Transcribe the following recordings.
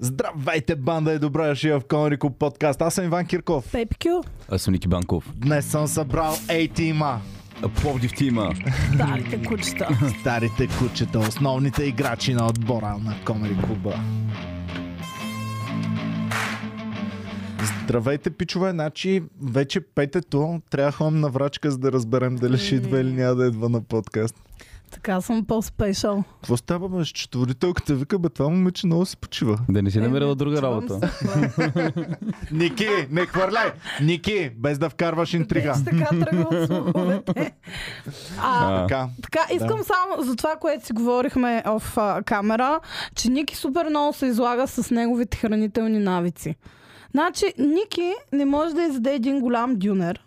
Здравейте, банда и добре дошли в Конрико подкаст. Аз съм Иван Кирков. Пепи Кю. Аз съм Ники Банков. Днес съм събрал A-тима. А, Пловдив тима. Старите кучета. Старите кучета, основните играчи на отбора на Комери Куба. Здравейте, пичове. Значи, вече петето трябва да ходим на врачка, за да разберем дали ще идва или няма да идва на подкаст. Така съм по-спешъл. Какво става, бе? Четворителката вика, бе, това момиче много си почива. Да не си Е, намерила не, друга чувам работа. се, това е. Ники, не хвърляй! Ники, без да вкарваш интрига. Беше така тръгват слуховете. А, А. Така, така, искам само за това, което си говорихме в а, камера, че Ники супер много се излага с неговите хранителни навици. Значи, Ники не може да изяде един голям дюнер.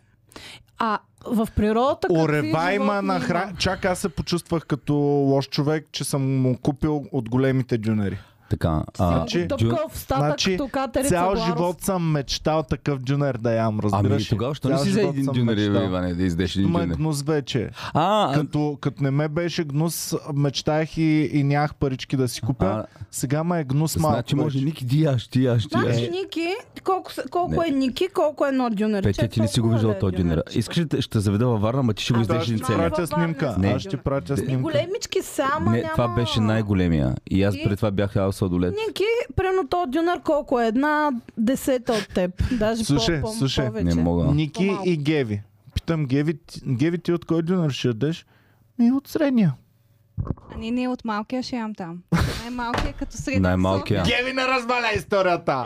А в природата... какви Орева има животни на храна. Чак аз се почувствах като лош човек, че съм му купил от големите дюнери. Така. А, Значи- Си го тъпкал в статък, значи, като катерица Цял Бларус. живот съм мечтал такъв дюнер да ям, разбираш ами ли? тогава, що не Цял си за живот един съм дюнер, бе, мечтал. Иване, да издеш един Ма е дюнер? гнус вече. А, а, Като, като не ме беше гнус, мечтаях и, и нямах парички да си купя. А. Сега ме е гнус малко. значи може вече. Ники, ти аз, ти аз, ти Значи аз. Ники, колко, са- колко е. Не. е Ники, колко е едно дюнерче. Петя, ти не си го толкова виждал е този дюнер. дюнерче. Искаш ли да- ще заведа във Варна, ма ти ще го А, издеш Аз един ще точно. ти цели. целият. пратя снимка. Не. Аз ще пратя И снимка. големички само Не, няма. това беше най-големия. И аз И? преди това бях ял сладолет. Ники, прено то дюнер колко е? Една десета от теб. Даже Слушай, по, по, слушай, повече. Не мога. Ники По-малко. и Геви. Питам Геви, ти- Геви ти от кой дюнер ще ядеш? И от средния. А не, не, Ами, от малкия ще ям там. Най-малкия като среден Най-малкия. Геви не разбаля историята.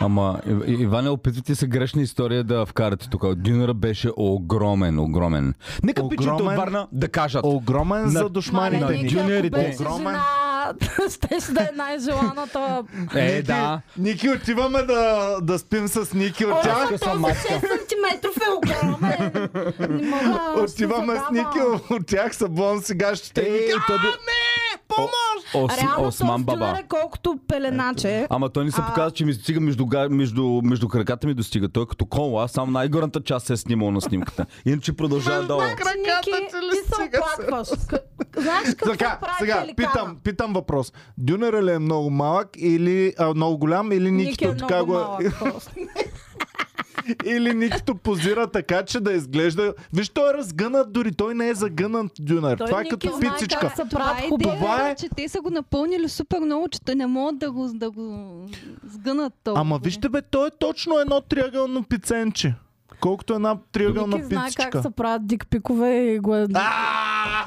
Ама, И- И- Иване, опитвате се грешна история да вкарате тук. Дюнера беше огромен, огромен. Нека пичите от Огромен. Варна да кажат. Огромен за На- душманите на ни. дюнер- дюнерите. Огромен. Огромен. Щеше да е най-желаната. Е, да. Ники, отиваме да, да спим с Ники от тях. е Ора, този 6 см е огромен. Не мога. Отиваме с Ники от тях, саблон сега ще те Е, вика. то би... Помощ! Ос, Реално осман този баба. дюнер е колкото пеленаче. Ама той не се А- показва, че ми стига между, га- между, между краката ми достига. Той е като кола, аз само най-горната част се е снимал на снимката. Иначе продължава долу. Значи, Краката Ники, ти ли ти се стига се? оплакваш. К- Знаеш какво Така, прави сега, пеликана? питам, питам въпрос. Дюнера ли е много малък или а, много голям или Ники Никито е така много го малък. просто. или Никито позира така, че да изглежда. Виж, той е разгънат, дори той не е загънат дюнер. Той Това е Ники като знае пицичка. как се Това правят е хубаво. Това е- идеята, че те са го напълнили супер много, че те не могат да го, да го сгънат толкова. Ама вижте бе, той е точно едно триъгълно пиценче. Колкото една триъгълна Ники знае пицичка. как се правят дикпикове и го е... А!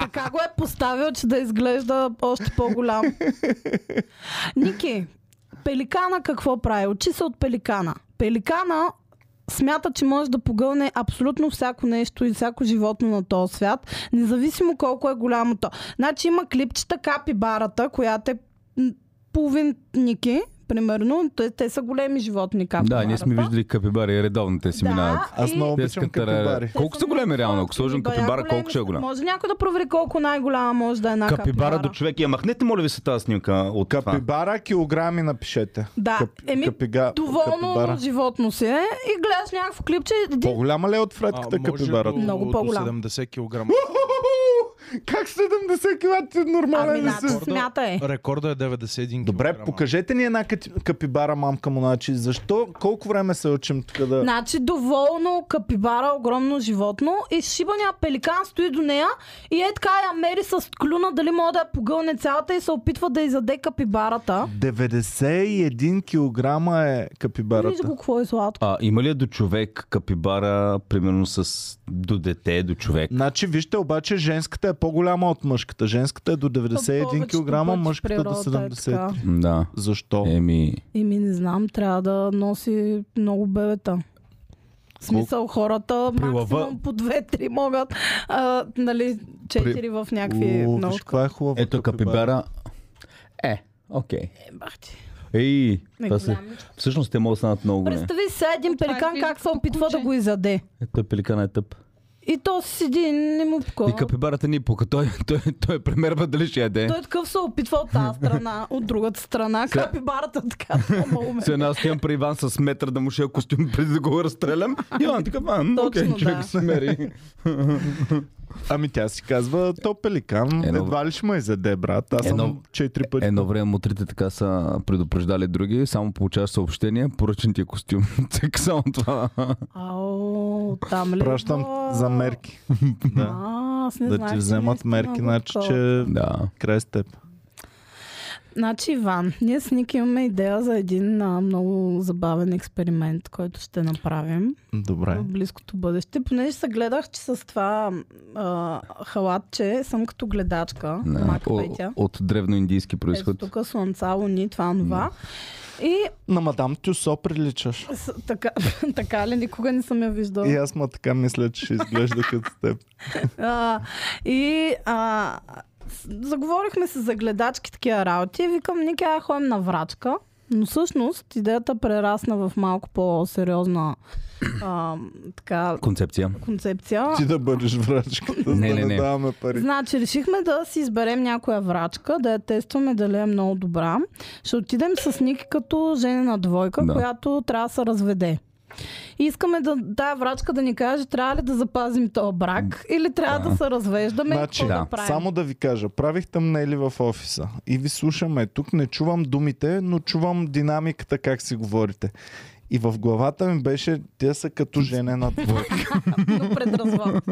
Така го е поставил, че да изглежда още по-голям. Ники, пеликана какво прави? Очи се от пеликана. Пеликана смята, че може да погълне абсолютно всяко нещо и всяко животно на този свят, независимо колко е голямо то. Значи има клипчета капибарата, която е м, половин Ники, примерно. Те, те са големи животни капибарата. Да, ние сме виждали капибари, редовно те си Да, минават. Аз и- много Те с обичам катара- капибари. Колко са големи реално? Ако сложим Бая капибара, големи колко ще е са. голям? Може някой да провери колко най-голяма може да е една капибара. Капибара до човек. Я махнете, моля ви се тази снимка от това. Капибара килограми напишете. Да, еми, е капига, Доволно капибара. животно си е и гледаш някакво клипче. Един... По-голяма ли е от А, фредката може капибарата? до, Много до по-голям. 70 кг. Как 70 кг ти Ами нормален да, си? смята е. Рекорда е 91 кг. Добре, покажете ни една кати- капибара, мамка му, значи. Защо? Колко време се учим тук да... Значи доволно капибара, огромно животно и шибания пеликан стои до нея и е така я мери с клюна дали може да я погълне цялата и се опитва да изяде капибарата. 91 кг е Виж капибарата. го какво е сладко. А, има ли е до човек капибара, примерно с до дете, до човек? Значи, вижте, обаче женската е по-голяма от мъжката. Женската е до 91 Повечето кг, пъти мъжката до природата е 70. така. Да. Защо? Еми, Еми не знам, трябва да носи много бебета. В смисъл хората При лъва- максимум по 2-3 могат, а, нали, 4 в някакви О, много. виж, каква е хубава ето капибара. Е, окей. Бахти. Ей, Не, това се... Всъщност те могат да станат много големи. Представи си един Това е пеликан близо как се като опитва куче. да го изяде. Ето пеликана е тъп. И то си седи, не му И пко. капибарата ни пука. Той, той, той премерва дали ще яде. Той такъв се опитва от тази страна, от другата страна. Сега- Капибарата така, много ме. С една стоям при Иван с метър да му шия костюм преди да го разстрелям. Иван така, а, м, е окей, Точно, човек да. се мери. Ами тя си казва, то пеликан, Едно- едва ли ще ме изяде, брат. Аз Едно- съм четири пъти. Едно време мутрите така са предупреждали други, само получаваш съобщение, поръчен ти е костюм. Так само това. Ау, там ли? Пращам го? за мерки. да. А, аз не да знаех, ти че вземат наистина мерки, го значи, такова. че да. край с теб. Значи, Иван, ние с Ники имаме идея за един а, много забавен експеримент, който ще направим. Добре. в близкото бъдеще. Понеже се гледах, че с това а, халатче съм като гледачка. Не. Мак О- Петя. Е, от древноиндийски Ето происход. тук слънца, луни, това, това. И На мадам Тюсо приличаш. с, така, така ли, никога не съм я виждала. И аз ма така мисля, че ще изглежда като теб. А, и а, с- заговорихме се за гледачки такива работи. И Викам, Ники, а ходим на врачка. Но всъщност идеята прерасна в малко по-сериозна а, така, Концепция. концепция. Ти да бъдеш врачката, за Не, да не, не не. даваме пари. Значи, решихме да си изберем някоя врачка, да я тестваме дали е много добра. Ще отидем с Ники като женена двойка, да. Да. която трябва да се разведе. И искаме да тая врачка да ни каже, трябва ли да запазим този брак или трябва да, Да. се развеждаме Значи, и какво да, да, правим. Само да ви кажа, правих тъмнели в офиса и ви слушаме. Тук не чувам думите, но чувам динамиката как си говорите. И в главата ми беше, те са като женена двойка. Но пред развод.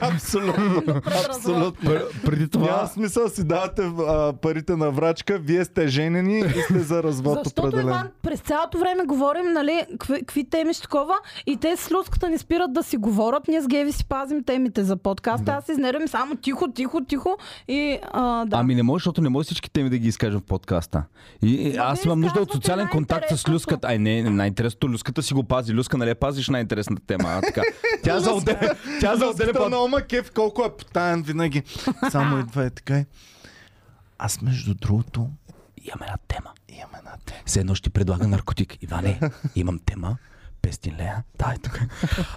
Абсолютно. Но пред развод. Пр- преди Няма това... смисъл да си давате а, парите на врачка, вие сте женени и сте за развод Защото, определен. Иван, през цялото време говорим, нали, какви, какви теми ще такова и те с люската ни спират да си говорят. Ние с Геви си пазим темите за подкаста. Аз се изнервям само тихо, тихо, тихо и а, да. Ами не може, защото не може всички теми да ги изкажем в подкаста. И и Но аз вие имам нужда от изказвате социален контакт с най-интересното. Люската. Ай, не, най-интересното Люската си го пази. Люска, нали я пазиш най-интересната тема? А, така. Тя за отделя, тя за отделя Люската под... на Ома Кеф, колко е потаен винаги. Само идва е така. и, Аз между другото Имам една тема. имам една тема. Все едно ще ти предлага наркотик. Иване, имам тема. 500 лея. Да, е тук.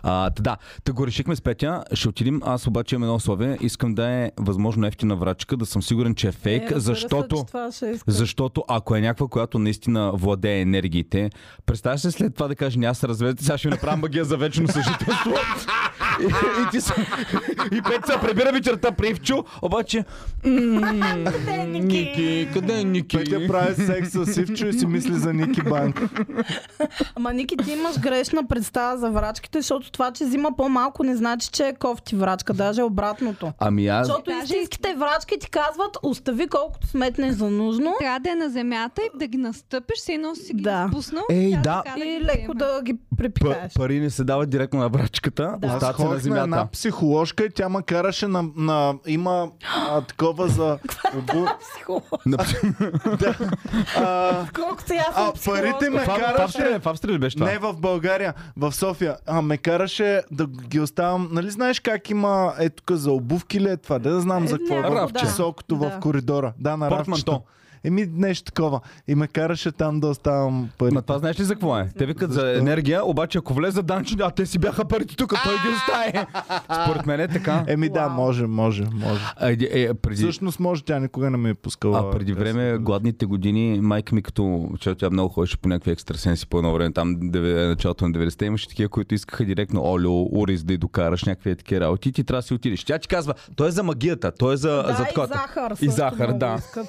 А, та да, да го решихме с Петя. Ще отидем. Аз обаче имам едно условие. Искам да е възможно ефтина врачка, да съм сигурен, че е Е, фейк, разбира се, защото... че това ще иска. Защото ако е някаква, която наистина владее енергиите, представяш се след това да кажеш, не, аз се разведете, сега ще ви направя магия за вечно съжителство. и, и, ти се, и Петя се прибира вечерта при Ивчо, обаче... «М, Ники, къде е Ники? Петя прави секс с Ивчо и си мисли за Ники Банк. Ама Ники, ти имаш грешна представа за врачките, защото това, че взима по-малко, не значи, че е кофти врачка. Даже обратното. Ами аз... Защото Даже- истинските врачки ти казват, остави колкото сметнеш за нужно Трябва да е на земята и да ги настъпиш, все едно си ги Да. да. спуснал. Ей, тя да. така и ги леко взема. да ги П- препитаеш. пари не се дават директно на брачката, Да. да. Аз остатъци на ходих на земята. една психоложка и тя ма караше на... на има а, такова за... обу- Психолог. На... а, Колкото и аз А, съм психолог. парите ме- Това- караше- в Австрия, в Австрия ли беше това? Не в България, в София. А ме караше да ги оставам. Нали знаеш как има е тук за обувки ли е това? Да, да знам Е, за какво. някакво, Равче. да. Високото Да. в коридора. Да, на Портманто. равчето. Еми нещо такова. И ме караше там да оставам пари. Ма това знаеш ли за какво е? Те викат за енергия, обаче ако влезе Данчо, а те си бяха парите тук, той ги остави. Според мен е така. Еми да, Уау. може, може, може. А, е, е, преди, Всъщност може, тя никога не ме е пускала. а преди Тя време, си- гладните години, майка ми като, защото тя много ходеше по някакви екстрасенси по едно време, там деве- е, началото на 90-те имаше такива, които искаха директно, олио, уриз да й докараш някакви такива работи, ти трябва да си отидеш. Тя ти казва, то е за магията, то е за, Да, за и такова. захар. И също захар, много да. искат.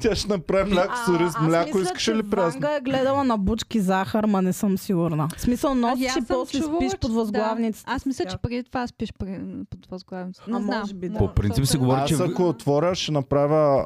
Тя ще направи мляко с ориз. аз Мляко мисля, искаше че ли прясно? Ванга е гледала на бучки захар, ма не съм сигурна. В смисъл Ами носиш аз и съм после чувала, спиш че- под възглавницата. Да. Аз мисля, че Тя. преди това спиш при, под възглавницата. Не А, знам. може би Е, да. По принцип се говори, Аз че... ако отворя, ще направя,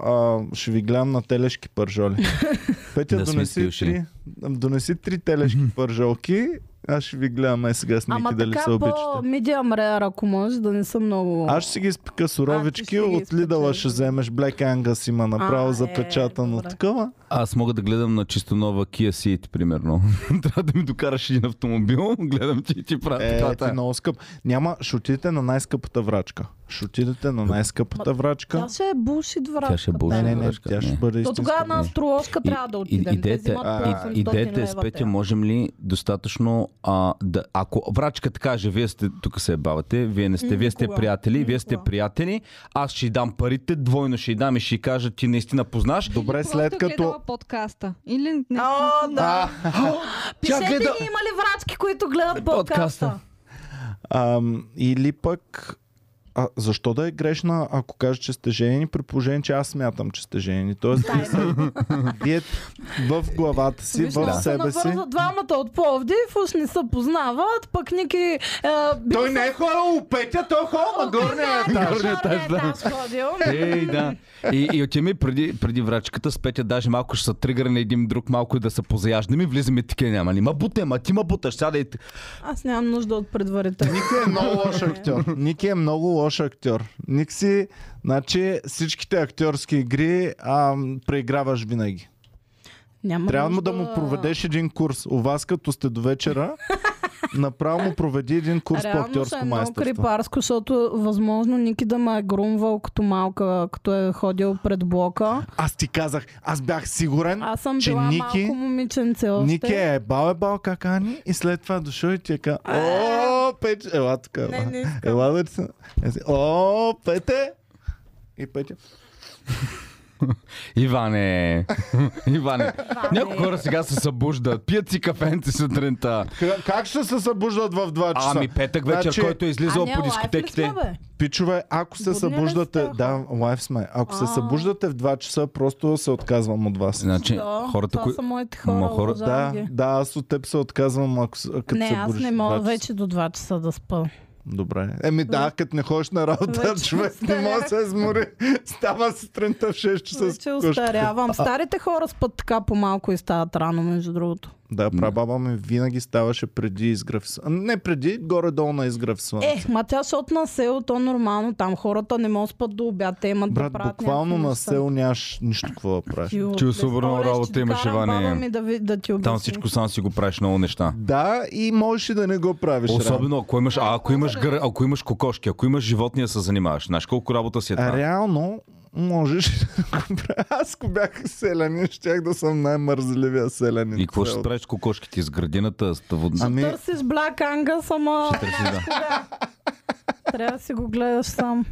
а, ще ви гледам на телешки пържоли. Петя, Да сме донеси, скилши. три, донеси три телешки пържолки. Аз ще ви гледам е сега с Ама Ники дали така се по обичате. medium rare, ако може, да не съм много... Аз ще си ги спека А, ти ще суровички, ги от Лидала изпечеш. ще вземеш Black Angus има направо А, е, запечатано добре. такова. Аз мога да гледам на чисто нова Kia Ceed, примерно. Трябва да ми докараш един автомобил, гледам ти и ти правя Е, ти така. много скъп. Няма, ще отидете на най-скъпата врачка. Ще отидете на най-скъпата врачка. Тя ще е буши двора. Тя ще е Не, bullshit не, не, врачка, тя ще не. бъде То истинска. тогава на астрологка И- трябва да и- отидем. Те идете- взимат а, 800 Идеята е с лева Петя, те. можем ли достатъчно, а, да, ако врачката каже, вие сте, тук се бавате, вие не сте, вие сте Никога. приятели, вие сте Никога. приятели, аз ще й дам парите, двойно ще й дам и ще й кажа, ти наистина познаш. Добре, Просто след като... гледала подкаста. Или не. О, да. Пишете ни гледа- има ли врачки, които гледат Подкаста. подкаста. Ам, или пък а защо да е грешна, ако каже, че сте женени, при положение, че аз смятам, че сте женени. Тоест, е. вие сте- вие в главата си, Виж, много в се себе си. навърза двамата от Пловдив, уж не се познават, пък Ники... Е, бил Той не е ходил у Петя, той е ходил на горния етаж. Горния етаж, да. етаж ходил. Ей, да. И, и отиваме преди, преди врачката с Петя, даже малко ще се тригъра на един друг, малко и да се позаяждаме, влизаме такива няма. Нима буте, ма ти ма буташ, сядай. Аз нямам нужда от предварително. Ники е много лош актьор. Ники е много лош актьор. Ник си, значи всичките актьорски игри а, преиграваш винаги. Няма Трябва му нужда... да му проведеш един курс. У вас като сте до вечера, направо му проведи един курс Реално по ще е актьорско много майсторство. крипарско, защото възможно Ники да ме е грумвал като малка, като е ходил пред блока. Аз ти казах, аз бях сигурен, Аз съм че била Ники, малко момиченце още. Ники е бал е бал какани и след това дошъл и ти е казал, о, Петя, ела тук, е, ела. Не, не искам. Ела, бе, ти са- Е, си, о, Пете! И Петя. Иване, Иване. Някои хора сега се събуждат, пият си кафенци сутринта. Ка- Как ще се събуждат в 2 часа? Ами петък вечер, Значи- който е излизал а, не, по лайф ли дискотеките. сме, бе? Пичове, ако се Будни ли събуждате... сте, Да, лайф сме. Ако се А. събуждате в 2 часа, просто се отказвам от вас. Значи, Да, хората, това кои... са моите хора, Ма хора- Да, уважавам ги. да, аз от теб се отказвам, ако с- като Не, се аз будиш не в мога 2 часа. вече до 2 часа да спа. Добре. Еми да, като не ходиш на работа, Вече човек не може да се измори. Става сутринта в 6 часа с Вече кошка. устарявам. Старите хора спят така по-малко и стават рано, между другото. Да, прабаба ми винаги ставаше преди изгръв. слън- Не преди, горе-долу на изгръв слънце. Е, ма тя защото на село, то е нормално. Там хората не могат да спят до обяд. Те имат Брат, да правят буквално някакви на неща. село нямаш нищо какво да правиш. Ти, Ти особено Оле, ще работа ти имаш, карам Иване. баба ми да, ви, да ти обясни. Там всичко сам си го правиш много неща. Да, и можеш и да не го правиш. реално. Особено ако имаш, а, ако имаш, е гър, ако имаш кокошки, ако имаш животния се занимаваш. Знаеш колко работа си е А това? реално можеш да го правиш. Аз ако бях селянин, щях да съм най-мързливия селянин. И какво в ще селото. правиш с кокошките? С градината? С водна? Ами, Търсиш Black Angus, ама Търси, да. трябва да си го гледаш сам.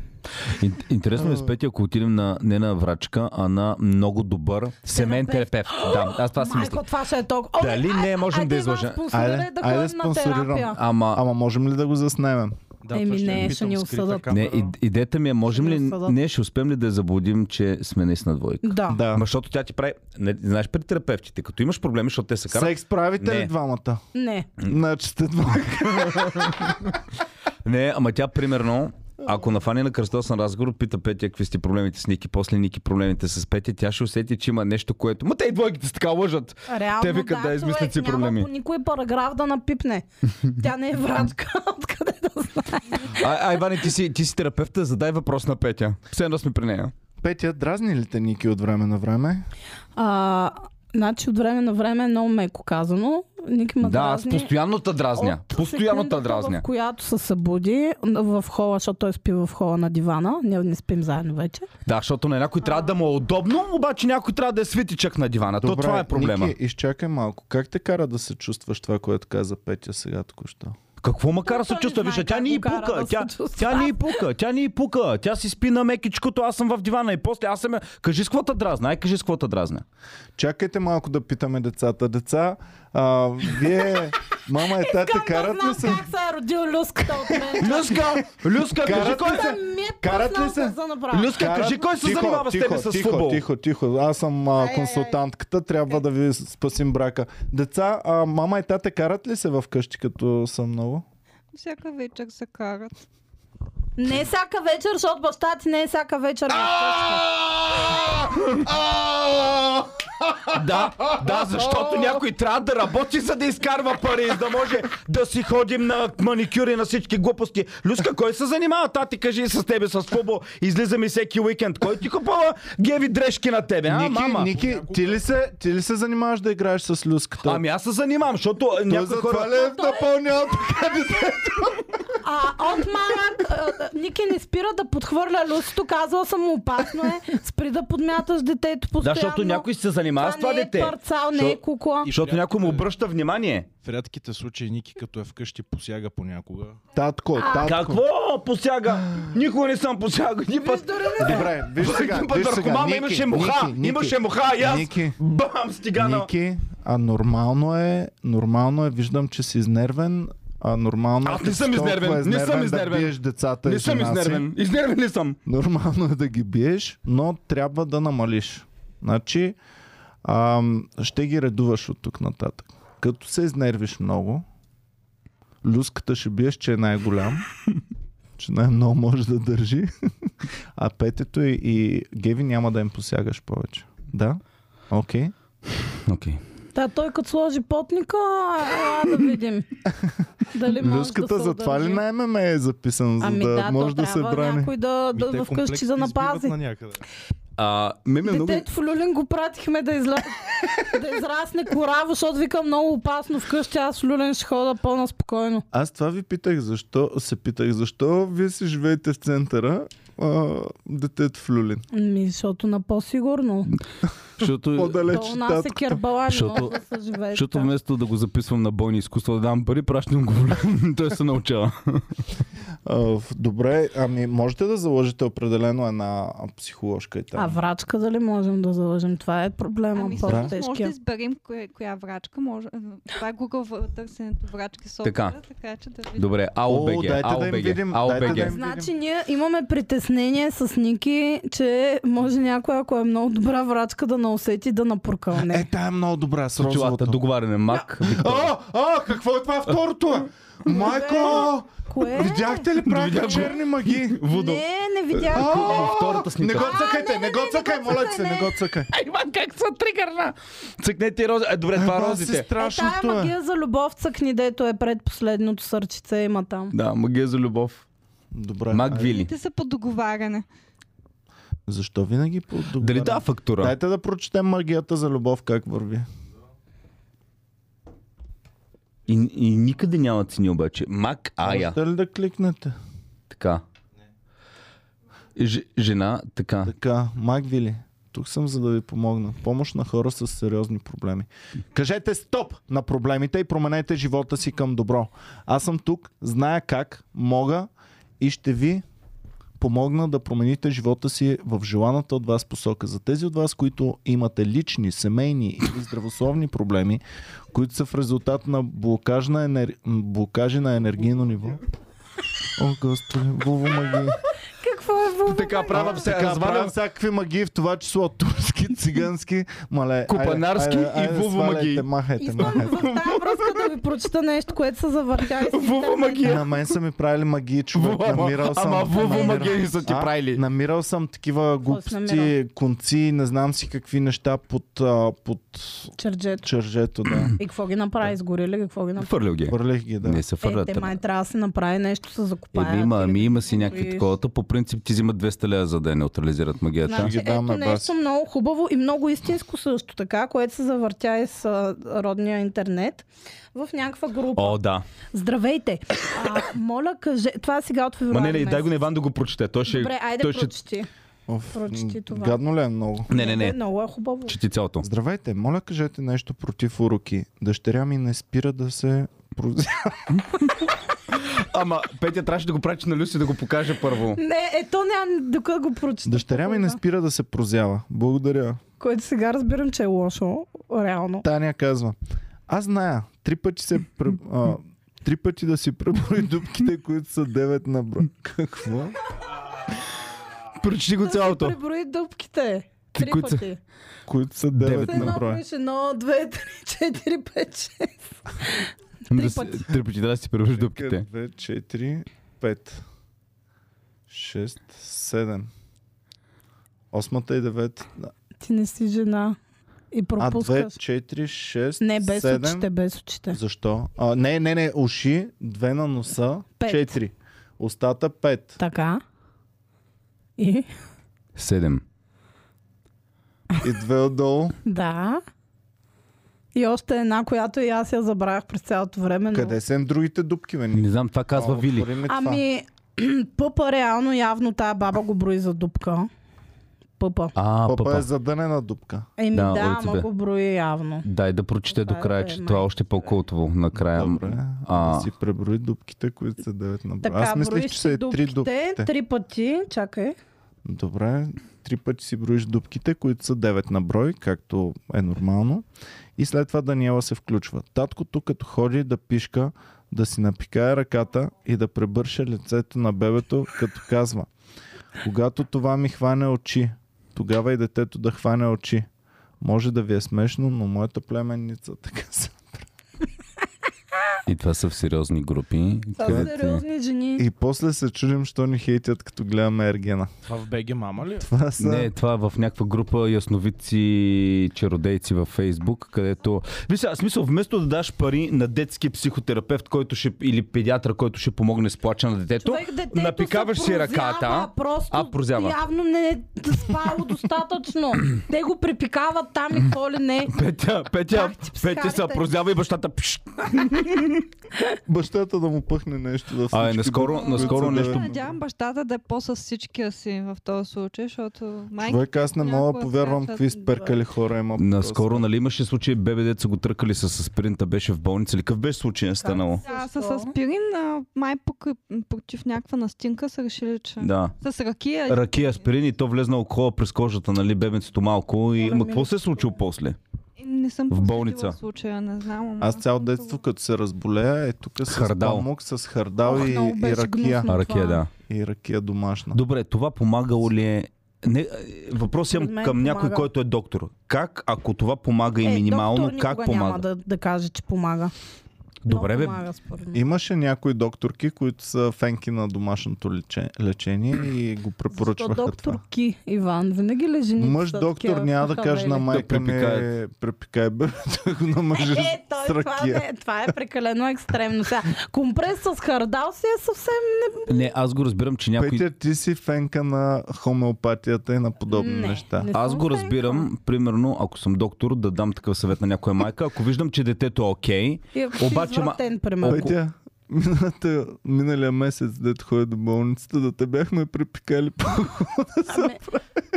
Ин- Интересно е с Петя, ако отидем на, не на врачка, а на много добър семен терапевт. Да, аз това си мисля. Майко, това ще е толкова. Оле, Дали не а- можем айде, да Иван, излъжа? спонсорирай Айде, да айде ходим на спонсорирам. терапия. Ама, Ама можем ли да го заснемем? Да, Еми, това ще не, ви ще питам ни с скрита осъдат. не, камера. и, идеята ми е, можем ли, Ще ни не, ще успеем ли да я заблудим, че сме наистина двойка? Да. Да. Ама, защото тя ти прави, не, знаеш, при терапевтите, като имаш проблеми, защото те се карат, Секс правите ли Не. двамата? Не. Значи сте двама. Не, ама тя примерно, ако нафане на кръстосен разговор, пита Петя какви сте проблемите с Ники, после Ники проблемите с Петя, тя ще усети, че има нещо, което... Ма те и двойките са така лъжат. Реално, Те викат да измислят човек, си проблеми. Няма по никой параграф да напипне. Тя не е врачка, откъде да знае. А, а Иване, ти си, ти си терапевта, задай въпрос на Петя. Все едно сме при нея. Петя, дразни ли те Ники от време на време? А, значи от време на време е много меко казано. Ники ма да, аз дразни. постоянно те дразня. От Постоянно те секундата, дразня. В която се събуди в хола, защото той спи в хола на дивана. Ние не спим заедно вече. Да, защото на някой трябва да му е удобно, обаче някой трябва да е свитичък на дивана. То това е проблема. Ники, изчакай малко. Как те кара да се чувстваш това, което каза Петя сега току-що? Какво ма кара Той се не чувства? знае Вижда, тя как ни го и кара пука. да се Тя, чувства. тя ни и пука. Тя ни и пука. Тя си спи на мекичкото, аз съм в дивана и после аз съм... я- Кажи с каквото дразна. Ай, кажи с каквото дразна. Чакайте малко да питаме децата. Деца, а, вие, мама и тате, Е, карат да ли се? знам как се е родил люската от мен. Люска! Люска, кажи Карат кой ли се... Ми е Карат ли пуснал се? да се направя. Е, Люска, кажи кой се Тихо, занимава с тебе с тихо, футбол? Тихо, тихо, аз съм а, консултантката, трябва да ви спасим брака. Деца, а, мама и тате карат ли се в къщи, като съм много? Всяка вечер се карат. Не е всяка вечер, защото баща ти не е всяка вечер. Да, да, защото някой трябва да работи, за да изкарва пари, за да може да си ходим на маникюри на всички глупости. Люска, кой се занимава, тати, кажи с тебе с футбол, излизаме всеки уикенд. Кой ти купува геви дрежки на тебе, а, Ники, мама? Ники ти, ли се, ти ли се занимаваш да играеш с люската? Ами аз се занимавам, защото е, Той някои за хора... това ли е напълнял така дете? А от малък а, Ники не спира да подхвърля люсто, казала съм му опасно е, спри да подмяташ детето Да, постоянно. защото някой се занимава с това не дете. е парцал, не е Защо- кукла. Защото някой му обръща внимание. В рядките случаи Ники, като е вкъщи, посяга понякога. Татко, татко. Какво посяга? Никога не съм посягал. Ни път... Добре, виж сега, Един път виж сега. наркомана Ники, имаше муха. Ники, Ники, Имаше муха и аз. Ники, Бам, стигана. Ники, а нормално е, нормално е, виждам, че си изнервен. а, нормално. Аз е, не съм че толкова изнервен, не съм Да изнервен. биеш децата и не съм жена си. изнервен. Изнервен ли съм? Нормално е да ги биеш, но трябва да намалиш. Значи, ам, ще ги редуваш от тук нататък. Като се изнервиш много, люската ще биеш, че е най-голям, че най-много може да държи, а петето и, и геви няма да им посягаш повече. Да? Окей. Okay. Окей. Да, той като сложи потника, ела да видим. Дали може Люската да се за това ли удържи. на ММА е записано, за Ами да, да, може то да се трябва брани? някой да, да, Ами да те комплекс вкъщи да избиват напази. на нали? някъде. А, ме ми е много... Детето в Люлин го пратихме да, изля... да израсне кораво, защото вика много опасно вкъщи, аз в Люлин ще хода пълна спокойно. Аз това ви питах, защо се питах, защо вие си живеете в центъра, а, детето в Люлин. Ми, Ами, защото на по-сигурно. Защото, По-далеч То у от нас е татко. кербала, не Защото- може да се живее. защото така. вместо да го записвам на бойни изкуства, да давам пари, пращам го. Той се научава. А, в- Добре, ами можете да заложите определено една психоложка и А там. врачка дали можем да заложим? Това е проблема Ами по всъщност може да тежкия изберем коя, коя врачка. Може... Това е Google в- търсенето врачки софтуер, Така. така. така че да видим. Добре, АОБГ, дайте да им АОБГ, видим, дайте да им АОБГ. видим. Значи ние имаме притеснение с Ники, че може някой, ако е много добра врачка, да не усети да напуркълне. Е, тая е много добра с Чулата, розовото. договаряне, Мак. А, а, какво е това второто? Майко! Кое? Видяхте ли правите черни магии? Водо. Не, не видях. Е, А, втората снимка. Не го цъкайте, не, не не, го не, не цъкай, го моля ти се, цъкай, не не. го цъкай. Иван, как съм тригърна! Цъкнете рози. Е, добре, това Еба си, розите. Е, тая Страшното е. магия за любов цъкни, дето е пред последното сърчице има там. Да, магия за любов. Добре. Мак айде. Вили. Те са по договаряне. Защо винаги по Дали да фактура? Дайте да прочетем магията за любов как върви. И, и никъде няма цени обаче. Мак Ая. Можете ли да кликнете? Така. Ж, жена, така. Така, Магвили, тук съм за да ви помогна. Помощ на хора с сериозни проблеми. Кажете стоп на проблемите и променете живота си към добро. Аз съм тук, зная как, мога и ще ви помогна да промените живота си в желаната от вас посока. За тези от вас, които имате лични, семейни или здравословни проблеми, които са в резултат на блокаж на, енер... блокажи на енергийно ниво. О, Господи, глупо магия. Какво е вълна? Така правя се, Така, правим всякакви магии, в това число турски, цигански, мале. Купанарски айде, айде, и айде, вуву сваляйте, магии. Махайте, Искам махайте. в тази връзка да ви прочета нещо, което се завъртя. из Вова интернет. магия. На мен са ми правили магии, човек. Ама- намирал съм. Ама вова намирал- магия ли са ти А, правили. Намирал съм такива глупости, намирал? конци, не знам си какви неща под, а, под Черджето. чержето, да. И какво ги направи? Изгори ли? Какво ги направи? Фърлил ги. е. Хвърлих ги, да. Не се Е, фърлят. те абе. май трябва да се направи нещо с закупаят. Еми има, или ами има си какво някакви виж. такова. По принцип ти взимат 200 лева за да я неутрализират магията. Ще Значи, ги ето дам на нещо бас. много хубаво и много истинско също така, което се завъртя и с а, родния интернет в някаква група. О, да. Здравейте! А, моля, каже... Това е сега от февруари Ма не, не, месец. дай го на Иван да го прочете. Той ще... Добре, айде той ще... прочети. Оф, Прочети това. Гадно ли е много? Не, не, не. Много е хубаво. Чети цялото. Здравейте, моля кажете нещо против уроки. Дъщеря ми не спира да се прозя. Ама Петя трябваше да го прачи на Люси да го покаже първо. Не, ето няма докато го прочета. Дъщеря ми не спира да се прозява. Благодаря. Което сега разбирам, че е лошо. Реално. Таня казва, аз зная, три пъти се пр... а, три пъти да си пребори дупките, които са 9 на брой. Какво? Прочети го цялото. Преброи дупките. Ти Три които са- пъти. Които са 9 Девет Едно на брой. пише, едно, две, три, четири, пет, шест. Ами Три да си- пъти. Три пъти трябва да си превърш дупките. 2, 4, 5, 6, 7. Осмата и девет. Ти не си жена. И А, 2, пропускаш. 4, 6, Не, без 7. очите, без очите. Защо? А, не, не, не, уши, две на носа, Пет. 4. Остата 5. Така. И? Седем. И две отдолу. Да. И още една, която и аз я забравях през цялото време. Но... Къде са им другите дупки, бе? Не знам, това казва О, Вили. отвори ми това. Ами, пъпа реално явно тая баба го брои за дупка. Пъпа. А, Папа е папа. задънена дупка. Еми Да, да, ой, тебе. ама го брои явно. Дай да прочете Това до е края, бе, че май. това е още по-култово накрая. Добре. А... А. Да си преброи дупките, които са 9 на брой. Така, Аз мислих, броиш че си са 3 дупките. Три пъти, чакай. Добре, три пъти си броиш дубките, които са 9 на брой, както е нормално. И след това Даниела се включва. Таткото като ходи да пишка, да си напикае ръката и да пребърше лицето на бебето, като казва Когато това ми хване очи, тогава и детето да хване очи. Може да ви е смешно, но моята племенница така се И това са в сериозни групи. Това са където- сериозни жени. И после се чудим, що ни хейтят, като гледаме Ергена. Това в БГ мама ли? е? Това са... Не, това е в някаква група ясновидци, чародейци във Фейсбук, където... Виж, сега, в смисъл, вместо да даш пари на детски психотерапевт, който ще... или педиатър, който ще помогне с плача на детето, Човек, детето напикаваш се си прозява, ръката. Просто А, прозява. Явно не е спало достатъчно. Те го препикават там и какво ли не. Петя, Петя, Пак ти Петя се психарите. прозява и бащата... Пш! Бащата да му пъхне нещо да А, е, наскоро- наскоро нещо- Надявам бащата да е по-със всичкия си в този случай, защото майка Човек, аз не мога да някога повярвам смятат, какви сперкали хора има. Наскоро, нали, имаше случай, бебе деца го тръкали с аспиринта, беше в болница. Ли какъв беше случай, е станало? да, с Защо? аспирин, а, май пък и против някаква настинка са решили, че... Да. С ракия. Ръки, аспирин и то влезна алкохола през кожата, нали, бебенцето малко. Ами, И... Ма какво се е случило после? Не съм В посетила болница. случая, не знам. ама Аз цяло съм детство, като се разболея, е тук с Хардал. памук, с хардал Ох, и, много и беше ракия. гнусно. А, ракия, да. И ракия домашна. Добре, това помагало ли е? Не, е, въпрос Според имам мен към някой, помага. Е, който е доктор. Как, ако това помага и Е, минимално, доктор как никога помага? Няма да, да каже, че помага. Добре, Много бе. Помага, според мен. Имаше някои докторки, които са фенки на домашното лече- лечение и го Защо препоръчваха това. доктор Ки, Иван? Винаги ли жените Мъж са доктор такива няма да похабели? каже на майка не препикаят. препикай бебето го намажи Е, той, с това, ракия. не, това е прекалено екстремно. Сега, компрес с хардал си е съвсем Не, аз го разбирам, че някой... Петя, ти си фенка на хомеопатията и на подобни Не, неща. не. Аз го Фенка. разбирам, примерно, ако съм доктор, да дам такъв съвет на някоя майка. Ако виждам, че детето е окей, е Обаче, ма- извратен, примерно. Около- Петя, миналата, миналия месец, дето ходи до болницата, да те бяхме препикали по Абе, Ами,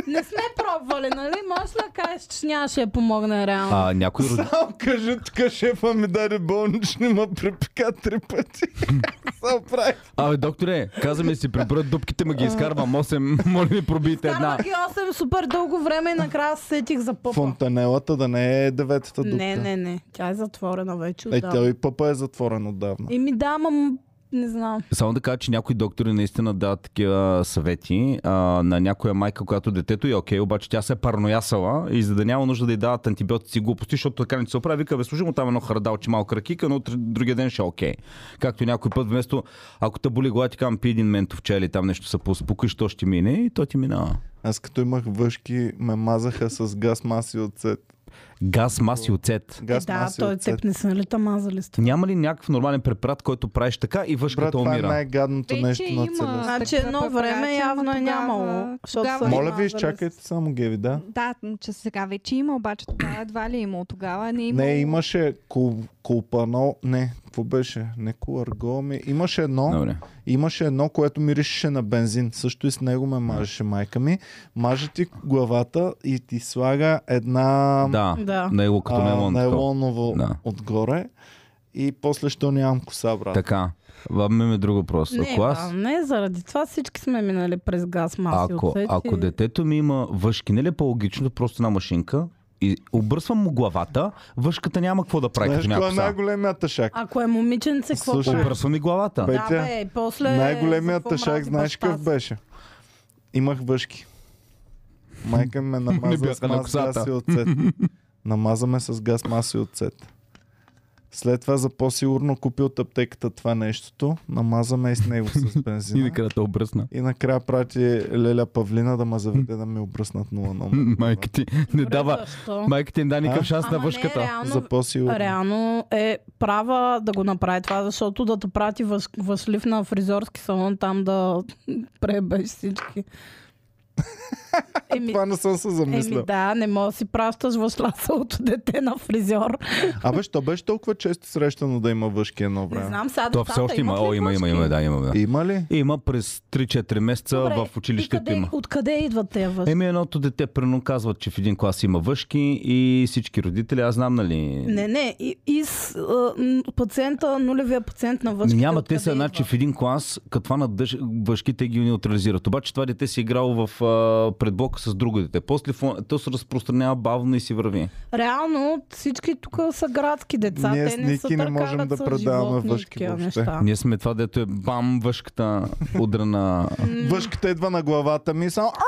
не сме пробвали, нали? Можеш ли да кажеш, че нямаше да помогне реално? а, някой роди... Само кажи, тук шефа ми даде болнични, ма препика три пъти. Само прави. Абе, докторе, каза ми да си прибра дупките, ма ги изкарвам 8, моля ви пробийте една. Карвах ги 8 супер дълго време и накрая се сетих за пъпа. Фонтанелата да не е деветата дупка. Не, не, не. Тя е затворена вече Е, тя отдавна. и пъпа е затворен отдавна. И ми да, ама не знам. Само да кажа, че някои доктори наистина дават такива съвети а, на някоя майка, която детето е окей, обаче тя се е параноясала и за да няма нужда да й дават антибиотици и глупости, защото така не се оправи, вика, бе, служи му там едно хардалче, малко ракика, но утре- другия ден ще е окей. Както някой път, вместо ако те боли глава, ти казвам, пи един ментовче или там нещо се поуспокоиш, то ще мине и то ти минава. Аз като имах въшки, ме мазаха с газ маси от цет. Газ, мас и оцет. Газ е, да, маси той от цет. теб не са нали тамазали с това. Няма ли някакъв нормален препарат, който правиш така и Брат, въшката това е умира? най-гадното Вече нещо на има. целия. Значи такива едно препарати, време ама явно е тогава- нямало. защото тогава- са Моля Моля ви, мазали е с- изчакайте само Геви, да. Да, че сега вече има, обаче тогава едва ли е имало. Тогава не е имало. Не, имаше кул, кулпано, не, какво беше? Не куларго, ми. Имаше едно, Добре. Имаше едно, което миришеше на бензин. Също и с него ме мажеше майка ми. Маже ти главата и ти слага една Да, Да. нейло като а, нейлон. такова. нейлоново Да. отгоре. И после, що нямам коса, брат. Така. Ваме друг въпрос. Не, Ако аз... ба, не, заради това всички сме минали през газ, маси Ако, оцет ако и- детето ми има въшки, не ли е по-логично да просто една машинка и обръсвам му главата, въшката няма какво да прави Знаеш, като кой е някаква. най-големият тъшак? Ако е момиченце, какво Слушай, прави? Обръсвам и главата. Бе, Да, Петя, бе, после... Най-големият за какво тъшак, мрази знаеш баща какъв си? беше? Имах въшки. Майка ми ме намаза с бяха на мас, газ косата. и оцет. Намазаме с газ, мас и оцет. След това за по-сигурно купи от аптеката това нещото. Намазаме и с него с И бензина. накрая те обръсна. И накрая прати Леля Павлина да ме заведе да ми обръснат нула номер. Майка ти не Добре, дава. защо? Майка ти не дава А? никакъв шанс Ама на не, е въшката. реално- За по-сигурно. Реално е права да го направи това, защото да те прати въз, възлив на фризорски салон там да пребеш всички. Еми, Това не съм се замислял. еми да, не мога да си пращаш въшласалото дете на фризьор. Абе, що беше толкова често срещано да има въшки едно Не време? знам, сега То децата все още има. имат ли О, има, има, въшки? има, да, има. Да. Има ли? Има през 3-4 месеца Добре, в училището и къде, е има. Откъде идват тези въшки? Еми едното дете прино казват, че в един клас има въшки и всички родители, аз знам, нали? Не, не, и, и с, а, м, пациента, нулевия пациент на въшките. Няма, те откъде са идва? значи в един клас, като това надъж, въшките ги неутрализират. Обаче това дете си е играло в а, предблока с друго дете. После фон, то се разпространява бавно и си върви. Реално всички тук са градски деца. Ние те с не, Ники са не търкалят можем да с предаваме животни и въшки такива въобще. неща. Ние сме това, дето е бам, въшката удрана. Въшката идва на главата ми и само а,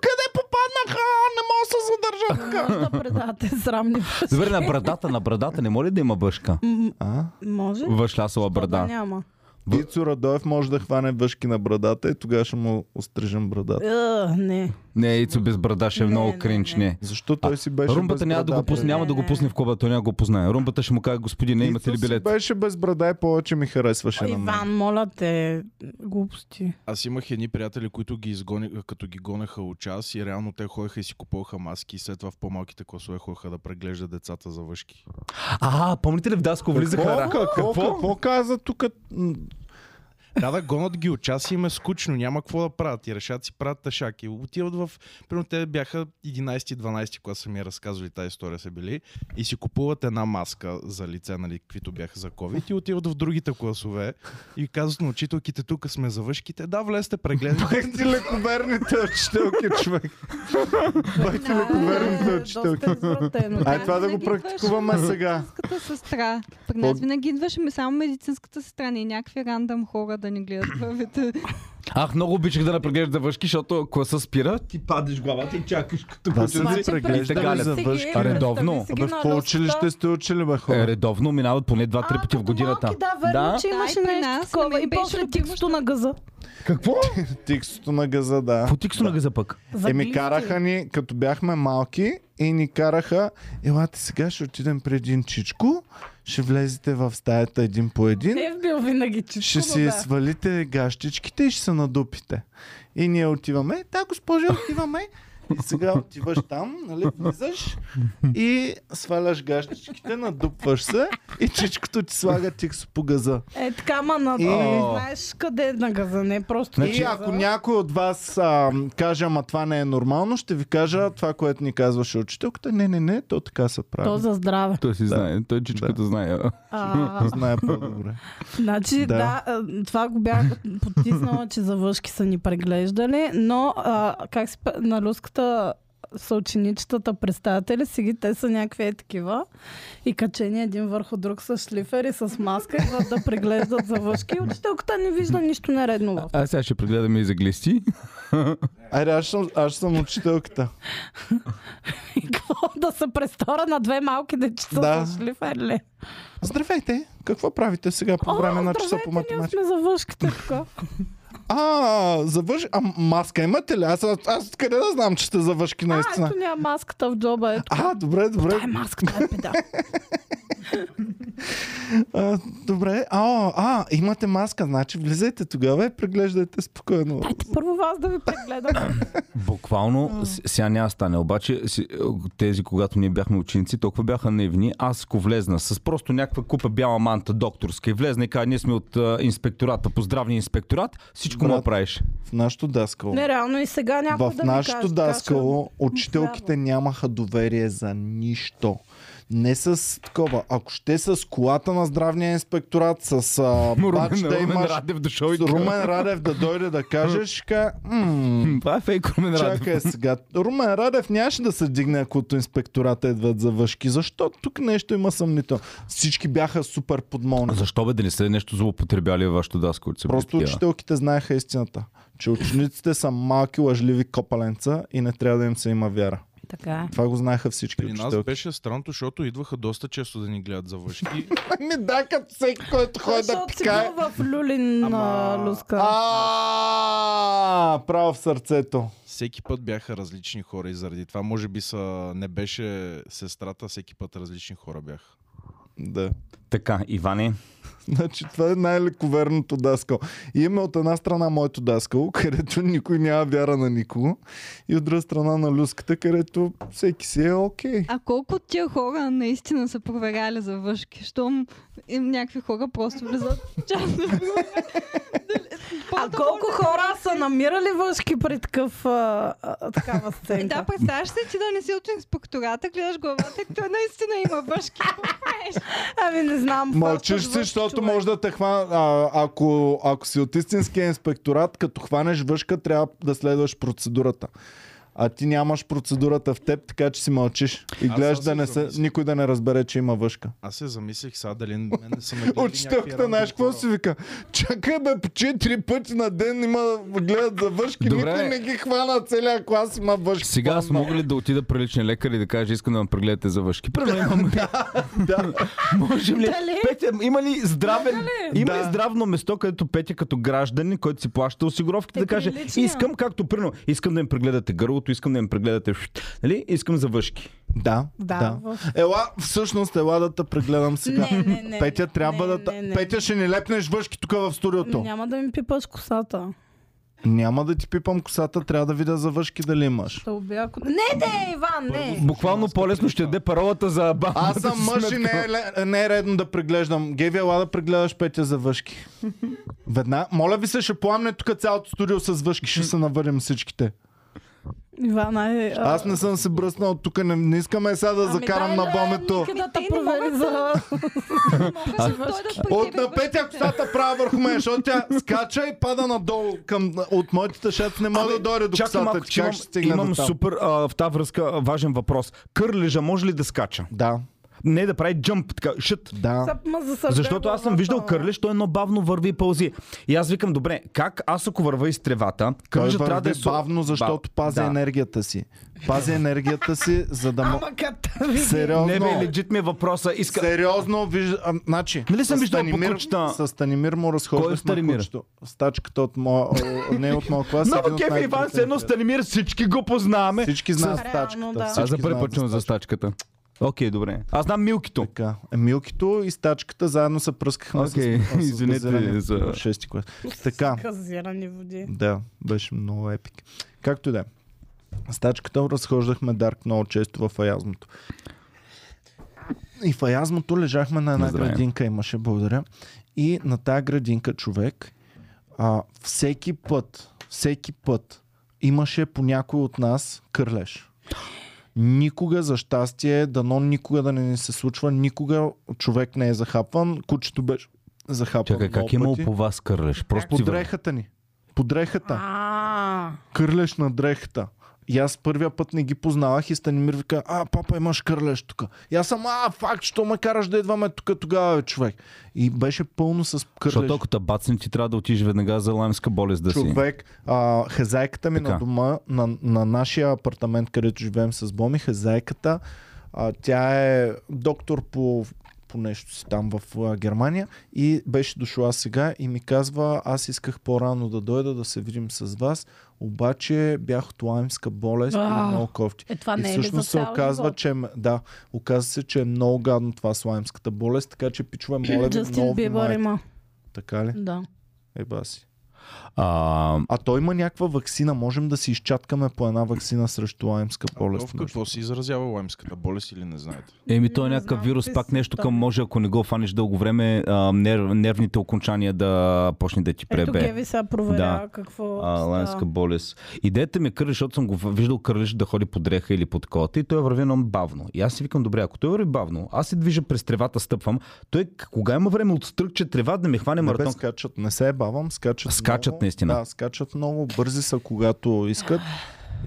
къде попаднаха? Не мога да се задържа. Не може да предавате срамни въшки. Добре, на брадата, на брадата не може ли да има въшка? М, А? Може? Въшлясала Що Да брада. няма. В- Ицо Радоев може да хване въшки на брадата и тогава ще му острижем брадата. Е, не. Не, Ицо без брада ще е Не, много не, кринч, не. не. Защо той си беше без Румбата няма да, го брада, пусне, бе? няма да го пусне в клуба, той няма да го познае. Румбата ще му каже, господине, имате ли Ицо си билет? беше без брада и повече ми харесваше на мен. Иван, моля те, глупости. Аз имах едни приятели, които ги изгониха, като ги гонеха от час и реално те ходеха и си купуваха маски и след това в по-малките класове ходеха да преглеждат децата за въшки. А, помните ли в Даско влизаха? ра- Какво, какво, какво каза тук? М, Да, да, гонат ги от час и им е скучно, няма какво да правят и решат си правят тъшак. И отиват в... Примерно те бяха 11-12, когато са ми разказвали тази история са били и си купуват една маска за лице, нали, каквито бяха за COVID и отиват в другите класове и казват на учителките, тук сме за въшките, да, влезте, прегледайте. Бах ти лековерните учителки, човек. Бах ти лековерните Е, учителки. Ай, това да го Винаги идваш практикуваме в сега. Медицинската сестра. При нас винаги идваше само медицинската сестра, не е някакви рандъм хора да ни гледат главите. Ах, много обичах да напреглежда въшки, защото ако класа спира, ти падаш главата и чакаш като Това са кученце. ти преглеждали галят. за въшки. А, редовно. Абе, в какво училище сте учили, бе, Е, хора? Редовно минават поне 2-3 пъти в годината. Малки, да, верно, че имаше Да, и при нещо нас не такова. ми И беше после любимо, тиксто защото- на гъза. Какво? Тиксото на газа, да. По тиксона газа пък. За Еми глисти. Е, караха ни, като бяхме малки и ни караха, елате сега ще отидем при един чичко, ще влезете в стаята един по един, Не е бил винаги чичко, ще но си да. свалите гащичките и ще се надупите. И ние отиваме, да госпожа отиваме, и сега отиваш там, нали, влизаш и сваляш гащичките, надупваш се и чичкото ти слага тиксо по газа. Е, така, ма на... И- Знаеш къде е на газа, не просто И на ако газа. някой от вас а, каже, ама това не е нормално, ще ви кажа това, което ни казваше учителката. Не, не, не, то така се прави. То за здраве. Той си знае, той чичката знае. А, Знае по-добре. Да. Значи, да. а, това го бях потиснала, че за въшки са ни преглеждали, но а, как си пе- на руската съученичетата, представители си ги, те са някакви е такива и качени един върху друг с шлифер и с маска, идват да преглеждат за въшки. Учителката не вижда нищо нередно в А сега ще прегледаме и за глисти. Айде, аз съм, аз съм учителката. и какво да се престора на две малки дечица Да. с шлифер ли? Здравейте! Какво правите сега по време на часа по здравейте, ние математика? сме за въшките така. А, завърши. А маска имате ли? Аз, аз, аз къде да знам, че сте завършки А, наистина? ето няма маската в джоба, ето. А, добре, добре. Ай, маската е педа. А, добре. А, а, имате маска, значи влизайте тогава и преглеждайте спокойно. Дайте първо вас да ви прегледам. Буквално с- сега няма да стане. Обаче си- тези, когато ние бяхме ученици, толкова бяха наивни. Аз ако влезна с просто някаква купа бяла манта докторска и влезна и кажа, ние сме от а, инспектората, по здравния инспекторат, всичко му Брат. правиш. В нашето даскало. Не, реално и сега някой В да ми нашето каже, даскало учителките нямаха доверие за нищо. Не с такова. Ако ще с колата на здравния инспекторат, с а, бач Румен, да Румен имаш... Радев дошъл и С Румен Радев да дойде да кажеш, ще кажа, «М, М, Това е фейк Румен Радев. чакай сега. Румен Радев нямаше да се дигне, ако от инспектората идват за въшки. Защо? Тук нещо има съмнително. Всички бяха супер подмолни. Защо бе да не сте нещо злоупотребяли във вашето даско? От Просто учителките знаеха истината, че учениците са малки лъжливи копаленца и не трябва да им се има вяра. Така е. Това го знаеха всички При нас учителки. беше странното, защото идваха доста често да ни гледат за въшки. Ми Ами да, като всеки, който ходи да е- Защото си пикае. бил в люлин на луска. А, право в сърцето. Всеки път бяха различни хора и заради това може би са, не беше сестрата, всеки път различни хора бяха. Да. Така, Иване. Значи това е най-лековерното даскал. И имаме от една страна моето даскало, където никой няма вяра на никого. И от друга страна на люската, където всеки си е окей. А колко от тия хора наистина са проверяли за въшки? Щом им някакви хора просто влизат частно в А колко хора са намирали въшки при такъв, а, а, такава Е, да, сценка? представяш се, ти да не си от инспектората, гледаш главата и той наистина има бъшки. Ами не знам. Мълчиш просто си, звънчи защото човек. може да те хвана. А, ако, ако си от истинския инспекторат, като хванеш въшка, трябва да следваш процедурата. А ти нямаш процедурата в теб, така че си мълчиш. И Аз гледаш аз да съм не се, замислен. никой да не разбере, че има въшка. Аз се замислих сега дали мен не са ме гледали някакви Учителката, рандом знаеш какво хора. си вика? Чакай бе, по четири пъти на ден има гледат за въшки, Добре. никой не ги хвана целия клас, има въшки. Сега аз мога ли да отида при личен лекар и да кажа, искам да ме прегледате за въшки? Примерно имам... Да. Можем ли? Дали? Петя, има ли здравен... Има ли Да. здравно место, където Петя като гражданин, който си плаща осигуровките, Е, да каже, приличния. искам както прино, искам да им прегледате гърлото, искам да им прегледате... шт, Нали? Искам за въшки. Да, Да, да. в- Ела, всъщност, ела да те прегледам сега. Не, не, не, Петя не, трябва не, да... не, не. Петя ще ни лепнеш въшки тук в студиото. Няма да ми пипаш косата. Няма да ти пипам косата, трябва да видя завършки дали имаш. Ще убия ако... Не, не, Иван, не! Буквално по-лесно ще даде паролата за баба. Е, Аз съм мъж и не е, ле- не е редно да преглеждам. Геви, ела да прегледаш петя за въшки. Веднага, моля ви се, ще пламне тук цялото студио с въшки, ще се навърнем всичките. Иван, ай... а- Аз не съм се бръснал от тук, не, не искаме сега да Ами закарам дай, на бе, бомето. Ника Да Ми, те те не провери могат за... От на петя косата правя върху мен, защото тя скача и пада надолу към, от моите тъшец. Не мога да дойде до Чакай косата. малко, ти. че Как имам, ще стигна имам до там? супер а, в тази връзка а, важен въпрос. Кърлежа може ли да скача? Да, Не да прави джъмп, така, шит. да. Ма за сърце Защото аз съм главата, виждал ама. кърлеж, той едно бавно върви и пълзи. И аз викам, добре, как аз ако върва из тревата, Той кърлежа трябва върви да е... со- бавно, защото Бав- пази да. енергията си. Пази енергията си, за да му... Ама като види. Не Сериозно. бе, легит ми е въпроса. Иска... Сериозно, виж... а, значи, Нали съм с виждал по Станимир- кучета? С Станимир му Кой е разхождахме Станимир? кучето. Стачката от моя... о, Не е от моя клас. един Много от кефи Иван, най-добрите все едно ми Станимир, всички го познаваме. приятели. Всички знаят Реално, стачката. да. всички Аз за първи знаят път чувам за стачката. Окей, добре. Аз знам милкито. Така. Е, Милкито и стачката заедно се пръскахме Окей, с, с извинете газирани за- в шести клас. Така, Казирани води. да, беше много епик. Както и да е. Стачката разхождахме Дарк много често в Аязмото. И в Аязмото лежахме на една Здравей. градинка, имаше, благодаря. И на тази градинка човек а, всеки път, всеки път имаше по някой от нас кърлеж. Никога, за щастие, дано никога да не ни се случва, никога човек не е захапван, кучето беше захапвано Чакай, как много е имало пъти. по вас кърлеж? Просто ти По върна. дрехата ни. По дрехата А, кърлеш на дрехата. И аз първия път не ги познавах и Станимир вика, а, папа, имаш кърлеш тук. И аз съм, а, факт, що ме караш да идваме тук тогава, бе, човек. И беше пълно с кърлеш. Защото ако те бацне, ти трябва да отидеш веднага за лаймска болест да си. Човек, а, хазайката ми Така. на дома, на, на нашия апартамент, където живеем с Боми, хазайката, а, тя е доктор по, по нещо си там в а, Германия и беше дошла сега и ми казва, аз исках по-рано да дойда да се видим с вас, обаче бях от лаймска болест и А. много кофти. е това И не е ли за всъщност се цял оказва, живот? че, м- да, оказва се, че е много гадно това с лаймската болест, така че пичове, моля ви, Джастин много Бибър внимайте. има. Така ли? Да. Еба си. А, А той има някаква вакцина. Можем да си изчаткаме по една вакцина срещу лаймска А болест. в какво се изразява лаймската болест или не знаете? Еми, той е Не някакъв знам, вирус, те пак са нещо към там. може, ако не го фанеш дълго време, а, нерв, нервните окончания да почне да ти Ето пребе. Геви сега проверя Да. какво А, става. ланска болест. Идеята ми е кърлиш, защото съм го виждал кърлиш да ходи по дреха или под кота и той върви много бавно. И аз си викам, добре, ако той върви бавно, аз се движа през тревата, стъпвам, той к- кога има време от стръкче трева да ме хване Не, бе, маратон? скачат, не се е бавам, скачат. Скачат много, наистина. Да, скачат много, бързи са, когато искат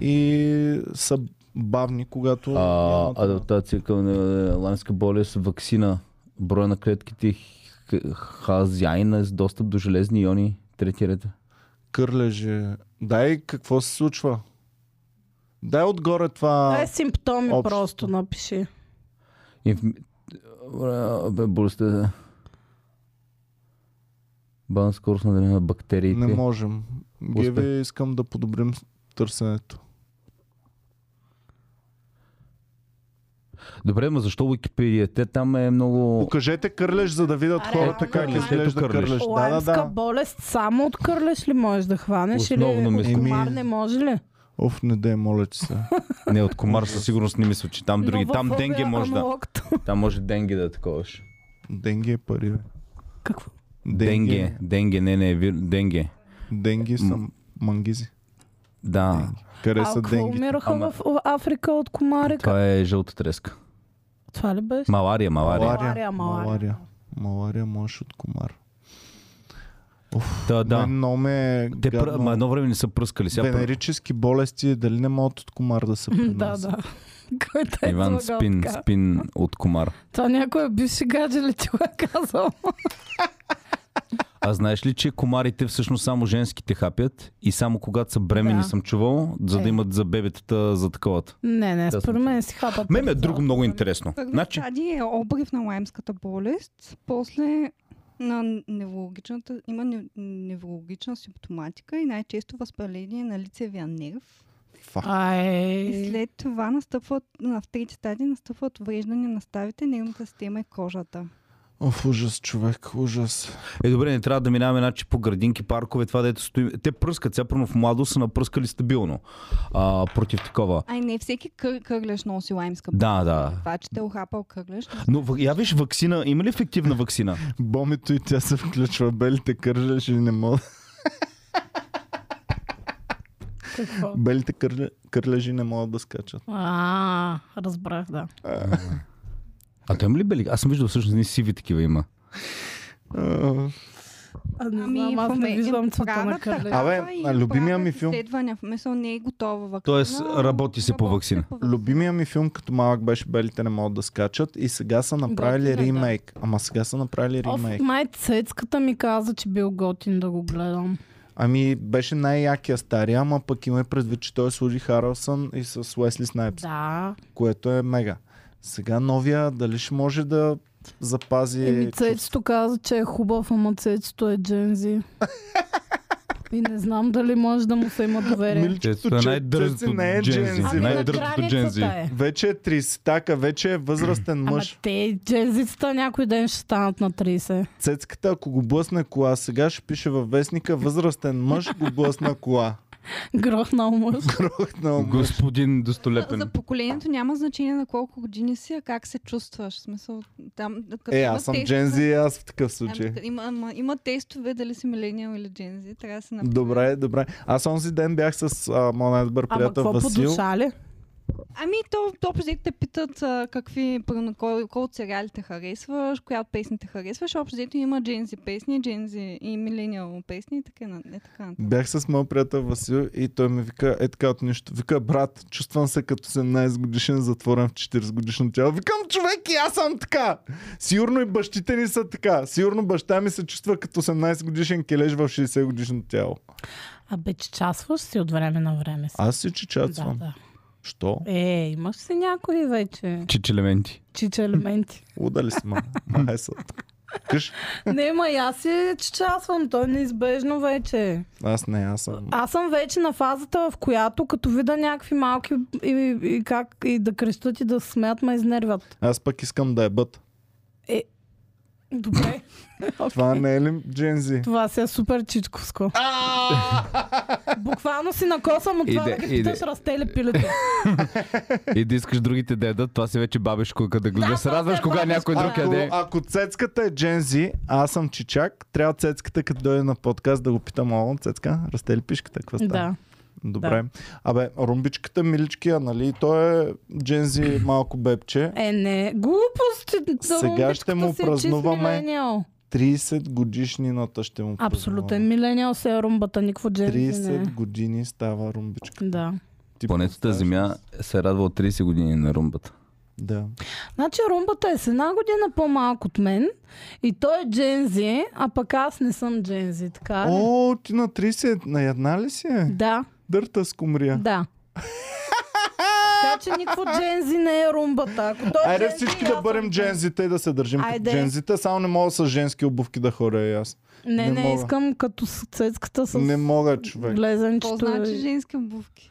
и са бавни, когато. А, нямат- адаптация към ланска болест, вакцина, броя на клетките, хазяйна с достъп до железни иони, трети ред. Кърлеже. Дай, какво се случва? Дай отгоре това. Е, симптоми Общо. просто напиши. Инф- а, бе, Болестта. Бан скорост на деление на бактериите. не можем. Успех. Геви, искам да подобрим търсенето. Добре, ма защо Уикипедия? Те там е много... Покажете кърлеж, за да видят А, хората реално как ли? изглежда Ето е кърлеж. кърлеж. Да, да, Лаймска да. болест само от кърлеж ли можеш да хванеш? Основно или мисля. от комар Еми- не може ли? Оф, не дей, моля ти се. Не, от комар със сигурност не мисля, че там други. Там Новофобия, денге може да... аналогт. Там може денге да е таковаш. Денге е пари, бе. Какво? Денге. Денге, не, не, вир... денге. Денги са мангизи. Да, Къде А са какво денги? умираха Ама- в Африка от комари? Това, това е жълта треска. ли беше? Малария, е малария. Малария, малария. Малария. Малария можеш от комар. Та, да. Мен много ме е Те пр... гадно. ма едно време не са пръскали. Сега пр- Венерически болести, дали не могат от комар да се да, принасят? да. Кой те е Иван излагал спин, така? спин от комар. Това някой е бивши гадже ли ти го е казал? А знаеш ли, че комарите всъщност само женските хапят и само когато са бремени Да. съм чувал, за да Е. имат за бебетата за таковата. не, не, Да, според съм мен си хапат. Мен ми е през друго цялото много време. интересно. Първи Значи, стадий е обрив на лаймската болест, после на неврологичната, има не- неврологична симптоматика и най-често възпаление на лицевия нерв. Фак. Е. И Ай, след това настъпват, на в трети стадий настъпват вреждане на ставите, нервната система и кожата. Оф, ужас, човек, ужас. е добре, не трябва да минаваме значи, по градинки, паркове, това дето стои. Те пръскат, сега пръвно в младост са напръскали стабилно а, против такова. Ай, не всеки кър, кърлеш носи лаймска болест. Да, да. Това, че те е охапал кърлеш, Но в- я виж, вакцина, има ли ефективна вакцина? Бомито и тя се включва. Белите кържеш и не мога. какво? Белите кърле- кърлежи не могат да скачат. А, разбрах, да. А той има ли бели? Аз съм виждал всъщност едни сиви такива има. А, А, не Ами, знам, аз не поме- виждам цвета на правят кърлеж. такава Абе, и а, любимия правят ми филм? Изследвания в месо не е готова вакцина. Тоест, работи се по работи вакцина. по вакцина. Любимия ми филм като малък беше Белите не могат да скачат и сега са направили Готин е, да. ремейк. Ама сега са направили Оф, ремейк. май цецката ми каза, че бил готин да го гледам. Ами беше най-якия стария, ама пък има и предвид, че той служи Харлсън и с Уесли Снайпс, Да. което е мега. Сега новия, дали ще може да запази... Еми, Цецето каза, че е хубав, ама Цецето е джензи. И не знам дали може да му се има доверие. Миличкото, Ето е че най-дързото Цеци не е джензи. джензи. Ами на най-дързото джензи. границата е. Вече е 30 така, вече е възрастен Ама мъж. те джензицата някой ден ще станат на 30. Цецката, ако го блъсне кола, сега ще пише във вестника възрастен мъж го блъсна кола. Грохнал мъж. Рохнал мъж. Господин За Достолепен. поколението няма значение на колко години си, а как се чувстваш. В Смисъл, там, като Е, има аз съм тестове- джензи и аз в такъв Ами, случай. като Има, има, има тестове дали си милениал или джензи. Трябва да се направи. Добре, добре. Аз онзи ден бях с а, моят най-добър Ама приятел какво по Васил. душа ли? Ами то, то общо взето те питат а, какви, примерно, кой, кой от сериалите харесваш, коя от песните харесваш. Общо взето има джензи песни, джензи и милениал песни и така, на- е, така. нататък. Бях с моят приятел Васил и той ми вика, е така от нищо. Вика, брат, чувствам се като 17 годишен затворен в 40 годишно тяло. Викам, човек, и аз съм така. Сигурно и бащите ни са така. Сигурно баща ми се чувства като 18 годишен кележ в 60 годишно тяло. Абе, че часваш си от време на време си. Аз си да, чичацвам. да. Що? Е, имаш си някои вече Чичелементи. чича елементи. Удали сме. Майсът. Къш. не, ма и аз си чичасвам, то е неизбежно вече. Аз не, аз съм. Аз съм вече на фазата, в която като видя някакви малки и, и, и как, и да крещат и да се смеят, ме изнервят. Аз пък искам да е бът. Добре. Това не е ли джензи? Това си е супер чичковско. Буквално си накосвам от това Иде, да ги иде. питаш расте ли пилето. И да искаш другите да ядат, това си вече бабешко, като гледа. Да, се това радваш, е кога бабешко. някой друг Ако, яде. ако цецката е джензи, а аз съм чичак, трябва цецката като дойде на подкаст да го питам, о, цецка, расте ли пишката? Какво става? да. Добре. Абе, румбичката, миличкия, нали? Той е джензи малко бебче. Е, не. Глупости. Сега Румбичката ще му си е чист празнуваме. милениал. 30 годишнината ще му Абсолютен празнуваме. милениал се е румбата, никакво джерси не е. 30 години става румбичка. Да. Ти Планетата представяш ли Земя си? се радва от 30 години на румбата. Да. Значи румбата е с една година по-малко от мен и той е джензи, а пък аз не съм джензи, така ли? О, ти на 30 наядна ли си? е? Да, Дърта с комрия. да. така че никакво джензи не е румбата. Ако той е Айде джензи, всички аз да съм бъдем джензите и да се държим като Айде. джензите, само не мога с женски обувки да хоря и аз. Не, Не не, мога. искам като с цецката с Не мога, човек. глезенчето. Какво значи и- женски обувки?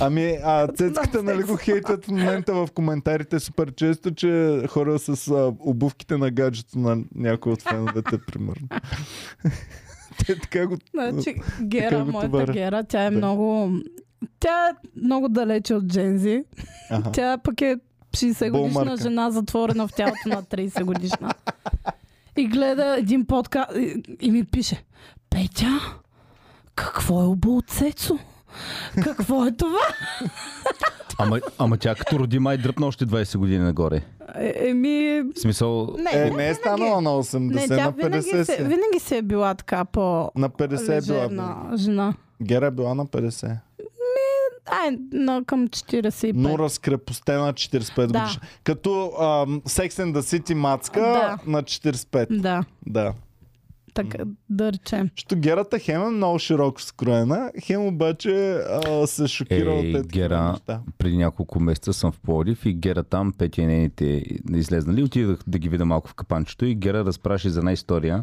Ами, а цецката, нали го хейтват в момента в коментарите супер често, че хора с а, обувките на гаджето на някой от феновете, примерно. Те така го... Значи, Е, Така Гера, го моята товаря. Гера, тя е Да. много... Тя е много далече от Джензи. Аха. Тя пък е 60 годишна Болмарка. жена, затворена в тялото на 30 годишна. И гледа един подкаст и, и ми пише Петя, какво е обул Цецо? Какво е това? Ама, ама тя като роди май дръпна още 20 години нагоре. Е, еми... В смисъл, Е, не е станала на не, 80, тя на винаги 50 се, си. е. винаги се е била така по... На 50 е била. винаги. лежерна жена. Гера е била на 50. Ай, на към 45. Но разкрепостена 45 Да. годишна. Като ам, Sex and the City мацка Да. на 45. Да, Да. така да речем. Що герата хем е много широко скроена, хем обаче а, се шокира Ей, от тези такива Гера. неща. преди няколко месеца съм в Пловдив и Гера там, Петя и нейните не излезнали. Отидах да ги видя малко в капанчето и Гера разпраши за една история.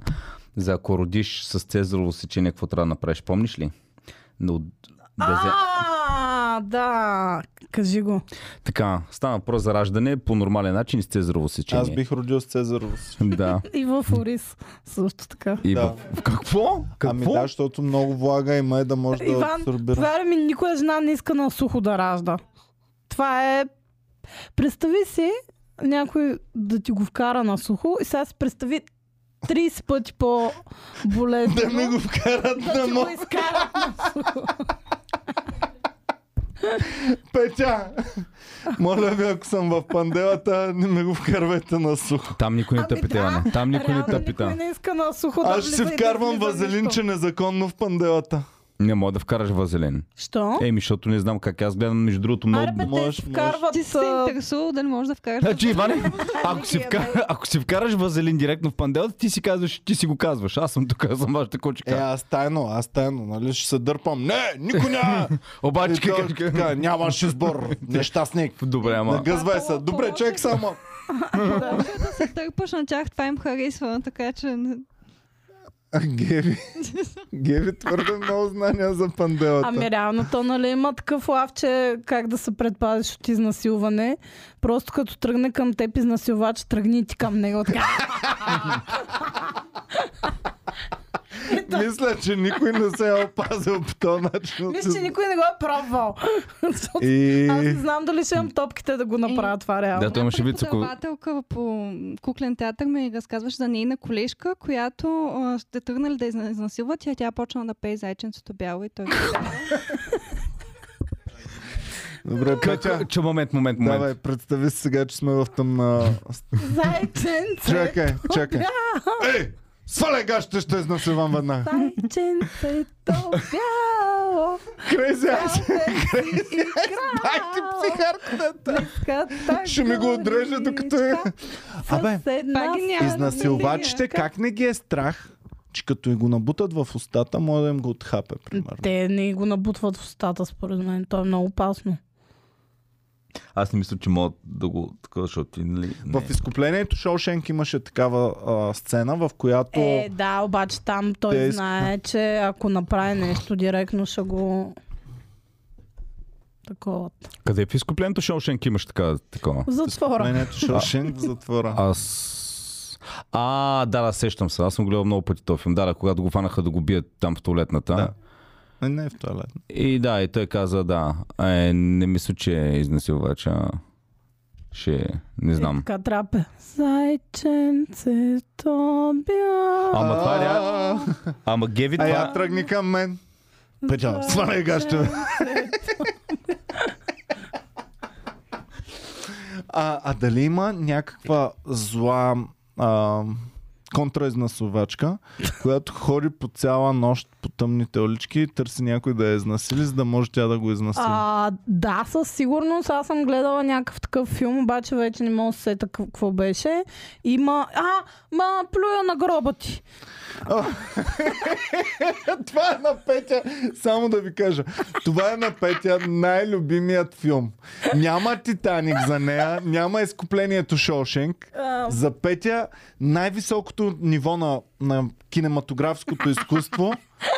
За ако родиш с Цезарово сечение, какво трябва да направиш, помниш ли? Но, да взе- А, да, кажи го. Така, стана въпрос за раждане по нормален начин с Цезарово сечение. Аз бих родил с Цезарово. Да. И в Орис също така. И Да. в... в Какво? Какво? Ами да, защото много влага има и да може да Иван, абсорбира. повярвай ми, никоя жена не иска на сухо да ражда. Това е... Представи си някой да ти го вкара на сухо и сега си представи 30 пъти по-болезнено. Да ми го вкарат на да ти Значи го мо... изкарат на сухо. Петя! Моля ви, ако съм в панделата, не ми го вкарвате на сухо. Там никой не Ами тъпи, да, Иване. Там никой не Реално тъпи. никой да. не иска на сухо да Аз ще си влиза и да вкарвам излиза вазелин, нищо. че незаконно в панделата. Не мога да вкараш вазелин. Що? Еми, защото не знам как. Аз гледам, между другото, много... Аре, бе, те Е, Можеш, си вкарват... Ти си се а, интересувал дали можеш да вкараш. Значи, Иване, ако си, Винаги е вкара, ако си вкараш вазелин директно в панделата, ти си казваш, ти си го казваш. Аз съм тук, аз съм вашата Е, кучка. аз тайно, аз тайно, нали? Ще се дърпам. Не, никой няма! Обаче, И той как- е, така, Нямаш избор, нещастник. Добре, ама... Нагъзвай се. Това е Добре, по-лошо. чек само. да. да се търпаш на тях, това им харесва, така че... не- А, Геви. Геви твърде много знания за панделата. Ами реално то нали има такъв лав, че как да се предпазиш от изнасилване. Просто като тръгне към теб изнасилвач, тръгни и ти към него. Така. И то- Мисля, че никой не се е опазил по този начин. Мисля, че никой не го е пробвал. Защото И... Аз не е знам дали ще имам топките да го направя това реално. Да, той имаше вид, ако... Преподавателка по куклен театър ми разказваше за нейна колежка, която а, ще тръгнали да изна- изнасилват и тя почна да пее зайченцето бяло и Е, той... Добре, Петя. Че момент, момент, момент. Давай, представи си сега, че сме в тъмна... Зайченце! Чакай, чакай. Ей! Сваляй гащите, ще изнасилвам веднага. Зайченцето бяло! Крейзи, аз Дай ти психарката. е Ще ми го отрежа, докато е... Абе, Пак ги няма. Ами, изнасилвачите как не ги е страх, че като и го набутат в устата, може да им го отхапе, примерно. Те не го набутват в устата, според мен. То е много опасно. Аз не мисля, че мога да го... Така, защото ти, нали... не. В изкуплението Шоушенк имаше такава а, сцена, в която... Е, да, обаче там той Те иска- знае, че ако направи нещо директно, ще го... Такова. Къде е в изкуплението Шоушенк имаш така, такова? В затвора. Изкуплението Шоушенк в затвора. Аз... А, да, да, сещам се. Аз съм гледал много пъти този филм. Да, да, когато го фанаха да го бият там в туалетната. Да. Не, не е в туалет. И да, и той каза, да. Е, не мисля, че е изнасилвача. Ще... Не знам. Е, Така трапе. е Зайченцето бя. Ама това е реално. Ама Геви А я това... е тръгни към мен. Петя, сваляй гаща. А, а дали има някаква зла а, контраизнасовачка, която ходи по цяла нощ по тъмните улички и търси някой да я е изнасили, за да може тя да го изнасили? А, да, със сигурност. Аз съм гледала някакъв такъв филм, обаче вече не мога да се сета къв- какво беше. Има... А, ма, плюя на гроба ти. Това е на Петя, само да ви кажа. Това е на Петя най-любимият филм. Няма Титаник за нея, няма изкуплението Шошенк. А, Да. За Петя най-високото ниво на, на кинематографското изкуство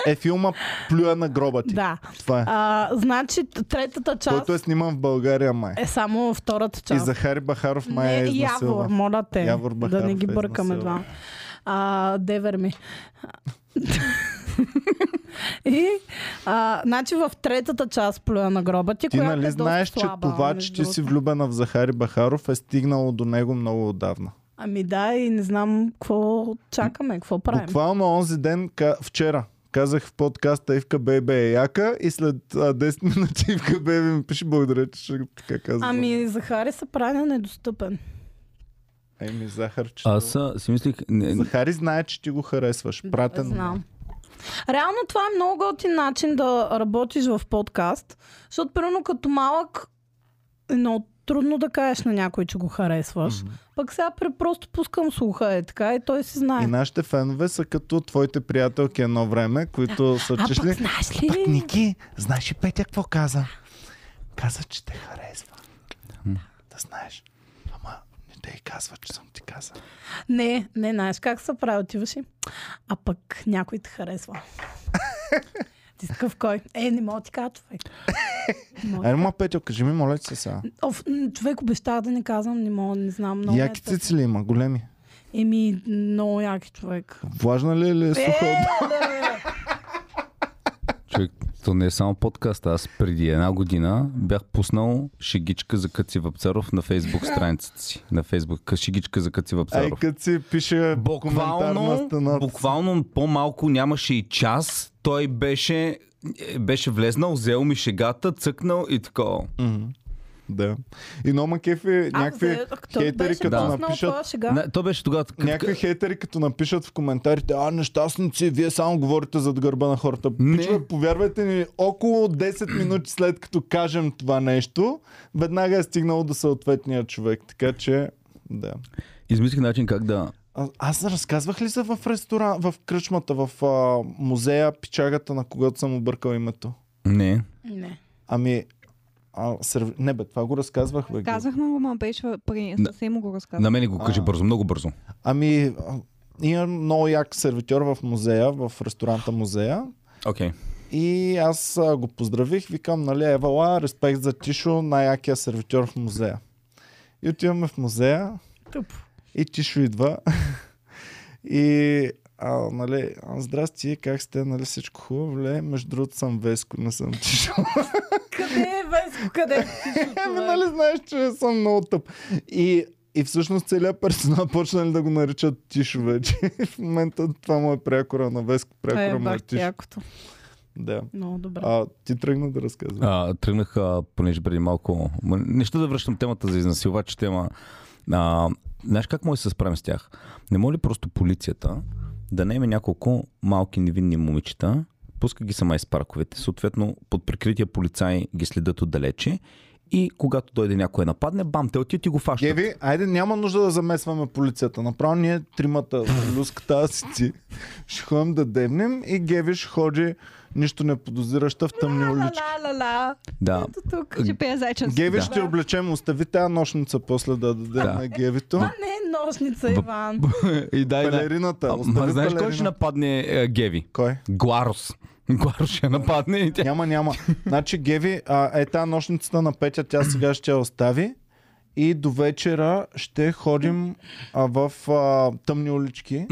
е филма Плюя на гроба ти. Да. Това е. А, значи т- третата част Който е сниман в България май. е само втората И част. Захари Бахаров май е Не, Явор, изнасилван. моля те. Явор да не Бахаров ги е бъркаме изнасилван. два. А, девер ми. И, а, значи в третата част плюя на гроба ти, Ти която нали е доста знаеш, че слаба, това, че между ти си другото. влюбена в Захари Бахаров е стигнало до него много отдавна. Ами да, и не знам какво чакаме, какво правим. Буквално онзи ден, ка- вчера, казах в подкаста Ивка Бебе е яка и след а, 10 минути Ивка Бебе ми пише благодаря, че ще така казвам. Ами Захари се прави на недостъпен. Еми, Захар, че... Аз а, си мислих... Не, не, Захари знае, че ти го харесваш. Пратен. Знам. Реално това е много готин начин да работиш в подкаст, защото примерно като малък е много трудно да кажеш на някой, че го харесваш. Mm-hmm. Пък сега при- просто пускам слуха е така и той си знае. И нашите фенове са като твоите приятелки едно време, които са А пък чешли. знаеш ли? Ники, знаеш ли Петя какво каза? Каза, че те харесва. Да знаеш. Ама не те и казва, че съм ти казал. Не, не, знаеш как се прави, отиваш и... А пък някой те харесва. Ти си такъв кой? Е, не мога да ти кажа, човек. Не мога да Ай, ма Петя, кажи ми, моля ти се сега. Оф, м, човек обещава да не казвам, не мога, не знам много. ме е Яки цици ли има? Големи? тъп. Еми, много яки човек. Влажна ли е или е суха? Е, от- човек, то не е само подкаст. Аз преди една година бях пуснал шегичка за Къци Вапцаров на фейсбук страницата си. На фейсбук шегичка за Къци Ай, Вапцаров. като си пише коментар на Буквално, стената. буквално по-малко нямаше и час. Той беше, е, беше влезнал, взел ми шегата, цъкнал и такова. Мгм. Да. И Нома Кефи, е, някакви хейтери, като напишат... Шега. Не, то беше тогава. Като... Някакви хейтери, като напишат в коментарите, а нещастници, вие само говорите зад гърба на хората. Не. Пичове, повярвайте ни, около 10 минути след като кажем това нещо, веднага е стигнало до съответния човек. Така че, да. Измислих начин как да. А, аз разказвах ли се в ресторан, в кръчмата, в а, музея, пичагата, на когото съм объркал името? Не. Не. Ами, а, серв... не бе, това го разказвах, бе. Гил. Казахме го, ма беше при На- съвсем го разказах. На мене го кажи А. бързо, много бързо. Ами, а, имам много як сервитьор в музея, в ресторанта музея. Окей. И аз а, го поздравих, викам, нали, Евала, респект за Тишо, най-якия сервитьор в музея. И отиваме в музея Тъп. и Тишо идва. и, а, нали, а, здрасти, как сте, нали, всичко хубаво, ле? Между другото съм Веско, не съм Тишо. Къде е Веско? Къде е Тишо, Ами, човек? нали, знаеш, че съм много тъп. И, и всъщност целият персонал почнали да го наричат Тишо вече. в момента това му е прякора на Веско, прякора Е, му е бах ти Тишо. якото. Да. Много добре. А, ти тръгна да разказваш. А, тръгнах, а, понеже преди малко. м, Не ще да връщам темата за изнасилвач тема. А, знаеш как може да се справим с тях? Не може ли просто полицията да наеме няколко малки невинни момичета, пуска ги сама из парковете, съответно под прикритие полицаи ги следят отдалече и когато дойде някой и нападне, бам, те отиват и го фащат. Геви, айде, няма нужда да замесваме полицията. Направо ние тримата, люската, аз и ти, ще ходим да дебнем и Геви ще ходи нищо не подозираща в тъмни улички. Ла, ла, ла, ла. Да. Ето тук. Е, Ще пия зайчен. Геви ще облечем, остави тази нощница после да дадем Да. на Гевито. Това не е ножница, Иван. и дай, Пелерината. Ма, Остави знаеш кой ще пелерина. нападне е, Геви? Кой? Гларус. Гларус ще нападне и тя... Няма, няма. Значи, Геви, а, е тази нощницата на Петя, тя сега ще я остави. И до вечера ще ходим а, в а, тъмни улички.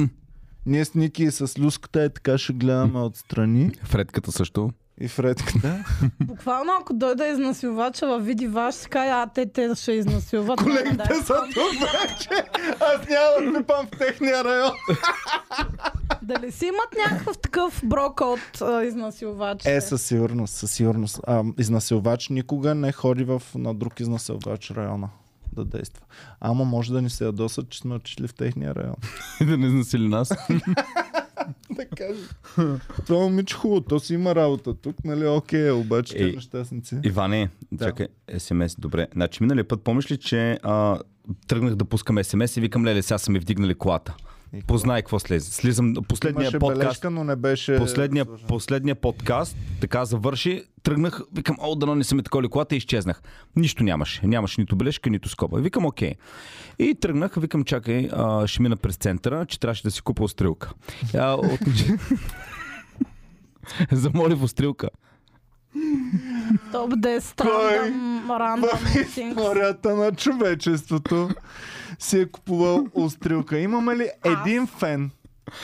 Ние с Ники и с Люската е така ще гледаме отстрани. Фредката също. И Фредката. Буквално ако дойде изнасилвача във види ваш, ще кажа, а те, те ще изнасилват. Ама, Колегите дай- са тук вече. Аз няма да пипам в техния район. Дали си имат някакъв такъв брок от а, изнасилвач? Е, със сигурност, със сигурност. А, изнасилвач никога не ходи в, на друг изнасилвач района да действа. Ама може да ни се ядосат, че сме отишли в техния район. И да не изнасили нас. да кажа. Това момиче хубаво, то си има работа тук, нали? Окей, обаче Ей. те нещастници. Иване, да. чакай, СМС, добре. Значи миналия път помниш ли, че а, тръгнах да пускам СМС и викам, леле, сега са ми вдигнали колата. И какво? Познай какво слезе. Слизам последния Имаше подкаст. бележка, е но не беше... Последния, слушан. последния подкаст така завърши. Тръгнах, викам, о, дано не съм такова колата и изчезнах. Нищо нямаше. Нямаше нито бележка, нито скоба. Викам, окей. И тръгнах, викам, чакай, а, ще мина през центъра, че трябваше да си купа острилка. А, от... Замолих острилка. Топ 10 рандъм, рандъм things. Историята на човечеството си е купувал острилка. Имаме ли един фен,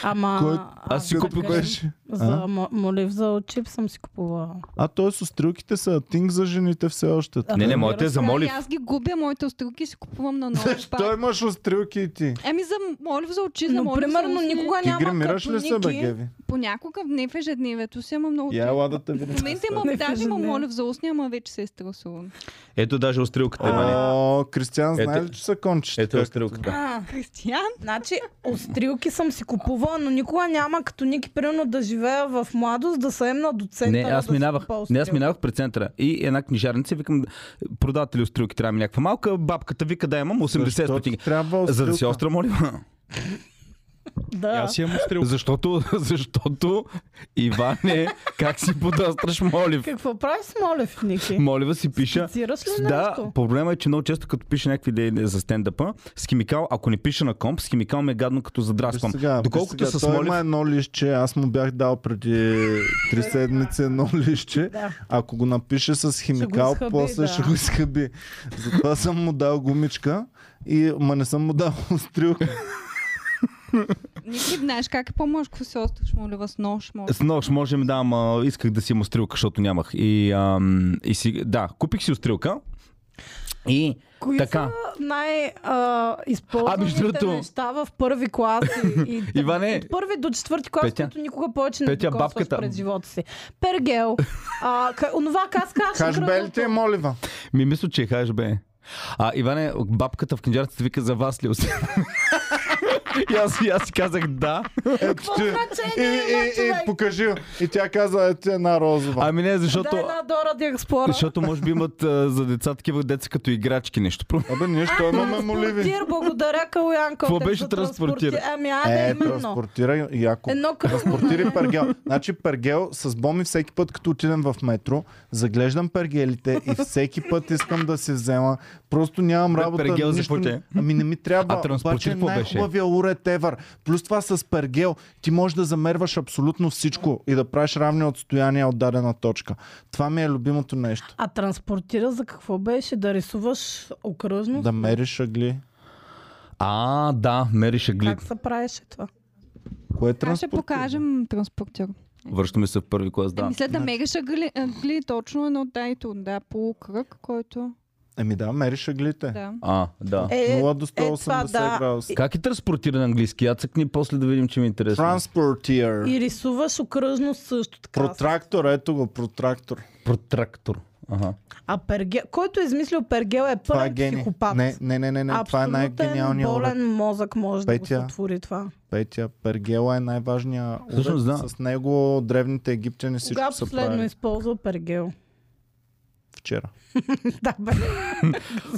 Ама... Кой- Аз си да като купих- кажем, беше? За мо- молив за очип съм си купувала. А т.е. острилки са тинг за жените все още. Не, не, моите е разбира се. Ами замолив. Аз ги губя моите острилки и си купувам на нови Защо имаш острилки и ти? Еми за молив за очи, за Но молив за примерно устни. никога Ти няма гримираш като ли се, бе, Ники. Геви? Понякога не в ежедневието си, ама много... Я, тъй- ела да те видим. В момента Не имам, в даже имам ежедневие. молив за устни, ама вече се е изтрасувам. Ето даже острилката, Иване. О, Кристиан, знае Ето- ли, че са кончета? Ето е острилката. А, Кристиян? Значи, острилки съм си купувала, но никога няма като Ники, примерно да живея в младост, да се емна до Не, центъра. аз да си минавах. купа Не, аз острилки. минавах пред центъра. И една книжарница, викам, продавате ли острилки, трябва ми някаква малка. Бабката вика да имам 80 Защо ти стотинки. трябва За да си острилка? остра, молим. И Да. Аз имам стрел. Защото, защото Иване, как си подостраш молив? Какво правиш с Молев, Ники? Молива си пиша. Цитираш ли Да, нещо? проблема е, че много често като пише някакви идеи за стендъпа, с химикал, ако не пиша на комп, с химикал ме е гадно като Виж задрасквам. сега, виж Доколкото сега, с той молив... има едно листче, аз му бях дал преди три седмици едно листче. Да. Ако го напише с химикал, изхъби, после да. ще го изхъби. Затова съм му дал гумичка, и, ма не съм му дал острилка. Ники, знаеш как е по-мъж, какво се остриш молива с нож, може. С нож можем да, ама исках да си имам стрелка, защото нямах. И, ам, и си, да, купих си стрелка. И Кои така. са най-използваните А, между другото- неща в първи клас? И, и, Иване, от първи до четвърти клас, Петя- които никога повече не Петя, докосваш бабката- пред живота си. Пергел, а, ка, онова каска, Хашбелите и е молива. ми мисля, че е хаш бе. А, Иване, бабката в книжарцата вика за вас ли? е и, аз, и аз си казах да. Ето ти. И, значение има, и, и, човек? покажи. И тя каза, ето ти е една розова. Ами не, защото... Да, една Дора да експлора. Защото може би имат а, за деца такива деца като играчки нещо. Про- Абе, ние ще имаме моливи. Транспортир, благодаря Калоянко. Какво беше транспортир? Ами, айде, Е, именно. транспортира яко. Едно кръвно. Транспортири пергел. Значи пергел с боми всеки път, като отидем в метро, заглеждам пергелите и всеки път искам да си взема. Просто нямам Бе, работа. пергел за нищо какво ти е? не- Ами не ми трябва. А транспортир обаче е какво беше? най-хубавия уред ever. Плюс това с пергел ти можеш да замерваш абсолютно всичко и да правиш равни отстояния от дадена точка. Това ми е любимото нещо. А транспортира за какво беше? Да рисуваш окръжно? Да мериш агли. А, да, мериш аглит. Как се правеше това? Кое е Така ще транспортир? покажем транспортер. Връщаме се в първи клас, да. Еми след да мериш агли, агли точно едно дайто, да, полукръг, който... Еми да, мериш аглите. Да. А, да. Е, 0 до е, това 180 да. градуса. Как е транспортира на английски? Я цъкни после да видим, че ми е интересно. Транспортир. Е, и рисуваш окръжно също така. Протрактор, ето го, протрактор. Протрактор. Ага. А пергел, който е измислил пергел е Това е пълен гений. психопат. Не, не, не, не, не. това е Абсолютен най-гениалният уред. болен мозък може да го Петя. сътвори това. Петя Пергела е най-важният уред. Всъщност, да. С него древните египтяни Кога всичко са последно е? правили използва пергел? вчера. да, бе.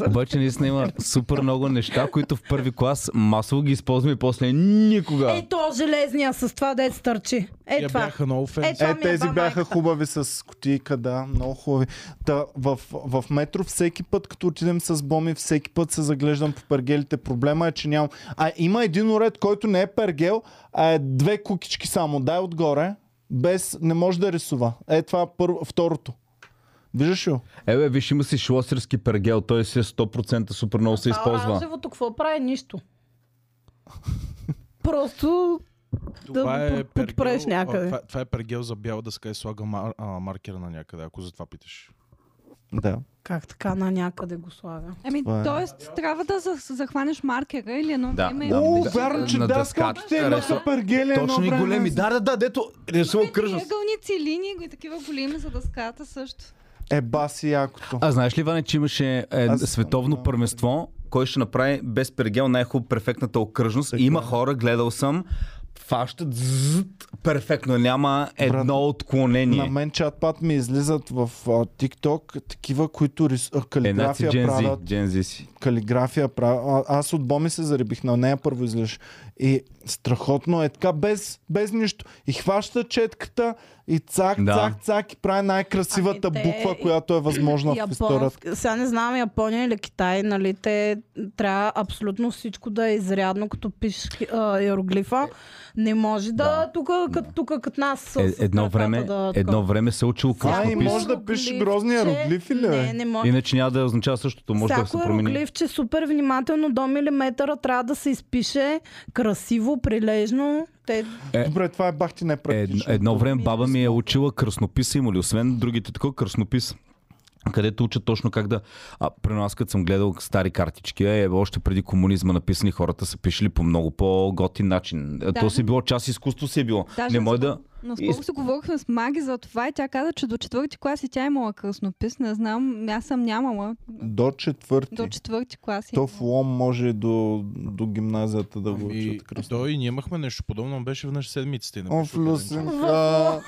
Обаче наистина има супер много неща, които в първи клас масово ги използваме и после никога. Ето железния с това дет стърчи. Е Я това. бяха много фен. Е, това Е, ми тези ба бяха майката. хубави с кутийка, да, много хубави. Та, в, в метро всеки път, като отидем с боми, всеки път се заглеждам по пергелите. Проблема е, че нямам... А има един уред, който не е пергел, а е две кукички само. Дай отгоре. Без... Не може да рисува. Е, това е първо, второто. Виждаш ли? го? Е, бе, виж, има си шлосерски пергел, той си е 100% супер много А се използва. Оранжевото какво прави? Нищо. Просто да го под- подпреш някъде. е а, това, това е пергел за бял дъска и слага мар, а, маркера на някъде, ако за това питаш. Да. Как така на някъде го слага? Еми, Това е. т.е. Ами, трябва да за- захванеш маркера или едно Да, време. да, О, да. вярно, че на да, дъската. скотките имат Ресо- супергели Точно и едно време. големи. Да, да, да, дето рисува Ами, кръжа. Ъгълници, линии, го- и такива големи за дъската също. Е, баси якото. А знаеш ли, Ване, че имаше е, Аз- световно да. първенство, кой ще направи без пергел най-хубаво перфектната окръжност? Има хора, гледал съм, фащат ззт, перфектно, няма едно На отклонение. мен чатпад ми излизат в а, TikTok такива, които рис... а, Една си калиграфия джензи, правят. джензи си. Калиграфия правят. А, аз от Боми се заребих, на нея първо излизаш. И страхотно е така, без, без нищо. И хваща четката и цак, Да. да. цак, цак и прави най-красивата Ами те- буква, която е възможна в историята. Японск... Сега не знам Япония или Китай, нали? Те трябва абсолютно всичко да е изрядно, като пишеш а, иероглифа. Не може да, Да. да. тук, като, тук, като нас. с- Е, с едно ръката време, да, е едно време се учил как А, да и пише. може да пише грозни иероглифи, ли, бе? Не, не може. Иначе няма да означава същото, може да Всяко се промени. иероглиф, че супер внимателно до милиметъра трябва да се изпише красиво, прилежно. Те Е, Добре, това е бахти Едно, непрактично. едно време баба ми е учила кръснопис, има ли, освен другите, такова кръснопис. Където учат точно как да. А при нас, като съм гледал стари картички, е, още преди комунизма написани, хората са пишели по много по-готин начин. Да. То си било част изкуство, си е било. Даже не аз може да. скоро- Наскоро Из- си говорихме с Маги за това и тя каза, че до четвърти клас и тя е имала кръснопис. Не знам, аз съм нямала До четвърти. до четвърти клас. е То в Лом може до, до гимназията да го И учат кръсно. Ами, той и ние имахме нещо подобно, но беше веднъж седмицата. и О, напише в определен час. Люсинка.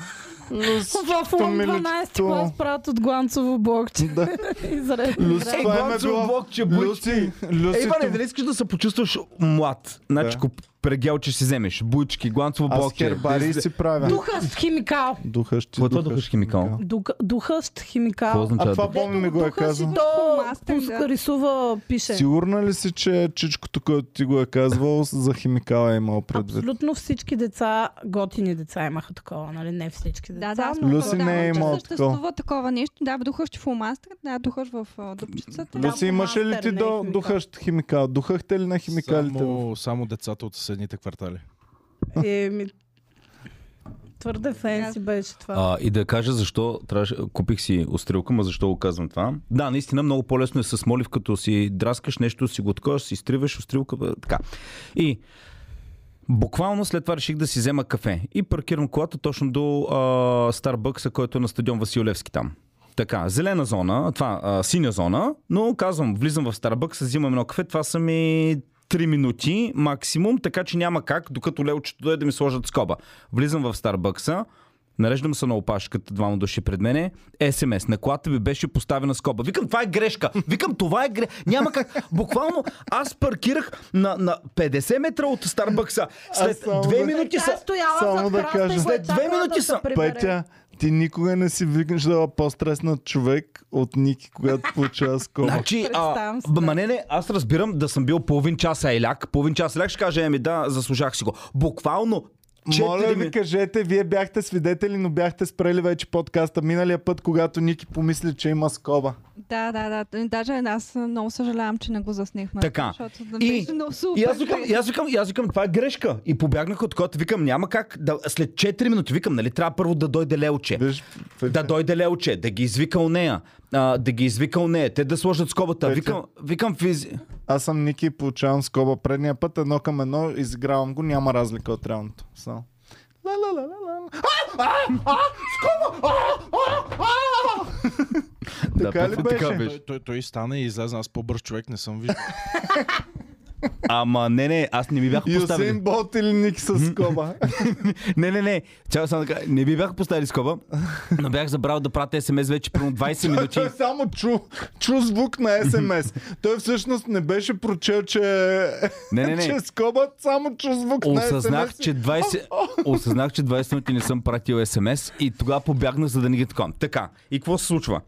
в Лом 12 клас правят от гланцово блокче. Да. Изред. Люси, Е, това им е Гонцо, било. блокче, Люси, Е, Люси, Иване, дали искаш да се почувстваш млад? Да. Значи, ако прегелче си вземеш, буйчки, гланцово аз блокче. хербари си правя. Духа с химикал. Духа ще Какво е това духаш химикал? Духа, духа с Какво химикал. А означава? това помни ми го е Духа си казал. То Мастер, пуска, да. рисува, пише. Сигурна ли си, че чичкото, което ти го е казвал, за химикала е имал предвид? Абсолютно всички деца, готини деца имаха такова, нали? Не всички деца. Да, да, аз но- Люси потвърждавам, не е че имала Съществува такова нещо. Да, духаш в фломастър, да, духаш в а, дупчицата. Да. Люси, имаш ли ти мастер, не е до химикал. духащ химикал? Духахте ли на химикалите? в- Само, само децата от съседните квартали. Еми, Е, твърде фенси беше това. А, и да кажа защо трябваше, купих си острилка, ма защо го казвам това. Да, наистина много по-лесно е с молив, като си драскаш нещо, си го откош, си изтриваш острилка, бе, така. И буквално след това реших да си взема кафе и паркирам колата точно до а, Старбъкса, който е на стадион Василевски там. Така, зелена зона, това а, синя зона, но казвам, влизам в Старбъкса, взимам едно кафе, това са ми 3 минути максимум, така че няма как, докато лелчето дойде да ми сложат скоба. Влизам в Старбъкса, Нареждам се на опашката, двама души пред мене. СМС. На колата ми беше поставена скоба. Викам, това е грешка. Викам, това е грешка. Няма как. Буквално аз паркирах на, на 50 метра от Старбъкса. След само две да- минути Тя са... стояла само зад да храста кажа. и го е След две чакала минути да се съм. прибере. Петя, ти никога не си викнеш да е по-стреснат човек от Ники, когато получава скоба. Значи, а, Представям си, б- да. ма не, не, аз разбирам да съм бил половин час еляк. Половин час еляк ще кажа, еми да, заслужах си го. Буквално Моля 4 ви, ми... кажете, вие бяхте свидетели, но бяхте спрели вече подкаста миналия път, когато Ники помисли, че има скоба. да, да, да. Даже аз много съжалявам, че не го заснехме. Така. Защото да И- беше много супер. И аз викам, и аз викам, и аз викам, това е грешка. И побягнах от кота, викам, няма как. Да, след 4 минути викам, нали, трябва първо да дойде Лелче. Виж, Да дойде Лелче, да ги извика у нея, а, да ги извика у нея, те да сложат скобата. Петя. Викам, викам физи... Аз съм Ники, получавам скоба предния път, едно към едно, изигравам го, няма разлика от реалното. Само. Ла, ла, ла, ла, ла. Така ли Петя, беше? Той, той, той стана и излезе. Аз по-бърз човек не съм виждал. Ама не, не, аз не ми бях Юсин поставили. Болт или Ники с скоба? Не, не, не, чакай само така, не ми бях поставили скоба, но бях забрал да пратя смс вече примерно 20 минути. Той само чу, чу звук на СМС. Той всъщност не беше прочел, че, Не, не, не. че е скоба, само чу звук на СМС. Осъзнах, че 20, осъзнах, че 20 минути не съм пратил СМС и тогава побягнах, за да не ги такам. Така, и какво се случва?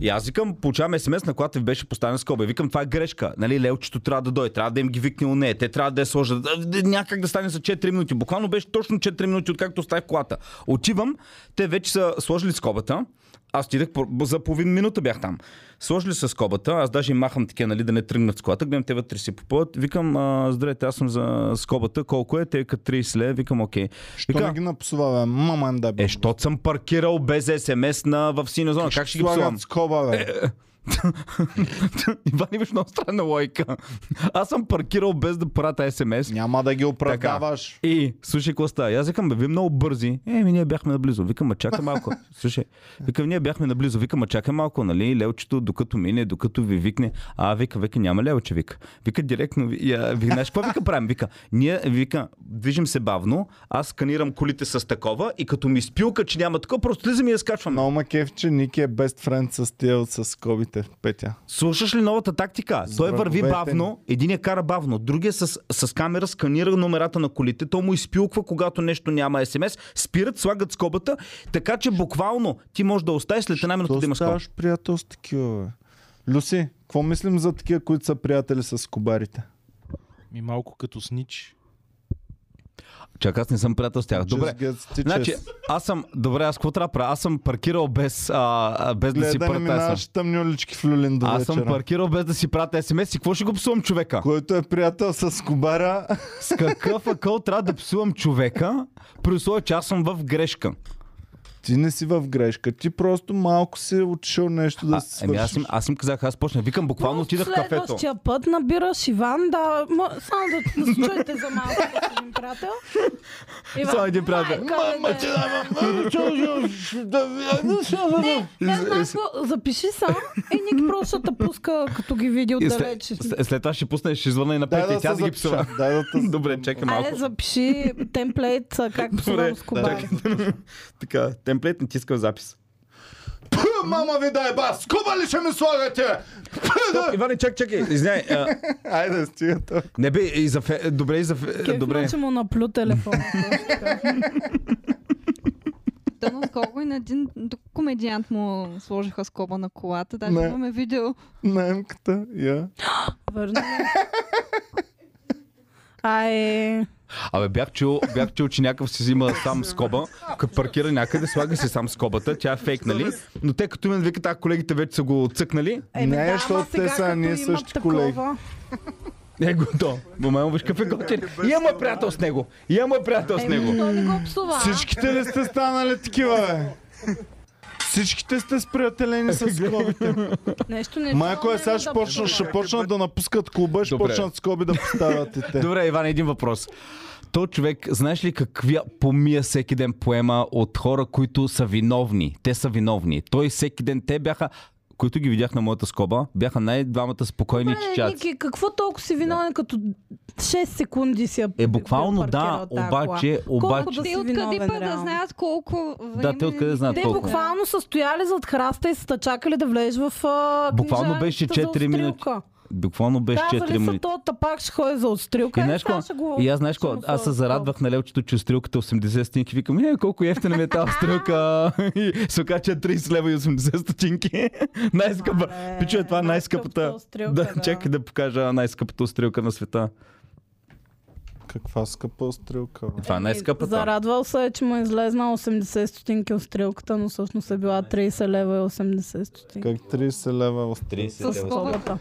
И аз викам, получавам СМС, на която ви беше поставена скоба. И Викам, това е грешка. Нали, лелчето трябва да дойде, трябва да им ги викне у нея, те трябва да я сложат. А, д- Някак да стане за 4 минути. Буквално беше точно 4 минути, откакто оставих колата. Отивам, те вече са сложили скобата. Аз отидах, по- за половин минута бях там. Сложили са скобата, аз даже им махам такива, нали, да не тръгнат с колата. Гледам те вътре си попълват. Викам, а, здравейте, аз съм за скобата, колко е? Те викат 30 лева. Викам, окей. Що не Вика, ги напсува, бе? Маман да бе. е, щот съм паркирал без СМС на, в сина зона. Как ще ги Слагат псувам? Е, скоба, бе. Иван имаш много странна лойка. Аз съм паркирал без да прата СМС. Няма да ги оправдаваш. И, слушай, какво става? И Аз викам, бе, вие много бързи. Еми, ние бяхме наблизо. Викам, ма чакай малко. Слушай, викам, ние бяхме наблизо. Викам, ма чакай малко, нали? Лелчето, докато мине, докато ви викне. А, вика, вика, няма лелче, вика. Вика, директно. ви- я- ви- Знаеш, какво вика правим? Вика, ние, вика, движим се бавно, аз сканирам колите с такова и като ми спилка, че няма такова, просто слизам и я скачвам. Много ма кеф, че Ники е best friend с тия от- с кобите. Петя. Слушаш ли новата тактика? Той върви враговете бавно, един я кара бавно, другия с, с камера сканира номерата на колите, то му изпилква, когато нещо няма СМС, спират, слагат скобата, така че буквално ти можеш да оставиш след една минута Що да има скоба. ставаш приятел с такива, бе? Люси, какво мислим за такива, които са приятели с кубарите? Ми малко като снич. Чакай, аз не съм приятел с тях. Добре. Just get stitches. Значи, аз съм. Добре, аз какво трябва да правя? Аз съм паркирал без, а, а, без да Гледай си да не прата минаваш SMS. тъмни улички в люлин до Аз съм вечера. паркирал без да си прата СМС и какво ще го псувам човека? Който е приятел с кубара, С какъв акъл трябва да псувам човека, при условие, че аз съм в грешка? ти не си в грешка. Ти просто малко си отишъл нещо да А, си еми, аз свършиш. им, аз им казах, аз почнах. Викам, буквално Просто отидах в кафето. Следващия път набираш Иван, да, ма, само да, да се чуете за малко с един приятел. Иван, е, Само един приятел. Мама ти дава, мама ти Е, Запиши сам и Ник просто ще те пуска, като ги види И отдалеч. след, след, след това ще пуснеш, ще звънна и на Дай Петя да и тя се да ги псува. запиша. Дай да те- Добре, чакай малко. Айде, запиши темплейт, а, как псувам с кубари. Така, темплейт натискал запис. Пъ, Мама ви дай бас! Куба ли ще ми слагате? Пъ, да- Иване, чак, чакай. Извиняй. а, Айде, стига това. Не бе, и за фе... Добре, и за фе... Добре. Кефна, че значи му наплю телефона. Та наскоро и на един друг комедиант му сложиха скоба на колата. Даже Не. имаме видео. Наемката, я. Върна. Ай, Абе, бях чул, бях чул, че някакъв си взима сам скоба, като паркира някъде, слага си сам скобата, тя е фейк, нали? Но те като мен викат, а колегите вече са го цъкнали, еми, Не, да, ама защото те сега, са като ние имат същите такова- колеги. е готово. Момент, виж какъв е готин. И е мой приятел с него. И е мой приятел с Еми, него. защо не го псува? а? Всичките ли сте станали такива, бе? Всичките сте сприятелени Е, с кобите. Нещо не Майко е, сега ще почнат, ще почнат да напускат клуба, ще Добре. почнат с коби да поставят и те. Добре, Иван, един въпрос. То човек, знаеш ли какви помия всеки ден поема от хора, които са виновни? Те са виновни. Той всеки ден, те бяха, които ги видях на моята скоба, бяха най-двамата спокойни Е, чичаци. Ники, какво толкова си виновен, като 6 секунди си я Е, буквално бил паркирал да, тази обаче, Колко обаче... да си те откъде виновен, пък да реално. знаят колко време... е Да, те откъде знаят Те толкова. буквално са стояли зад храста и са те чакали да влезеш в а, Буквално книжарницата беше за 4 минути. отстрелка. Буквално беше 4 Казали са минути. то, та пак ще ходи за отстрелка. И, е, знаеш сега какво? ще го- и аз знаеш ще какво? му Аз се сложа зарадвах нали, на левчето, че стрелката е 80 стотинки. Викам, е, колко ефтина ми е тази стрелка. и се оказа, че е 30 лева и 80 стотинки. най-скъпа. Мале, Пичо е това най-скъпата. най-скъпата стрелка, да, да. чакай да покажа най-скъпата стрелка на света. Каква скъпа стрелка, бе? Това е Еми, най-скъпата. Зарадвал се, е, че му е излезна 80 стотинки от стрелката, но всъщност е била 30 лева и 80 стотинки. Как 30 лева в 30 С скобата.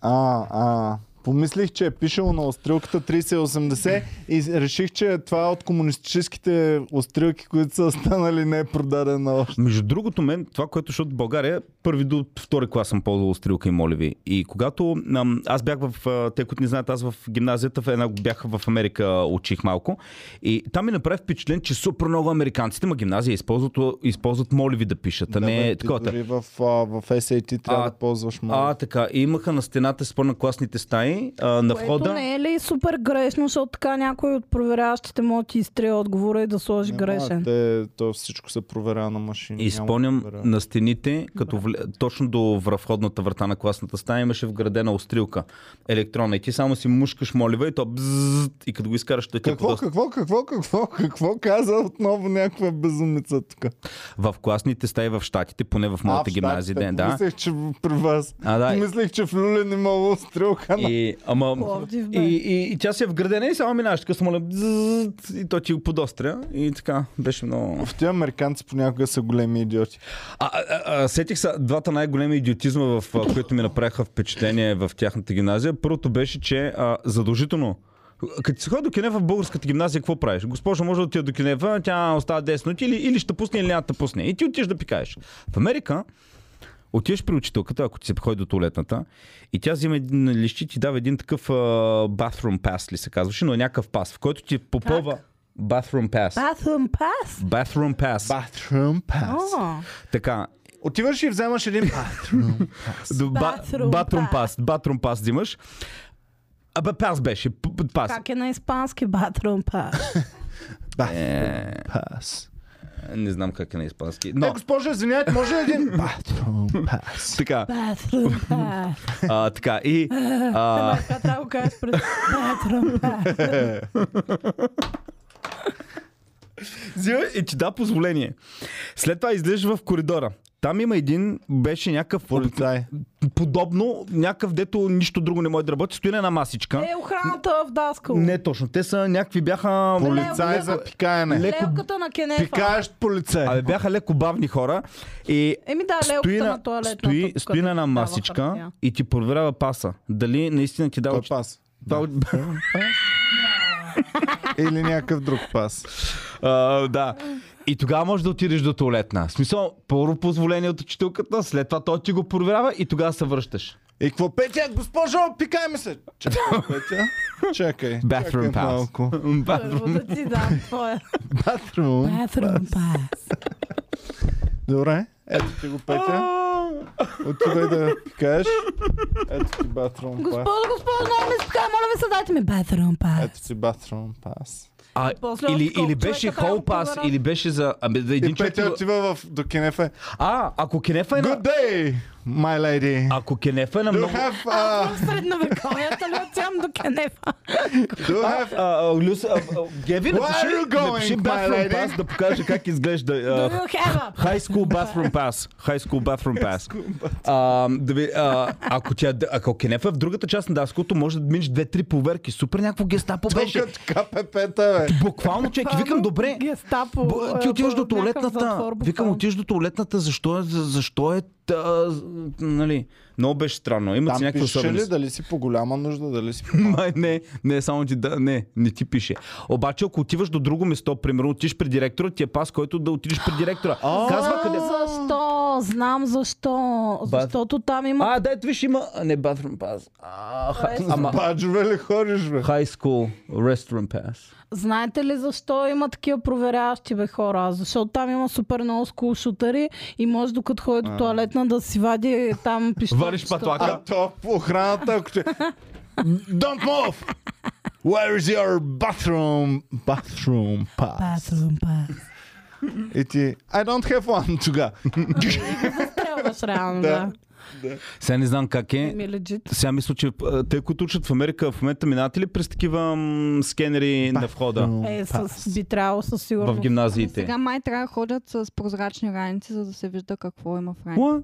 А, а. Помислих, че е пишело на острилката 3080 и реших, че е това е от комунистическите острилки, които са останали не е продадена още. Между другото, мен това, което, защото в България е първи до втори клас съм ползвал стрелка и моливи. И когато ам, аз бях в, а, те, които не знаят, аз в гимназията, в една бях в Америка, учих малко. И там ми направи впечатлен, че супер много американците, ма гимназия, използват, използват моливи да пишат, а Да, бе, не е ти такова. Дори в, а, в SAT трябва А, да ползваш А, малко. така. И имаха на стената спор на класните стаи, а, на Което входа. не е ли супер грешно, защото така някой от проверяващите може да ти изтрие отговора и да сложи Няма, грешен. Те, то всичко се проверя на машини. И няма спомням да проверя. на стените, като вля... точно до входната врата на класната стая имаше вградена острилка електронна. И ти само си мушкаш молива и то бзззз, и като го изкараш, той ти е Какво, подоста. какво, какво, какво, какво каза отново някаква безумица тук? В класните стаи в щатите, поне в моята в нали гимназия Штатите. ден, да. Мислех, че при вас. А, да. Мислех, че в Люлин имало стрелка на И, ама, Пловдив, бе. и, и, и, тя си е вградена и само минаваш така с моля бзззз, и то ти го подостря и така беше много... В тия американци понякога са големи идиоти. А, а, а, сетих са двата най-големи идиотизма, в а, които ми направиха впечатление в тяхната гимназия. Първото беше, че а, задължително. Като си ходи до Кенева в българската гимназия, какво правиш? Госпожа може да отида до Кенева, тя остава 10 минути или, или ще пусне, или няма да пусне. И ти отиш да пикаеш. В Америка Отиваш при учителката, ако ти се ходи до туалетната, и тя взима един лищи, ти дава един такъв а, bathroom pass, ли се казваше, но е някакъв пас, в който ти попълва bathroom pass. Bathroom pass. Bathroom pass. Bathroom pass. О, Така. Отиваш и вземаш един bathroom pass. До ба- Bathroom bathroom pass. pass. Bathroom pass взимаш. Абе, пас беше. п- п- Пас. как е на испански bathroom pass? Bathroom pass. Не знам как е на испански. Но... Но, Е, госпожа, извинявайте, може ли един bathroom pass? така, Bathroom pass. а, така. И а, Ама така трябва да го кажеш пред bathroom pass. Взима и ти да позволение. След това излизаш в коридора. Там има един, беше някакъв Полицай. подобно, някакъв, дето нищо друго не може да работи. Стои на една масичка. Е, охраната в Даскал. Не точно. Те са някакви бяха... Полицай за пикаене. леко- Лелката на Кенефа. Пикаещ полицай. Абе бяха леко бавни хора. И Еми да, стои лелката на, на туалетната. стои, тук, стои на една дава масичка хартия. и ти проверява паса. Дали наистина ти дава... Кой пас? Да. Или някакъв друг пас. А, да. И тогава можеш да отидеш до туалетна. В смисъл, първо позволение от учителката, след това той ти го проверява и тогава се връщаш. И какво петя? Госпожо, пикай ми се! Чакай, петя. Чакай. Bathroom чакай pass. малко. Първо е да ти дам твоя. Bathroom. Bathroom pass. Добре. Ето ти го, Петя. Отивай да пикаеш. Ето ти bathroom pass. Госпожо, госпожо, много ми спука, моля ви се, дайте ми bathroom pass. Ето ти bathroom pass. А, после или, от кол- или беше човека трябва хол да пас, проверя. или беше за... Абе, да един И човек... ти Петя го- отива в до Кенефа. А, ако кенефа е на... Good day, my lady. Ако кенефа е на Do you много... have, uh, В средновековията ли отивам до Кенефа? do you have А, а, Люс, а, а, Геви, Where напиши, are you going, напиши my bathroom lady? pass да покаже как изглежда. Do а, you have a? High school bathroom pass. High school bathroom pass. А, да ви, а, ако, тя, ако кенефа е в другата част на Даското, може да минеш две-три проверки. Супер някакво гестапо беше. Тук КПП-та, бе. Буквално човек, викам, добре, Гестапо. Бо, ти е, отиваш до някакъв туалетната. затвор, Викам, буквално. отиваш до туалетната, защо е, за- защо е та, з- нали. Много беше странно. Имат си Там някакви пише ли особености. дали си по голяма нужда, дали си по Май, не, не, само ти да, не, не ти пише. Обаче, ако отиваш до друго место, примерно отиш при директора, ти е пас, който да отидеш при директора. Казва къде. Знам Защо? Знам защо. Защото там има... А, дайте виж, има. а, Не, bathroom pass. А, ха- Е, Ама, Баджове ли ходиш, бе? high school restaurant pass. Знаете ли защо има такива проверяващи бе хора? Защото там има супер много скулшутъри и може докато ходи до туалетна да си вади там пища. Вадиш патлака. А то по охраната, ако ще... Don't move! Where is your bathroom? Bathroom pass. Bathroom pass. И ти... I don't have one тога. Трябваш реално, Да. да. Сега не знам как е. Ми лежит. Сега мисля, че а, те, които учат в Америка, в момента минават ли през такива м, скенери на входа Е, Bathroom с, pass. би трябвало със в сигурност. гимназиите? Сега май трябва да ходят с прозрачни раници, за да се вижда какво има в раници. What?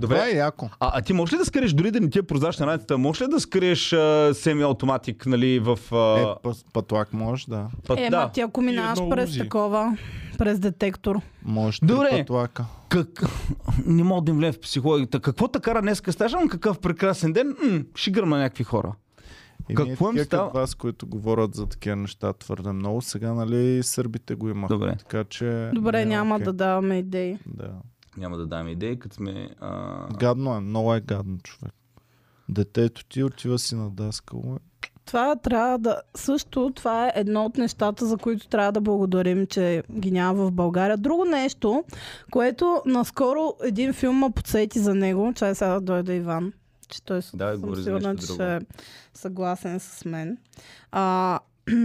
Това е Добре. яко. А, а ти можеш ли да скриеш, дори да не ти е прозрачна раницата, можеш ли да скриеш а, semi-automatic, нали, в... А, Е, пъс- пътлак можеш да... път, Е, да. ма ти ако И минаваш едно през узи. такова, през детектор. Можеш три Добре. пътлака. Как... Не мога да им влея в психологията. Какво те кара днес стаж? Ам какъв прекрасен ден. М, ще гърма някакви хора. И Какво ние такива им става? като вас, които говорят за такива неща твърде много, сега нали сърбите го имаха. Добре. Така че... Добре, не, няма окей. да даваме идеи. Да. Няма да дам идеи, като сме... А... Гадно е, много е гадно човек. Детето ти отива си на даскало. Това трябва да... Също това е едно от нещата, за които трябва да благодарим, че ги няма в България. Друго нещо, което наскоро един филм ме подсети за него. Чай сега да дойде Иван, че той Давай, съм говори за сигурна, че нещо друго. ще е съгласен с мен. А,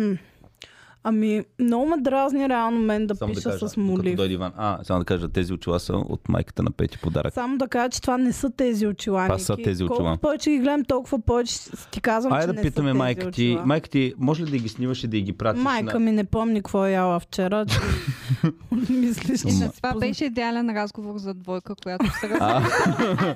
ами, много ме дразни реално мен да Само да пиша кажа, с като молив. дойде Иван. А, само да кажа, тези очила са от майката на Пети подарък. Само да кажа, че това не са тези очила. Това са Ники. тези очила. Колкото повече ги гледам, толкова повече ти казвам, Айде че да не са питаме тези майка ти. очила. Майка ти, може ли да ги снимаш и да ги пратиш? Майка на... ми не помни какво е яла вчера. че Мислиш, че И на не това беше идеален разговор за двойка, която се разпитва А,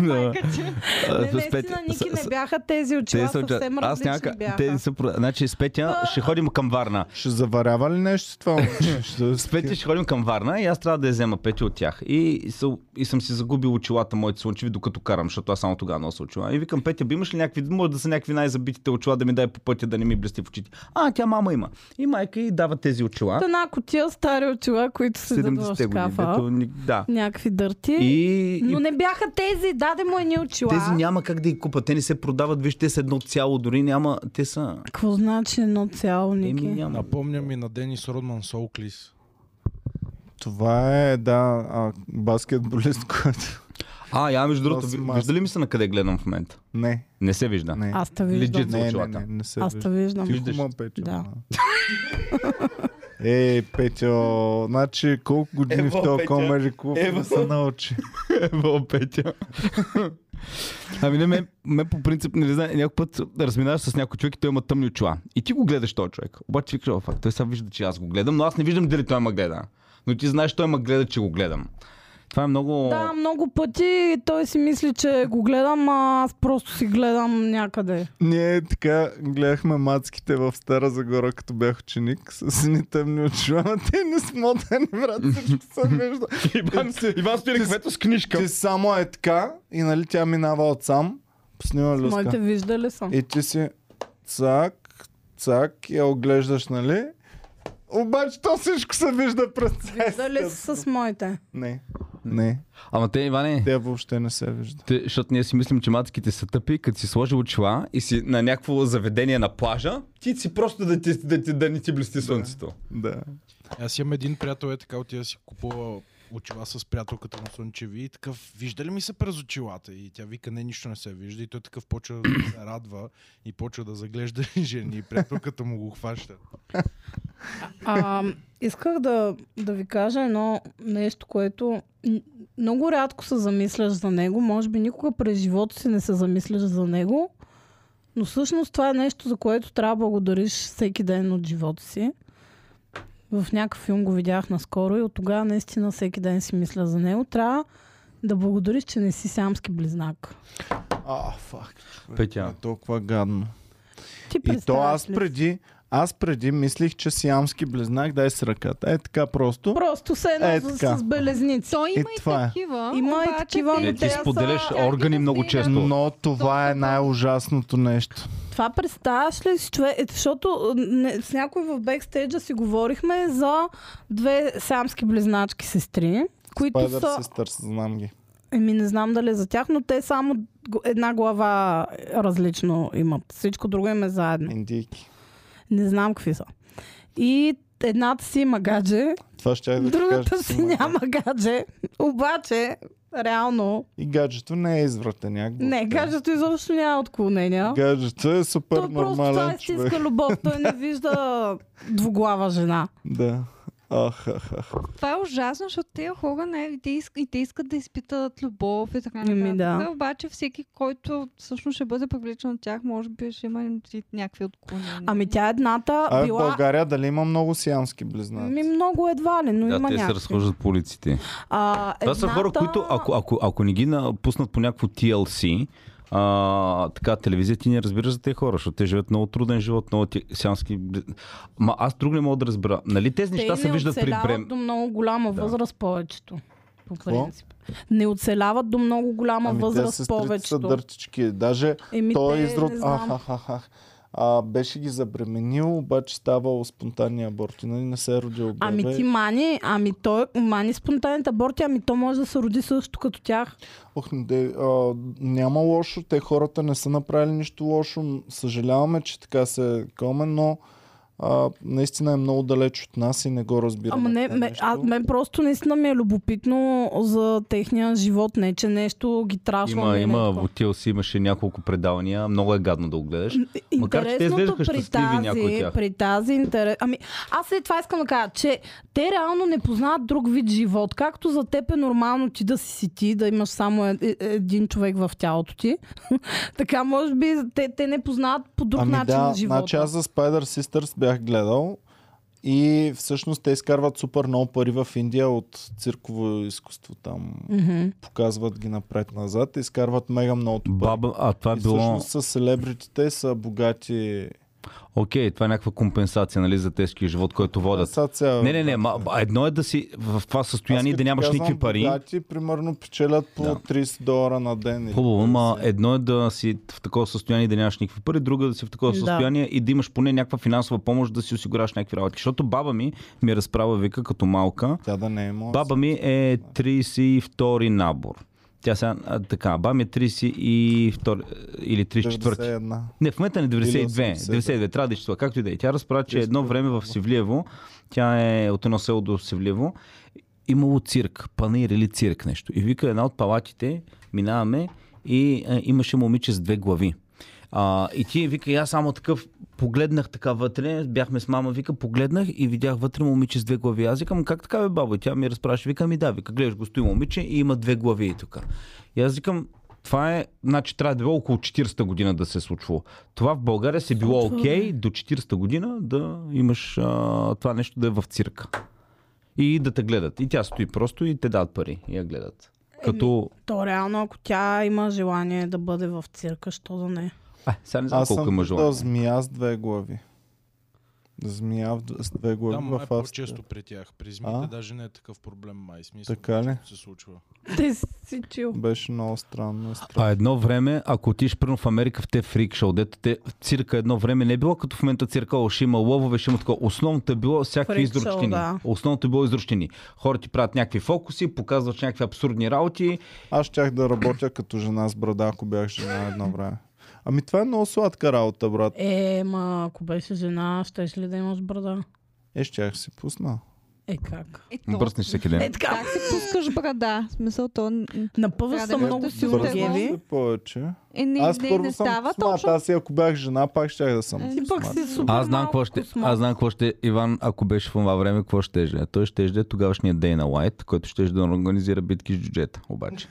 да. майка ти. А, Не, с Петя- наистина, Ники с- не с- бяха тези очила, те са уча- съвсем Аз няма различни как- бяха. Те са... про- Значи с Петя ще ходим към Варна. Варна. Ще заварява ли нещо с това момче? Ще- С Петя ще ходим към Варна и аз трябва да я взема Петя от тях. И, съ- и съм си загубил очилата моите слънчеви, докато карам, защото аз само тогава нося очила. И викам, Петя, би имаш ли някакви, може да са някакви най-забитите очила да ми дай по пътя да не ми блести в очите. А, тя мама има. И майка и дава тези очила. От една котия стари очила, които се дадат в 70-те години. дето шкафа. ни- Да. Някакви дърти. И, и Но не бяха тези, даде му едни очила. тези няма как да ги купат. Те не се продават, вижте, с едно цяло, дори няма. Те са. Какво значи едно цяло, Ники? Еми, няма. Напомня ми на Денис Родман Соуклис. Това е, да, а, баскетболист, който... А, я между другото, Носи ви- маска. вижда ли ми се на къде гледам в момента? Не, Не се вижда. не. Аз те виждам. Легит. не, не, очилата. не, не се Аз те виждам. Тихо, Виждаш. ма, Петю. Да. Ей, Петю, значи колко години Ево, в този Петя. комери клуб Ево. не се научи? Ево, Петя. Ами не, ме, ме по принцип, не знам, някой път разминаваш с някой човек и той има тъмни очила. И ти го гледаш този човек. Обаче викаш, «О, фак, той сега вижда, че аз го гледам, но аз не виждам дали той ме гледа. Но ти знаеш, той ме гледа, че го гледам. Това е много... Да, много пъти той си мисли, че го гледам, а аз просто си гледам някъде. Ние така гледахме мацките в Стара Загора, като бях ученик, с сини тъмни очила, но те не смотани, брат, всичко се вижда. Иван, Ами Иван стои на кмето с книжка. Ти само е така и нали тя минава от сам, снима люска. Е, Моите виждали съм. И ти си цак, цак, я оглеждаш, нали? Обаче то всичко се вижда през Виждали си с моите. Не, не, Ама те, Иване, тя въобще не се вижда. те, защото ние си мислим, че мацките са тъпи, като си сложи очила и си на някакво заведение на плажа, ти си просто да, ти, да, ти, да не ти блести слънцето. Да. Аз имам един приятел, е така, отива да си купува очила с приятелката му слънчеви и такъв, вижда ли ми се през очилата? И тя вика, не, нищо не се вижда. И той такъв почва да се радва и почва да заглежда жени. И приятелката му го хваща. А, исках да, да ви кажа едно нещо, което м, много рядко се замисляш за него. Може би никога през живота си не се замисляш за него. Но всъщност това е нещо, за което трябва да благодариш всеки ден от живота си. В някакъв филм го видях наскоро и от тогава наистина всеки ден си мисля за него. Трябва да благодариш, че не си сямски близнак. А, фак. Петя. Е толкова гадно. Ти И то представяш аз ли си? преди, аз преди мислих, че сиамски близнак, дай с ръката. Е така просто. Просто се едно Е, с- така. с белезници. То има и, това е. такива. Има и обаче такива, те- но Е, ти те са- споделяш тя ги органи много разделя. често. Но това е най-ужасното нещо. Това представяш ли си човек? Е, защото е, не, с някой в бекстейджа си говорихме за две самски близначки сестри, които Spider са... Sisters, знам ги. Еми не знам дали е за тях, но те само г- една глава различно имат. Всичко друго им е заедно. Индийки. Не знам какви са. И едната си има гадже, Това ще я Е, да ти кажа, другата че си има. няма гадже. Обаче, реално, И гаджето не е извратеняк. не, въобще. гаджето изобщо няма отклонения. Гаджето е супер Той просто това е нормален човек. истинска любов. Той не вижда двуглава жена. Да. Ах, ах, ах. Това е ужасно, защото тези хора не, те, иск, и те искат да изпитат любов и така Ами нататък. да. Обаче всеки, който всъщност ще бъде привлечен от тях, може би ще има и някакви отклонения. Ами тя едната А в била... България дали има много сиамски близнаци? Ми много едва ли, но Да, има те се някакви. разхождат по улиците. А, Това са хора, които ако, ако, ако не ги напуснат по някакво TLC, а, така, телевизия ти не разбираш за тези хора, защото те живеят много труден живот, много ти, сянски... Ма аз друг не мога да разбера. Нали тези те неща се не виждат при оцеляват брем... до много голяма Да. възраст повечето. По Какво? принцип. Не оцеляват до много голяма ами те възраст сестрите са повечето. дъртички. Даже Еми, той те, е изрод... не Ах, знам. ах, ах, ах. А, беше ги забременил, обаче ставало спонтанния аборт и нали не се е родил бебе. Ами ти мани, ами той мани спонтанните аборти, ами то може да се роди също като тях. Ох, не, де, а, няма лошо, те хората не са направили нищо лошо. М, Съжаляваме, че така се е коме, но а, наистина е много далеч от нас и не го разбираме. Ама не, това ме, нещо. а, мен просто наистина ми е любопитно за техния живот, не че нещо ги трашва. Има, не, има, не, такова. в TLC имаше няколко предавания, много е гадно да го гледаш. Макар, че те Интересното изглеждаха при щастливи, някои от тази, тях. при тази интерес... Ами, аз след това искам да кажа, че те реално не познават друг вид живот. Както за теб е нормално ти да си си ти, да имаш само е, е, един човек в тялото ти, така може би те, те не познават по друг ами начин да, живота. Значи аз за Spider Sisters бях гледал и всъщност те изкарват супер много пари в Индия от цирково изкуство там. Мгм. Показват ги напред-назад, изкарват мега много пари. Баба, а това е И било... всъщност с селебритите са богати Окей, това е някаква компенсация нали, за тежкия живот, който водят. Сенсация, Не, не, не, ма, едно е да си в това състояние и да нямаш никакви пари. Да, ти примерно печелят по Да. 30 долара на ден. или Хубаво, ма 50. едно е да си в такова състояние и да нямаш никакви пари, друго е да си в такова Да. състояние и да имаш поне някаква финансова помощ да си осигуряваш някакви работи. Защото баба ми ми е разправа вика като малка. Тя да не е моя. Баба ми е 32 набор. Тя сега, а, така, баба ми е 32 е, или 34. 91. Не, в момента не Или 82. 80, 92, трябва да е числа, както и да е. Тя разправя, че едно време в Севлиево, тя е от едно село до Севлиево, имало цирк, панир или цирк нещо. И вика една от палатите, минаваме и е, имаше момиче с две глави. А, и ти вика, и аз само такъв погледнах така вътре, бяхме с мама, вика, погледнах и видях вътре момиче с две глави. Аз викам, как така бе, баба? И тя ми разпраше, вика, ми да, вика, гледаш го стои момиче и има две глави и тук. И аз викам, това е, значи трябва да било около 40-та година да се е случвало. Това в България се било Случва, окей до 40-та година да имаш а, това нещо да е в цирка. И да те гледат. И тя стои просто и те дадат пари и я гледат. Като... То реално, ако тя има желание да бъде в цирка, що да не. А, е, сега не знам Е, Аз колко съм има виждал желание. змия с две глави. Змия в д- с две глави Да, май е в Австрия. по-често при тях. При А? змиите даже не е такъв проблем, май. Смисъл, Така ли? че се случва. Ти си чил. Беше много странно. А е едно време, ако отиш прено в Америка в те фрик шоу, дето те цирка едно време не е било като в момента цирка, о, ще има лъвове, ще има такова. Основното е било всякакви Фрик шоу, изручтини. да. Основното е било изручтини. Хората ти правят някакви фокуси, показват че някакви абсурдни работи. Аз щях да работя като жена с брада, ако бях жена едно време. Ами това е много сладка работа, брат. Е, ма, ако беше жена, щеш ли да имаш брада? Е, щях си пусна. Е, как? Е, то, Бръснеш всеки ден. Е, така. Как си пускаш брада? В Смисъл, то... н- н- Напъва Трябва съм Е, да е много ами. бъдеш силно, сигурен. Геви. се повече. Е, не, Аз не, първо не съм става космат. точно. Аз и ако бях жена, пак щях да съм Е, Ти пък си супер Аз знам малко какво ще. космат. Аз знам какво ще. Иван, ако беше в това време, какво ще е? Той ще е тогавашния Дейна Лайт, който ще да организира битки с джуджета, обаче.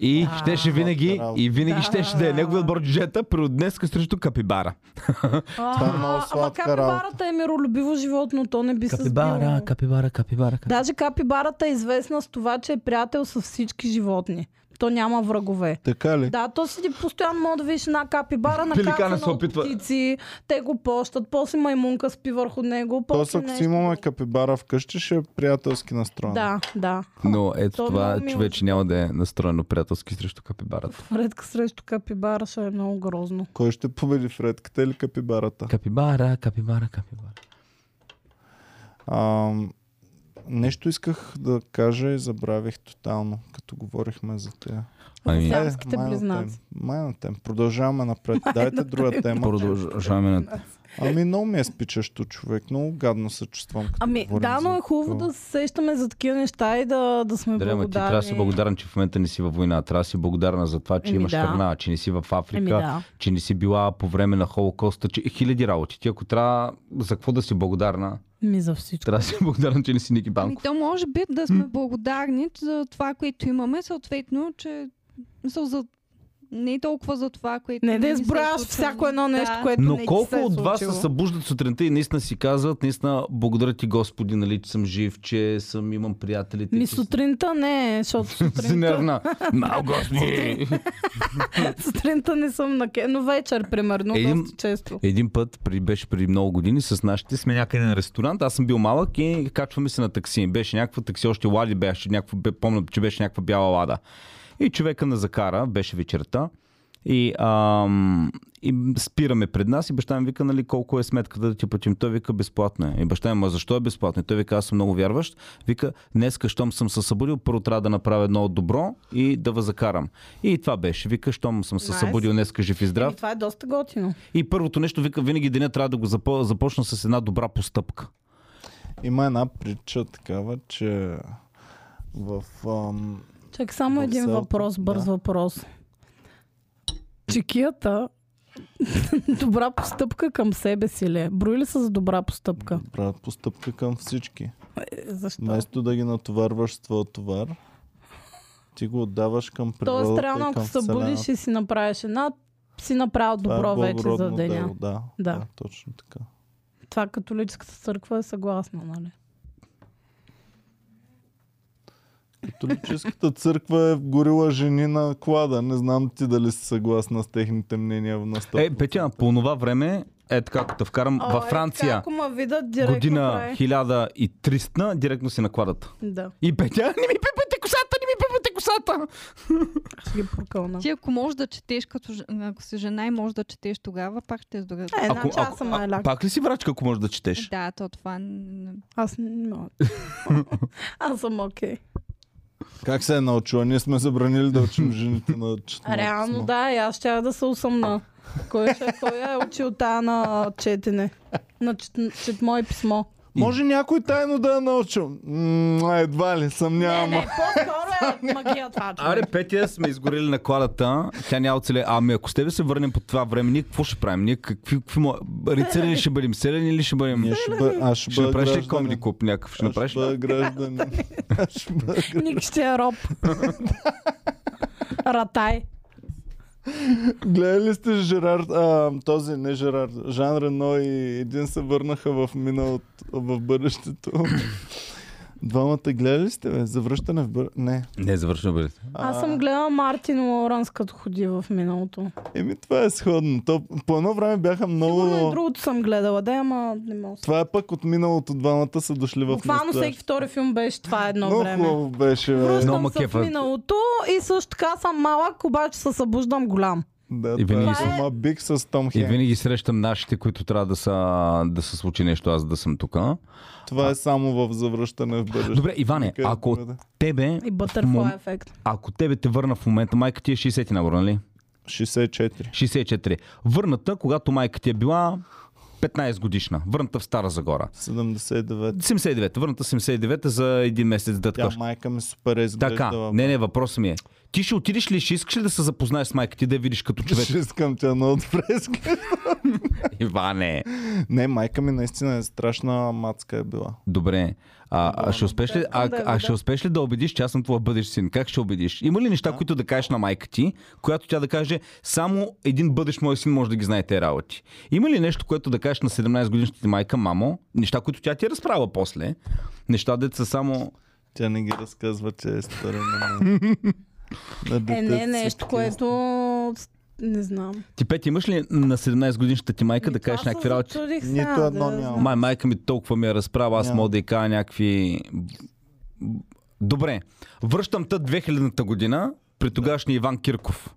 И щеше винаги, и винаги Да. щеше да е неговият бор джуджета, при днеска срещу капибара. Това е много А, Ама сладка капибарата е миролюбиво животно, то не би се сбило. капибара, капибара. Даже капибарата е известна с това, че е приятел с всички животни. То няма врагове. Така ли? Да, то си постоянно може да видиш една капибара, Пеликана на се опитва. птици, те го пощат, после маймунка спи върху него, Тоест, после ако си нещо. имаме капибара вкъщи, ще е приятелски настроен. Да, да. Но ето То е това много мило. човече няма да е настроено приятелски срещу капибарата. Редка срещу капибара ще е много грозно. Кой ще победи Фредката или капибарата? Капибара, капибара, капибара. А, нещо исках да кажа и забравих тотално, като говорихме за тея. Е, Ами- Ами... Сиамските майна близнаци. тема, Майна тема. Продължаваме напред. Дайте друга тема. Продължаваме на... Ами много ми е спичащо човек. Много гадно се чувствам. Като Ами, говорим да, но за е хубаво такова. да се сещаме за такива неща и да, да сме Дрема, ти благодарни. трябва да си благодарен, че в момента не си във война. Трябва да си благодарна за това, че Еми имаш да. храна, че не си в Африка, Еми Ами да. че не си била по време на Холокоста, че е хиляди работи. Ти ако трябва за какво да си благодарна, Ми Ами за всичко. трябва да си благодарна, че не си Ники Ами Банков. то може би да сме благодарни за това, което имаме, съответно, че мисъл, за... не толкова за това, което Не е да ни се изброяваш случва. всяко едно нещо, да. което Но не ти колко се е от вас се случило. събуждат сутринта и наистина си казват, наистина благодаря ти Господи, нали, че съм жив, че съм, имам приятелите. Ми че съм- сутринта не, защото Си сутринта, нервна. Мал Господи! сутринта не съм на ке, но вечер, Е, примерно, Един- доста често. Един път при, беше преди много години с нашите сме някъде на ресторант. Аз съм бил малък и качваме се на такси. Беше някаква такси, още лади беше. Някаква, бе- помня, че беше някаква бяла лада. И човека на закара, беше вечерта. И, ам, и спираме пред нас и баща ми вика, нали, колко е сметката да ти платим. Той вика, безплатно е. И баща ми, ма защо е безплатно? И той вика, аз съм много вярващ. Вика, днес, щом съм се събудил, първо трябва да направя едно добро и да възакарам. И това беше. Вика, щом съм се Найс. събудил днес, жив и здрав, Еми, това е доста готино. и първото нещо, вика, винаги деня трябва да го запо- започна с една добра постъпка. Има една притча такава, че в... Ам... Чак само В един селото, въпрос, бърз да. въпрос. Чекията добра постъпка към себе си ли? е? Брои ли са за добра постъпка? Правят постъпка към всички. Е, Защо? Вместо да ги натоварваш с твоя товар, ти го отдаваш към природата Тоест, и реално, е ако към се будиш и си направиш една, си направил Това е добро вече за благородно деня. дело, Да, Да. да. да, точно така. Това католическата църква е съгласна, нали? Католическата църква е горила жени на клада. Не знам ти дали си съгласна с техните мнения в настъпка. Е, Петя, по това време, е така, като те вкарам, О, във е Франция, така, Ако ме видят директно година прави. 1300, директно си накладат. Да, И Петя, не ми пипайте косата, не ми пипайте косата! ще ги прокълна. Ти ако можеш да четеш, като, ж- ако си жена и можеш да четеш тогава, пак ще издогадаш. Е, една часа ме е а, ляк. пак ли си врачка, ако можеш да четеш? Да, то това... н- н- Аз не мога. Аз съм окей. Как се е научила? Ние сме забранили да учим жените на четене Реално писмо. да, и аз ще да се усъмна. Кой, ще, кой е учил тая на четене? На чет, чет мое писмо. Може някой тайно да е научил. М, едва ли, съмнявам. Не, не, по-скоро е магия това. човек. Аре, Петя, сме изгорели на кладата. Тя няма оцеле. Ами, ако с тебе се върнем по това време, ние какво ще правим? Ние какви, какви мо- рицари ли ще бъдем? Селени ли ще бъдем? Ние ще бъ... Аз ще, Ще бъда направиш ли гражданин. комеди клуб някакъв? Ще Аз направиш ще ли? бъда гражданин. Аз ще бъда гражданин. Ник ще е роб. Ратай. Гледали ли сте Жерар, а, този, не Жерар, Жан Рено и един се върнаха в миналото, в бъдещето. Двамата гледали ли сте, бе? Завръщане в бър... Не. Не, завършвам бъде. Аз съм гледала Мартин Лоранс като ходи в миналото. Еми, това е сходно. То, по едно време бяха Сигурно е и много... другото съм гледала, да, ама не мога. Това е пък от миналото двамата са дошли в Буквално всеки настоящето. втори филм беше това едно Много време. хубаво беше, бе. Но Връщам ма се в кефа. миналото и също така съм малък, обаче се събуждам голям. Да, И това винаги е се- сама Биг с Том И Хенк. винаги срещам нашите, които трябва да, са, да се случи нещо, аз да съм тук. Това е само в завръщане в бъдещето. Добре, Иване, Никъде ако другаде. тебе, И Е, в мом- бътърфлай ефект. ако тебе те върна в момента, майка ти е 60 набор, нали? 64. 64. Върната, когато майка ти е била 15 годишна. Върната в Стара Загора. 79. 79. Върната 79 за един месец да Тя ткаш. майка ми супер е Така, изглеждала. не, не, въпросът ми е. Ти ще отидеш ли, ще искаш ли да се запознаеш с майка ти, да я видиш като човек? Ще искам тя много добре. изглежда. Иване. Не, майка ми наистина е страшна мацка е била. Добре. А, а, ще успеш ли, а, Да, да, а да. ще успеш ли да убедиш, че аз съм твой бъдещ син? Как ще убедиш? Има ли неща, които да кажеш на майка ти, която тя да каже, само един бъдещ мой син може да ги знае тези работи? Има ли нещо, което да кажеш на 17 годишната ти майка, мамо? Неща, които тя ти е разправила после. Неща, деца само... Тя не ги разказва, че е стара на мен. На Е, детето не, си нещо, такива. което... Не знам. Ти, Петя, имаш ли на 17 годишната ти майка Ми, да Ами това кажеш се някакви работи? зачудих Нито сега, едно да няма. знам. Май, майка ми толкова ми е разправа, аз Няма. мога да и кажа някакви... Добре, връщам те 2000-та година при тогашния Иван Кирков.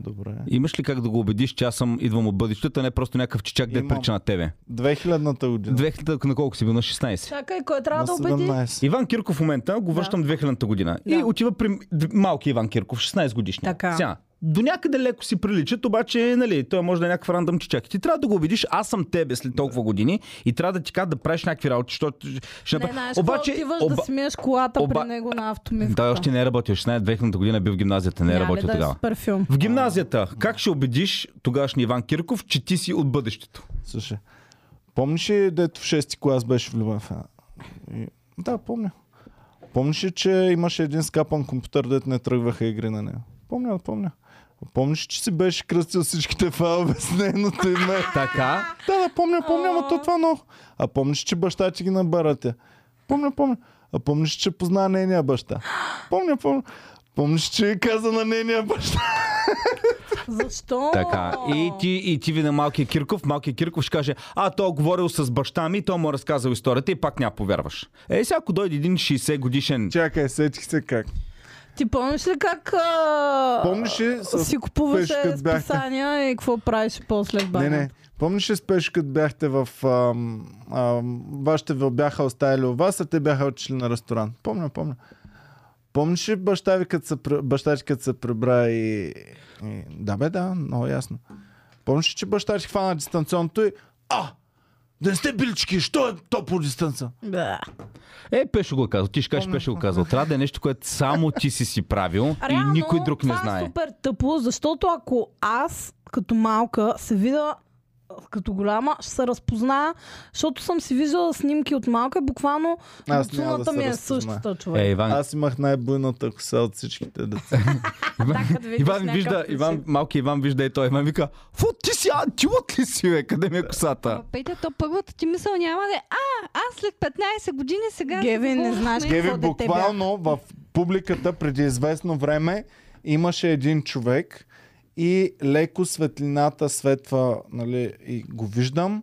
Добре. Имаш ли как да го убедиш, че аз съм идвам от бъдещето, а не просто някакъв чичак, да е Имам. прича на тебе? 2000-та година. 2000 на колко си бил? На 16. Чакай, кой трябва На да убеди? 17. Иван Кирков в момента го връщам 2000-та година. И Да. отива при д- малки Иван Кирков, 16 годишни. Така. Сега, до някъде леко си приличат, обаче, нали, той може да е някакъв рандъм чичак. И ти трябва да го убедиш, аз съм тебе след толкова години и трябва да ти кажа да правиш някакви работи, защото ще Не, направ- знаеш, обаче, отиваш да си миеш колата оба- при него на автомивката. Той още не е работил. 16 2000 година е бил в гимназията, не е Няма ли работил да е тогава. супер филм. В гимназията, как ще убедиш тогашния Иван Кирков, че ти си от бъдещето? Слушай. Помниш ли, дето в 6-ти клас беше влюбен в една? И- Да, помня. Помниш ли, че имаше един скапан компютър, дето не тръгваха игри на него? Помня, помня. Помниш, ли, че си беше кръстил всичките файлове с нейното име? Така, Да, да, помня, помня, ама то това много. А помниш, че баща ти ги набара тя? Помня, помня. А помниш, че позна нейния баща? Помня, помня. Помниш, че й каза на нейния баща? Защо? така. И ти, и ти ви на малкия Кирков, малкия Кирков ще каже, а то говорил с баща ми, то му е разказал историята и пак няма повярваш. Е, сега ако дойде един 60 годишен... Чакай, сетих се как. Ти помниш ли как а... Помниш ли с си Пеш, купуваше като бяхте? списания и какво правиш после в Не, баня? не. Помниш ли спеш, като бяхте в... Ам, ам, вашите ви бяха оставили у вас, а те бяха отишли на ресторант. Помня, помня. Помниш ли баща, ви, като се, пр- баща ти като се прибра и, и... Да бе, да, много ясно. Помниш ли, че баща ти хвана дистанционното и... А! Да не сте билички, що е то по дистанция? Да. Е, Пешо го е казал, ти ще кажеш, Пешо го е казал. Трябва да е нещо, което само ти си си правил Реално, и никой друг не това е знае. супер тъпо, защото ако аз като малка се видя като голяма, ще се разпозная, защото съм си виждала снимки от малка и буквално Аз няма да цуната се ми е разпозная. същата човек. Е, Иван, Аз имах най-буйната коса от всичките деца. Иван, като видиш Иван някакъв вижда, клише. Иван, малки Иван вижда и той. Иван вика, фу, ти си, а, ти лут ли си, бе? Къде ми е косата? Ама, Петя, то първата ти мисъл няма да е, а, аз след 15 години сега... се Геви, не говорихме. знаеш Геви, какво дете бях. буквално в публиката преди известно време имаше един човек и леко светлината светва, нали, и го виждам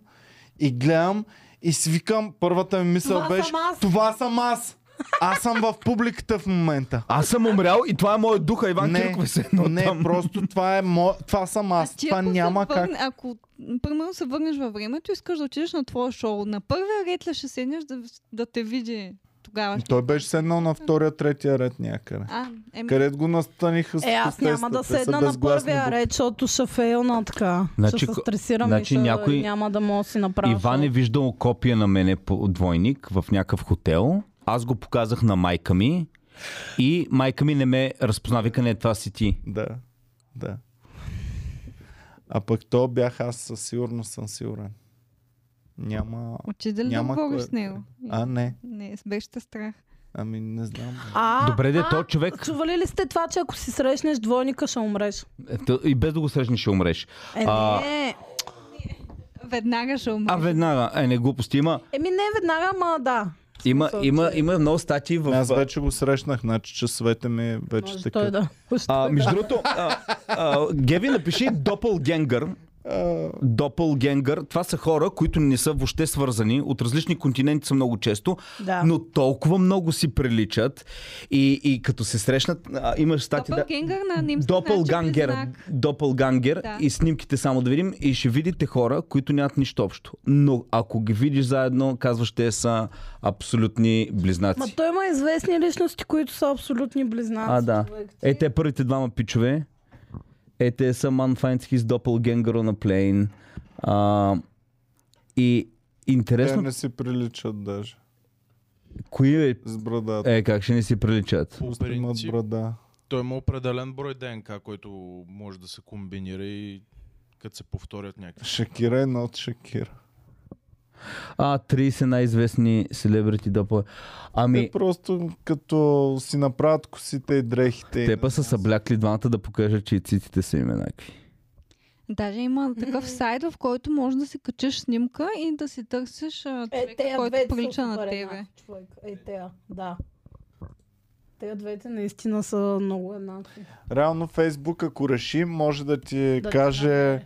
и гледам и си викам, първата ми мисъл Това беше, съм аз. това съм аз. Аз съм в публиката в момента. Аз съм умрял и това е моят дух, а Иван Не, Кирков е седнал не там. просто това е мо... това съм аз. Значи, Ти, Това Значи, ако се няма как. върне- Ако, примерно, се върнеш във времето и искаш да отидеш на твое шоу, на първия ред ли ще седнеш да, да те види тогава? Той беше седнал на втория, третия ред някъде. А, еми, Където го настаниха с Е, аз няма да протеста, те са седна на безгласни първия букви. ред, защото ще фейлна така. Значи, ще се ко- стресирам значи и ще, някой- няма да мога да си направя. Иван е шоу. виждал копия на мене по двойник в някакъв хотел. Аз го показах на майка ми и майка ми не ме разпозна. Вика, не, това си ти. Да, да. А пък то бях аз със сигурност съм сигурен. Няма... отиде ли да няма говориш кой- с него? А, не. е Не, беше те страх. Ами не знам. А, Добре, де, а, то човек- Чували ли сте това, че ако си срещнеш двойника, ще умреш? Ето, е, И без да го срещнеш ще умреш. Е, А, не. Веднага ще умре. А веднага, е, не глупости. Има, Еми не веднага, ама да. има, Смисъл, има, че- има много статии в... Аз вече го срещнах, значи часовете ми вече Може той е така. да. А, между другото, а, а, Геви, напиши Допългенгър. Допългенгър. Това са хора, които не са въобще свързани. От различни континенти са много често. Да. Но толкова много си приличат. И, и като се срещнат, а, имаш стати... да- Допългенгър на немски Допългангер. значи близнак. Допългангер. Да. И снимките само да видим. И ще видите хора, които нямат нищо общо. Но ако ги видиш заедно, казваш, те са абсолютни Ма близнаци. той има известни личности, които са абсолютни близнаци. А, да. човек. Е, те първите двама пичове. Е, те са Man Finds His Doppelganger on a Plane. А, и Те интересно, не си приличат даже. кои е... С брадата. Е, как ще не си приличат? По Просто имат принцип, брада. той има определен брой ДНК, който може да се комбинира и като се повторят някакви. Шакира е над Шакира. А, 30 най-известни селебрити допъл... Ами, Те просто като си направят косите и дрехите. и те не па са знам. съблякли двамата да покажат, че и циците са им еднакви. Даже има такъв сайт, в който може да си качиш снимка и да си търсиш а, Е, човек, тея който двете прилича са на супер тебе. еднакви, Човек. Е, тея, да. Тея двете наистина са много еднакви. Реално Фейсбук, ако реши, може да ти Да ти каже даде.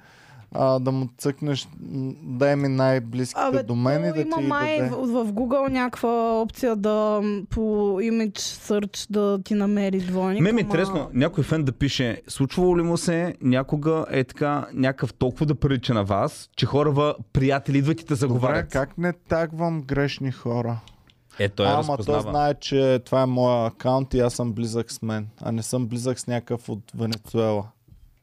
а, да му цъкнеш, м, дай ми най-близките Абе, до мен и да има ти ги май даде. в, в Google някаква опция да м, по имидж сърч да ти намери двойник. Ме ама- ми е интересно, някой фен да пише, случвало ли му се някога е така, някакъв толкова да прилича на вас, че хора, ва- приятели, идват и те Добре, заговарят. как не тагвам грешни хора? Е, той Ама разпознава. то знае, че това е моя акаунт и аз съм близък с мен, а не съм близък с някакъв от Венецуела.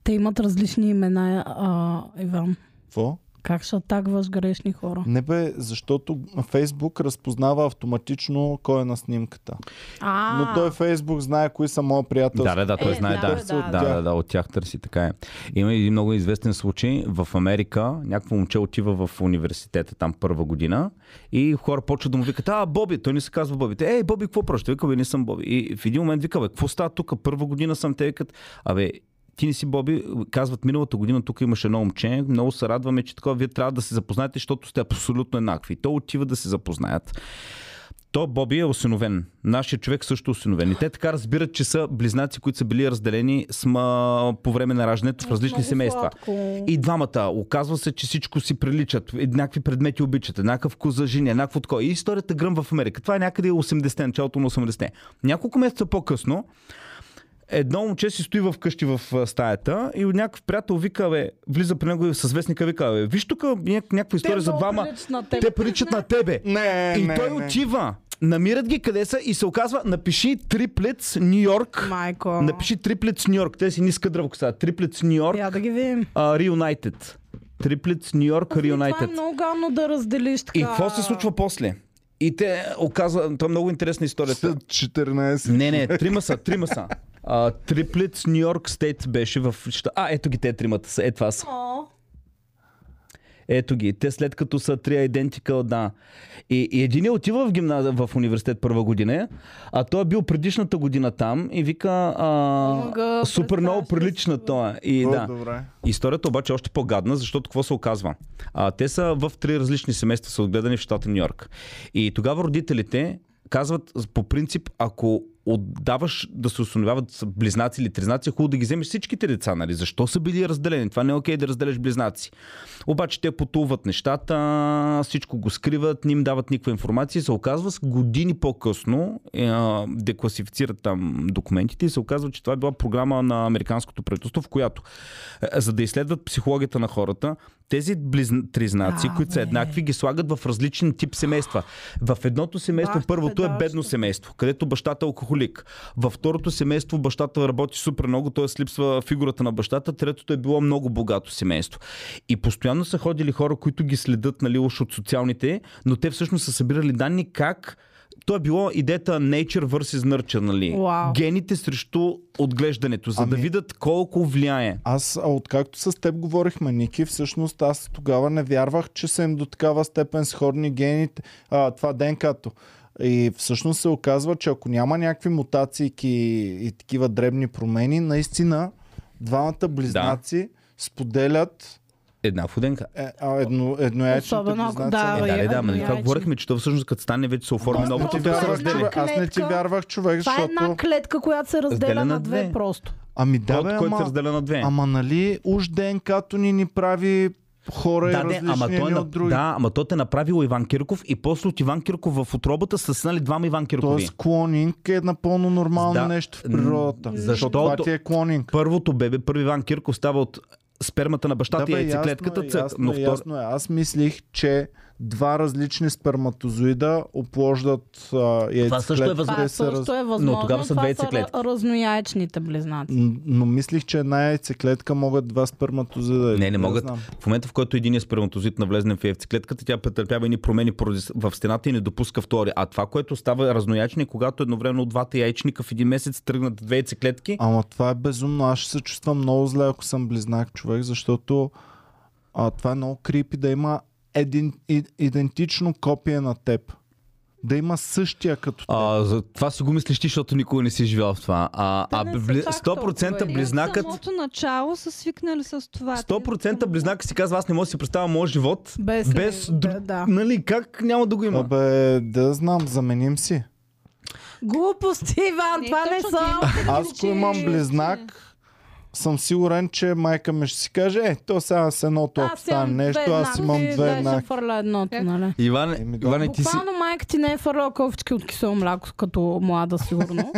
Те имат различни имена, а, Иван. Какво? Как ще тагваш грешни хора? Не бе, защото Фейсбук разпознава автоматично кой е на снимката. А, Но той е Фейсбук знае кои са моя приятел. Да, да, да, той Е, знае, да, да. да, да, да. да, да, от тях търси, така е. Има един много известен случай в Америка. Някакво момче отива в университета там първа година и хора почват да му викат, а, Боби, той не се казва Боби. Те, Ей, Боби, какво проща? Вика, бе, не съм Боби. И в един момент вика, бе, какво става тук? Първа година съм те викат, абе, ти не си Боби, казват миналата година тук имаше едно момче, много се радваме, че такова вие трябва да се запознаете, защото сте абсолютно еднакви. То отива да се запознаят. То Боби е осиновен. Нашия човек също е осиновен. И те така разбират, че са близнаци, които са били разделени с, ма, по време на раждането в различни много семейства. сладко. И двамата. Оказва се, че всичко си приличат. Еднакви предмети обичат. Еднакъв коза жени, еднакво такова. И историята гръм в Америка. Това е някъде 80-те, началото на 80-те. Няколко месеца по-късно, едно момче си стои вкъщи в а, стаята и някакъв приятел вика, бе, влиза при него и с вестника вика, бе, виж тук ня- някаква история за много двама. приличат на теб. Те приличат на тебе. Не, И не, той не. отива. Намират ги къде са и се оказва, напиши триплец Нью Йорк. Майко. Напиши триплец Нью Йорк. Те си ниска дръвка са. Триплец Нью Йорк, Я да ги видим. Реюнайтед. Триплец Нью Йорк, Това е Реюнайтед. много гадно да разделиш така. И какво се случва после? И те оказва, това е много интересна историята. След 14. Не, не, трима са, трима са. А, триплец Нью Йорк Стейт беше в... ща- А, ето ги те тримата са, е това са. О, Ето ги. Те след като са три идентикъл, да. И, и един отива в гимназия, в университет първа година, а той е бил предишната година там и вика а, Мога, супер много представяш ли прилича си на го? това. И, О, да. е Добре. Историята обаче е още по-гадна, защото какво се оказва? А, те са в три различни семейства, са отгледани в щата Нью Йорк. И тогава родителите казват, по принцип, ако отдаваш да се установяват с близнаци или тризнаци, е хубаво да ги вземеш всичките деца, нали? Защо са били разделени? Това не е окей да разделяш близнаци. Обаче те потуват нещата, всичко го скриват, не им дават никаква информация и се оказва с години по-късно е, а, декласифицират там документите и се оказва, че това е била програма на американското правителство, в която е, за да изследват психологията на хората, тези близн... тризнаци, А, които са бе. еднакви, ги слагат в различен тип семейства. В едното семейство, Бах, първото е педалчето. бедно семейство, където бащата е алкохолик. Във второто семейство бащата работи супер много, т.е. липсва фигурата на бащата. Третото е било много богато семейство. И постоянно са ходили хора, които ги следят, нали, уж от социалните, но те всъщност са събирали данни как то е било идеята nature versus nurture, нали? Уау. Гените срещу отглеждането, за да Ами- видят колко влияе. Аз, а откакто с теб говорихме, Ники, всъщност аз тогава не вярвах, че са им до такава степен сходни гените, а, това ДНК-то. И всъщност се оказва, че ако няма някакви мутации и, и такива дребни промени, наистина двамата близнаци да. споделят Еднакво ДНК. е, а, едно, едноячните Особено ако близнаци. да, Е, да, е, да, да, ма, нали, това яйче. говорихме, че то всъщност като стане вече се оформи Аз много Аз не ти Просто е тип вярвах, една разделение. човек, аз не ти клетка. вярвах, човек, Това е една защото... клетка, която се разделя Разделя на на две две. просто. Ами да, Код, бе, който се ама, разделя на две. ама нали уж ДНК-то ни ни прави хора и да, не, различни ама той, е едни на- е от други. да, ама той те е направил Иван Кирков и после от Иван Кирков в отробата са станали двама Иван Киркови. Тоест клонинг е напълно нормално да. Да. нещо в природата. М, Защото защото- това ти е клонинг. Първото бебе, първи Иван Кирков става от спермата на бащата и бе, яйцеклетката. ясно, е, цък, ясно, но е, втор... ясно е. Аз мислих, че два различни сперматозоида оплождат а, яйцеклетките. също е Това и се раз... също е възможно. Но тогава са това две яйцеклетки. ра- разнояечните близнаци. М, Но мислих, че една яйцеклетка могат два сперматозоида. Не, не могат. е. знам. В момента, в който един сперматозит навлезне в яйцеклетката, тя претърпява едни промени поради с- в стената и не допуска втори. А това, което става разноячни, е когато едновременно от двата яйчника в един месец тръгнат две яйцеклетки, Ама това е безумно. Аз ще се чувствам много зле, ако съм близнак човек, защото а, това е много крипи да има един, и, идентично копие на теб. Да има същия като теб. А, за това си го мислиш ти, защото никога не си живял в това. А, Те а не са бли... чак толкова 100% големи. близнакът... От самото начало са свикнали с това. 100% близнакът си казва, аз не мога да си представя моят живот. Без без него, друг- да, да. Нали, как няма да го има? Абе, да знам, заменим си. Глупости, Иван, Не, това не точно са. ти имаш Аз, ако че- имам близнак, съм сигурен, че майка ми ще си каже, е, то сега с едното, ако Аз имам стане две нещо, аз еднакви, имам дай две ще еднакви. фърля едното, Как? нали? Иван, Еми да. Иване, ти си... Буквално майка ти не е фърла кофички от кисело мляко, като млада, сигурно.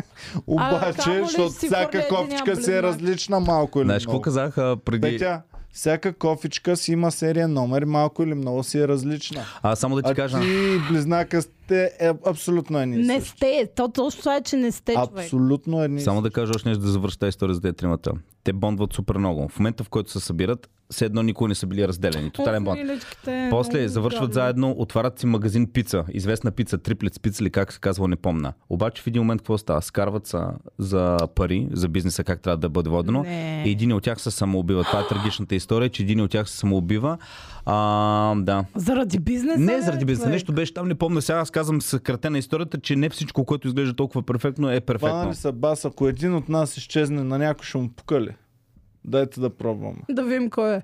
Обаче, камо ли защото си всяка хвърля кофичка единия си е близнак? различна малко или Знаеш, какво много. казах а, преди... Петя, всяка кофичка си има серия номер, малко или много си е различна. А, само да ти А кажа... ти и близнака сте е, абсолютно едни. и не същи. сте, то точно това е, че не сте човек. Абсолютно едни. и Само да кажа още нещо да завърша тази история за тези тримата. Те бондват супер много. В момента, в който се събират, все едно никога не са били разделени. Тотален бонд. После завършват заедно, отварят си магазин пица, известна пица, триплет пица или как се казва, не помна. Обаче в един момент какво става? Скарват са за пари, за бизнеса, как трябва да бъде водено. Не. И един от тях се самоубива. Това е трагичната история, че един от тях се самоубива. А, да. Заради бизнеса. Не ли, заради бизнеса. човек? Нещо беше там, не помня. Сега аз казвам съкратена историята, че не всичко, което изглежда толкова перфектно, е същи. Хвана перфектно. ли са бас, ако един от нас изчезне, на някой ще му пукали. Дайте да пробваме. Да видим кой е.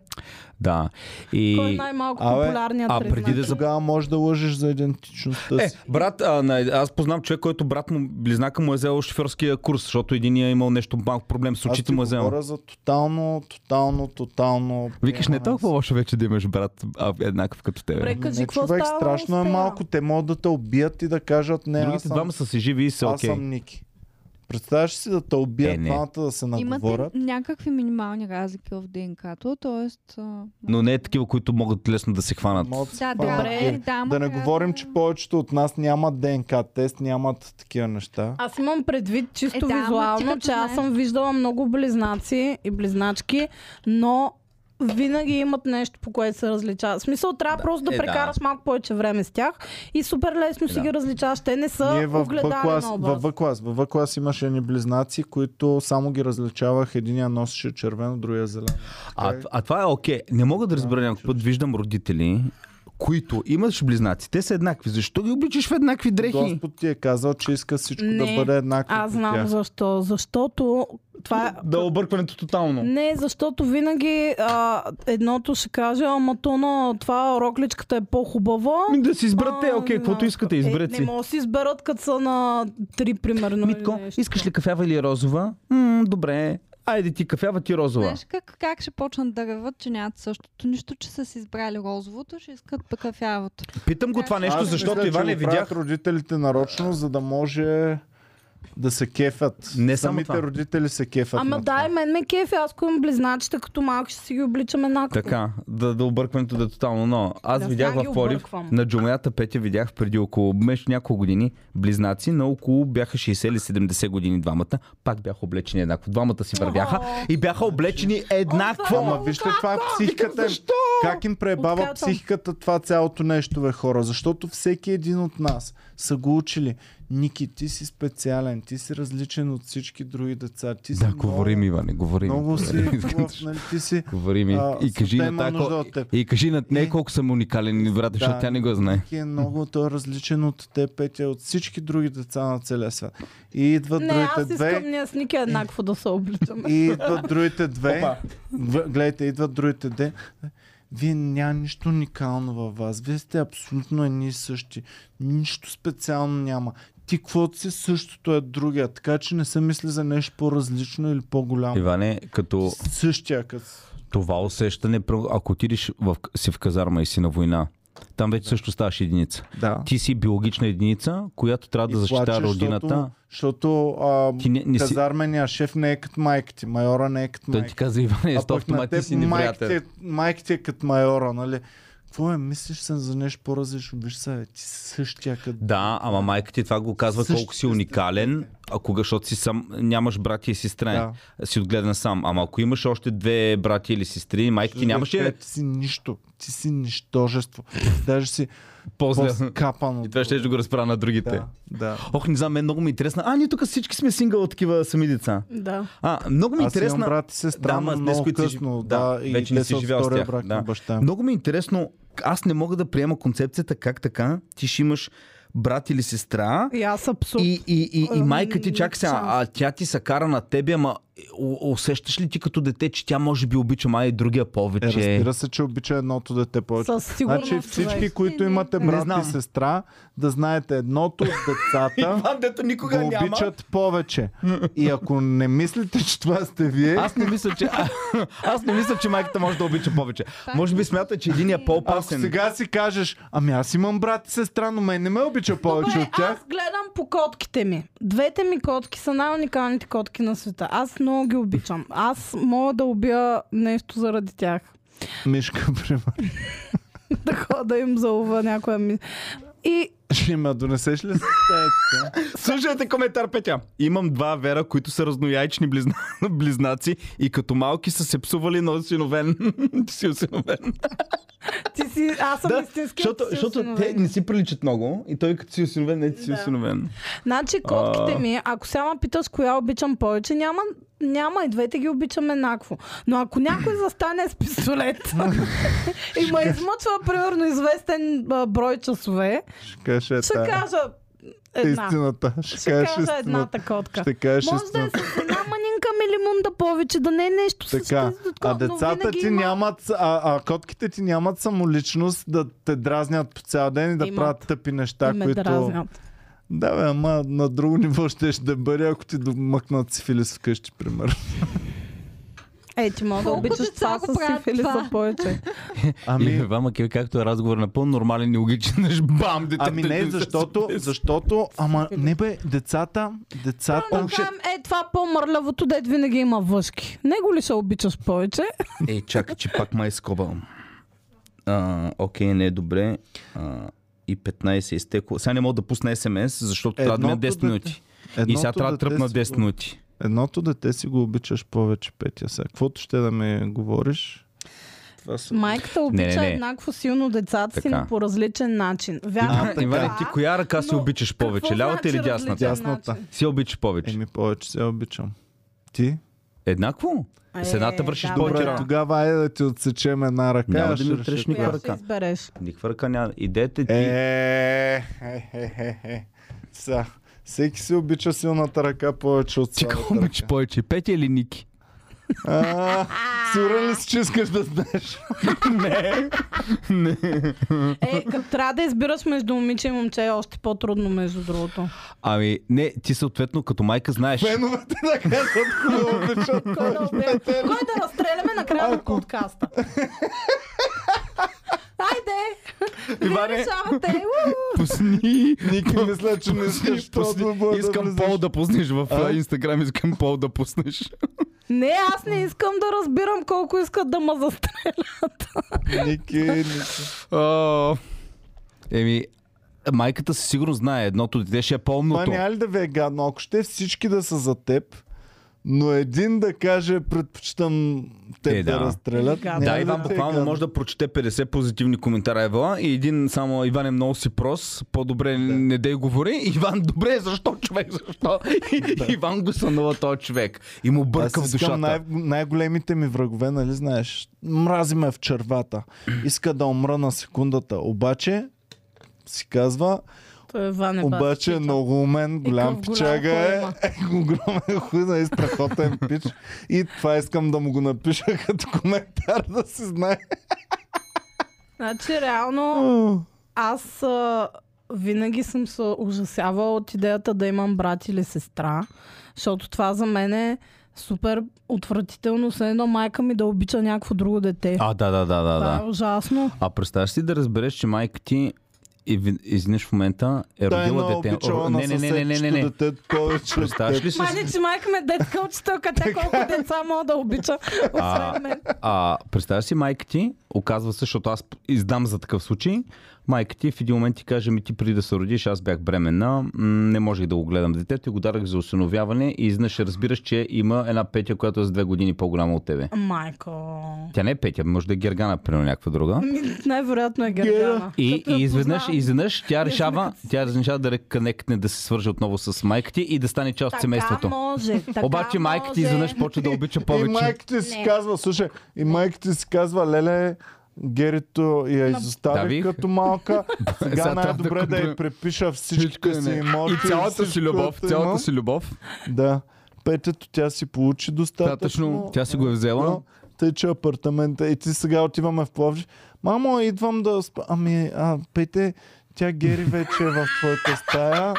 Да. И... Кой е най-малко Абе, популярният а признак? преди да за- Значи, Тогава може да лъжеш за идентичността Е, си. брат, а, на, аз познам човек, който брат му, близнака му е взел шофьорския курс, защото единия е имал нещо малко проблем с Аз очите ти му е взел. говоря за тотално, тотално, тотално... Викаш, не е приемане толкова с- лошо вече да имаш брат а, еднакъв като тебе. Добре, Не, Е, кажи, какво човек, става страшно е успея? малко. Те могат да те убият и да кажат не, аз Другите съм, двама са си живи и са аз окей. съм Ники. Представяш ли си да те убият Е, не. двамата, да се Имате наговорят? някакви минимални разлики в ДНК-то, т.е. а, Но не е такива, които могат лесно да се хванат. Могат да се Да, хванат. трябва Добре, да, да, е. Да не говорим, че повечето от нас нямат ДНК тест, нямат такива неща. Аз имам предвид чисто Е, да, ама ти визуално, като че аз знаеш. съм виждала много близнаци и близначки, но винаги имат нещо, по което се различават. В смисъл, трябва да, просто да е, да. Е, прекараш малко повече време с тях и супер лесно си Да. ги различаваш. Те не Ние са в огледали Б-клас, на в образ. Б-клас, в Б-клас имаше едни близнаци, които само ги различавах. Единия носеше червено, другия зелено. А, а това е окей. Не мога да разбера някой път. Виждам родители, които имаш близнаци. Те са еднакви. Защо ги обличаш в еднакви дрехи? Господ ти е казал, че иска всичко да Не, бъде еднакво. Аз при тях. знам защо. Защото това е... Да объркването тотално. Не, защото винаги а, едното ще каже, ама то на това рокличката е по-хубава. Ми Ами Да си изберете, А, окей, каквото да. искате, Е, изберете не си. могат да си изберат, като са на три, примерно. или Митко, нещо. искаш ли кафява или розова? М, добре. Айде ти кафява, ти розова. Знаеш как, как ще почнат да реват, че нямат същото? Нищо, че са си избрали розовото, ще искат пък кафявото. Питам го това нещо, Аз защото мисля, е че Иване го правят видях... родителите нарочно, за да може да се кефят. Не само Самите това. родители се кефят. Ама на да, и мен ме кефи, аз ако имам близначета, като малко ще си ги обличам еднакво. Така, да, да объркването да е тотално, но аз Да, видях сега ги в Порив, обърквам. на джумлята Петя видях преди около, между няколко години, близнаци, на около бяха 60 или 70 години двамата, пак бяха облечени еднакво. Двамата си вървяха и бяха облечени еднакво. О, това е Ама вижте това е психиката. им. защо? Как им пребава Откатвам. психиката това цялото нещо, бе, хора? Защото всеки един от нас са го учили. Ники, ти си специален, ти си различен от всички други деца. Ти си Да, говори ми, много, Иване, говори ми. много си хубав, Искам- нали, ти си... Говори ми А, и кажи света на има тая, нужда ко- от теб. и кажи на И- нея колко съм уникален, брат, защото Да. тя не го знае. Ники е много, той е различен от те, Петя, от всички други деца на целия свят. И идват Не, аз другите две искам ние с Ники еднакво да се обличаме. И идват другите две. В- Гледайте, идват другите две. Вие няма нищо уникално във вас. Вие сте абсолютно едни и същи. Нищо специално няма. Ти каквото си същото е другия. Така че не се мисли за нещо по-различно или по-голямо. Иване, като Същия като си. това усещане, пр- ако отидеш в, си в казарма и си на война, там вече също ставаш единица. Да. Ти си биологична единица, която трябва да И защита плачеш, родината. Защото, защото Ти не- а, не си- казармения шеф не е като майка ти. Майора не е като Той майка ти каза, Иване, А стоп, пък на автомат, ти теб си майка ти, невероятен. е- майка ти е като майора, нали? Какво е, мислиш се за нещо по-различно? Виж се, ти си същия като... Да, ама майка ти това го казва Същите колко си уникален, а кога, защото си сам, нямаш брати и сестра, си отгледан сам. Ама ако имаш още две брати или сестри, майка ти нямаше Ти си нищо. Ти си нищожество. Даже си после. по-скапан. И това ще да го разправя на другите. да, да. Ох, не знам, мен много ми е интересна. А, ние тук всички сме сингъл от такива сами деца. Да. А, много ми е Аз интересна. имам брат и сестра, Да, но ама днес, много които си жи- късно. да, Да, и вече те не си са от живял с втория тях, брак да. на баща ми. Много ми е интересно, аз не мога да приема концепцията как така ти ще имаш брат или сестра И аз абсурд. и, и, и, и Ам, майка ти чак сега, шанс. а тя ти се кара на тебе, ама у- усещаш ли ти като дете, че тя може би обича май и другия Е, повече? разбира се, че обича едното дете повече. Със сигурност. Значи човек. всички, които Не, не, имате не. Не брат знам. и сестра, да знаете едното от децата Иван, дето никога го няма. обичат повече. И ако не мислите, че това сте вие, Аз не мисля, че. а, аз не мисля, че майката може да обича повече. Може би смята, че един е Ако по-опасен. сега си кажеш, ами аз имам брат и сестра, но мен не ме обича повече Добре, от тях. аз гледам по котките ми. Двете ми котки са най-уникалните котки на света. Аз много ги обичам. Аз мога да убия нещо заради тях. Мишка, примерно. да хода им залува някоя ми. И Ще ме донесеш ли с тая така? Слушайте коментар, Петя. Имам два вера, които са разнояйчни близна... близнаци и като малки са се псували, но осиновен. Ти си осиновен. ти си, аз съм Да, истински. защото, защото те не си приличат много и той като си осиновен, не ти си Да. осиновен. Значи котките ми, ако сега ме питаш коя обичам повече, няма, няма и двете ги обичам еднакво. Но ако някой застане с пистолет и ме измъчва примерно известен а, брой часове, Ще кажеш е ще тая. кажа една. Истината. Ще Ще кажеш кажа истината. едната котка. е, Ще кажеш Може да е истината. с една манинка милимунда повече, да не е нещо с Така, а децата ти нямат, а, а котките ти нямат самоличност да те дразнят по цял ден и да Имат. правят тъпи неща, ме които... дразнят. Да, бе, ама на друго ниво ще да бъде, ако ти домъкнат сифилис вкъщи, примерно. Е, ти мога да Колко обичаш деца това го с правят сифилиса това? повече. Ами... Ами, Ева, макар както е разговор напълно нормален и логичен, аж бам, дете. Ами не, защото, защото, ама не бе, децата, децата... Да кажем, е това по-мърлявото, дед винаги има въшки. Него ли се обичаш повече? Ей, Е, чакай, че пак май скобам. А, окей, не е добре. А, и 15 изтекло. Сега не мога да пусна СМС, защото трябва да Едното мине 10 дете- минути. И сега едното трябва да дете тръпна си 10 го- минути. Едното дете си го обичаш повече, Петя. Сега, каквото ще да ми говориш... Това са... Майката не, обича не. еднакво силно децата си, Така. но по различен начин. Вярно е така. Иване, това, ти коя ръка си но обичаш какво повече? Лявата значи или дясната? различен Дясната. начин? Си я обичаш повече. Еми, повече се обичам. Ти? Еднакво? С едната Е, вършиш да, повече Добре, да. работа. тогава айде да ти отсечем една ръка. Няма аз да ми ще Е, отреш реша никога кога. Коя ръка. ще избереш? Никаква ръка няма. Идете ти. Е, е, е, е, е. Сега, Всеки си обича силната ръка повече от Ти слабата кой обичаш ръка. повече? Петя или Ники? А, Сигурен ли си, че искаш да знаеш? Не. Не. Е, като трябва да избираш между момиче и момче е още по-трудно, между другото. Ами, не, ти съответно като майка знаеш. Феновете да казват хубаво обичат. Кой да, обе... Кой да разстреляме на края на подкаста? Айде! Вие Иване, решавате! Уу! пусни. Ники, мисля, че не искаш Пусни. по-дълбоко да Искам влизаш. пол да пуснеш в А? а, Инстаграм, искам пол да пуснеш. Не, аз не искам да разбирам колко искат да ме застрелят. Ники, Ники. О, Еми, майката със сигурност знае, едното дете ще е Това пълното. няма ли да ви е гадно? Ако ще всички да са за теб, но един да каже, предпочитам теб Е, да. да. разстрелят. Гадно. няма Да, ли Иван ти е буквално гадно? може да прочете 50 позитивни коментара Евала и един само Иван е много си прост, по-добре не дей говори. Иван, добре, защо човек, защо? И- Иван го сънува този човек и му бърка в Аз душата. искам най- най-големите ми врагове, нали знаеш, мрази ме в червата. Иска да умра на секундата. Обаче, си казва, Той е Ване обаче е много умен, голям какъв голям пичага хуй е, има. е огромен хуй, нали страхотен пич. И това искам да му го напиша като коментар, да се знае. Значи, реално, Е, аз а, винаги съм се ужасявала от идеята да имам брат или сестра, защото това за мен е супер отвратително, все едно майка ми да обича някакво друго дете. А, да, да, да, да, това да. е ужасно. А представяш си да разбереш, че майка ти и ви- изведнъж в момента е родила Тайно дете. обичала О, на Не, не, не, не, не, не, не. съседчето дете повече от Представяш теб. ли си? Мани, че майка ме е детска учителка, тя колко деца мога да обича, А. освен мен. А, представяш си майка ти, оказва се, защото аз издам за такъв случай, майка ти в един момент ти каже ми ти преди да се родиш, аз бях бременна, м, не можех да го гледам детето и го дарах за осиновяване и изнъж разбираш, че има една Петя, която е с две години по-голяма от тебе. Майко. Тя не е Петя, може да е Гергана, примерно някаква друга. Ми, Най-вероятно е Гергана. И, Като я и изведнъж, познавам. изведнъж тя решава, тя решава да реконектне, да се свърже отново с майка ти и да стане част от семейството. Така може, така Обаче майка може. ти изведнъж почва да обича И повече. майка ти си Не. казва, слушай, и майка ти си казва, леле, Герито я изостави Давих. като малка. Сега Сега трябва да най-добре да купя й препиша всичките си имоти. И цялата си всичко, е любов, което цялата имам. си любов. Да. Петето тя си получи достатъчно. Достатъчно, тя си го е взела. но Тъй, че апартамента. И ти сега отиваме в Пловдив. Мамо, идвам да спа. Ами, а, Пете, тя Гери вече е в твоята стая.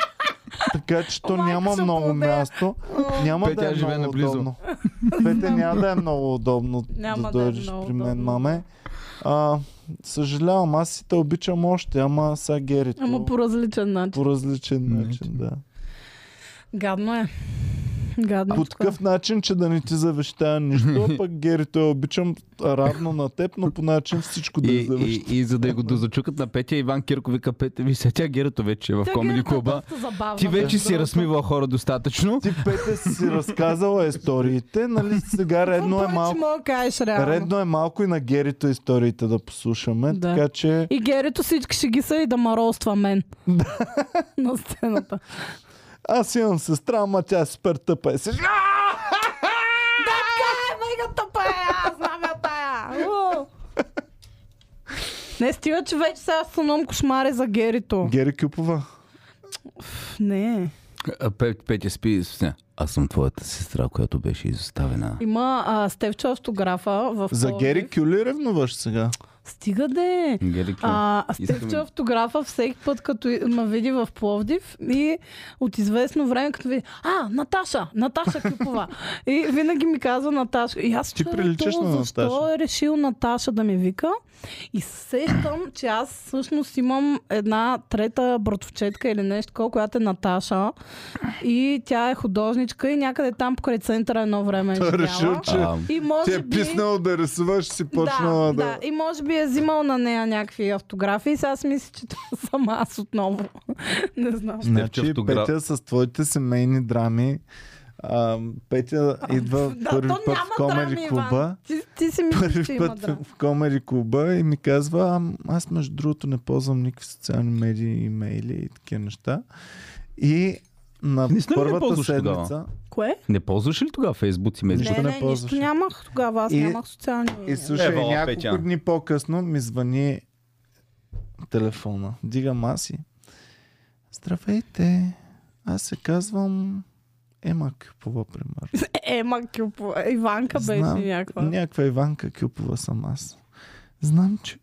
Така че то О, майка, няма се много опълбя. място. Няма Петя да е живее много наблизо. удобно. Пете няма да е много удобно да Няма да е дойдеш много при мен, удобно. маме. А, съжалявам, аз си те обичам още, ама сега Герито Ама по различен начин. по различен Не, начин, ти- да. Гадно е. Гадно е По такъв начин, че да не ти завещая нищо, пък Герито я обичам равно на теб, но по начин всичко да е я И, завещая. и, и, за да го дозачукат на Петя, Иван Кирко вика Петя, ви се тя герато вече е в комеди клуба. Ти вече си размивал хора достатъчно. Ти Пете си разказала историите, нали сега редно е малко. Мога да кажеш, реално. Редно е малко и на Герито историите да послушаме, Да. така че... И Герито всички ще ги са и да маролства мен. на сцената. Аз имам сестра, ама тя е супер тъпа. Е. Сега Така е, мега тъпа е, аз знам я тая. У! Не стига, че вече сега сънувам кошмари за Герито. Гери Кюпова. Не. А, Пет- Петя спи с нея. Аз съм твоята сестра, която беше изоставена. Има а, Стевчо автографа в За Пловдив. Гери Кюли ревнуваш сега. Стига е. де. Герик, А, искам- Стефче автографа всеки път, като и- ме види в Пловдив и от известно време, като види, а, Наташа, Наташа Клипова. и винаги ми казва Наташа. И аз Ти чудя, приличаш то на защо Наташа. е решил Наташа да ми вика. И се сещам, че аз всъщност имам една трета братовчетка или нещо такова, която е Наташа. И тя е художничка и някъде там покрай центъра едно време е Той е живяла. решил, че а, И може ти е би... писнал да рисуваш, си почнала да... да, да. И може би е взимал на нея някакви автографии. Сега аз мисля, че това съм аз отново. не знам. Значи, автограф. Петя с твоите семейни драми. А, Петя идва да, първи то път няма в комеди драми, Иван. клуба. Ти, ти си мислиш, че Първи има път драма. в комеди клуба и ми казва, «Ам, аз между другото не ползвам никакви социални медии, имейли и такива неща. И на Наистина ли не първата ползваш тогава? седмица... Кое? Не ползваш ли тогава Фейсбук и Меджи? Нищо не, не не, ползваш. нищо нямах тогава. Аз И- нямах социални И медии. слушай, Ева, няколко Петя. дни по-късно ми звъни телефона. Дигам аз и... Здравейте! Аз се казвам Ема Кюпова, примерно. Ема Кюпова. Е, Иванка Знам. беше някаква. Някаква Иванка Кюпова съм аз. Знам, че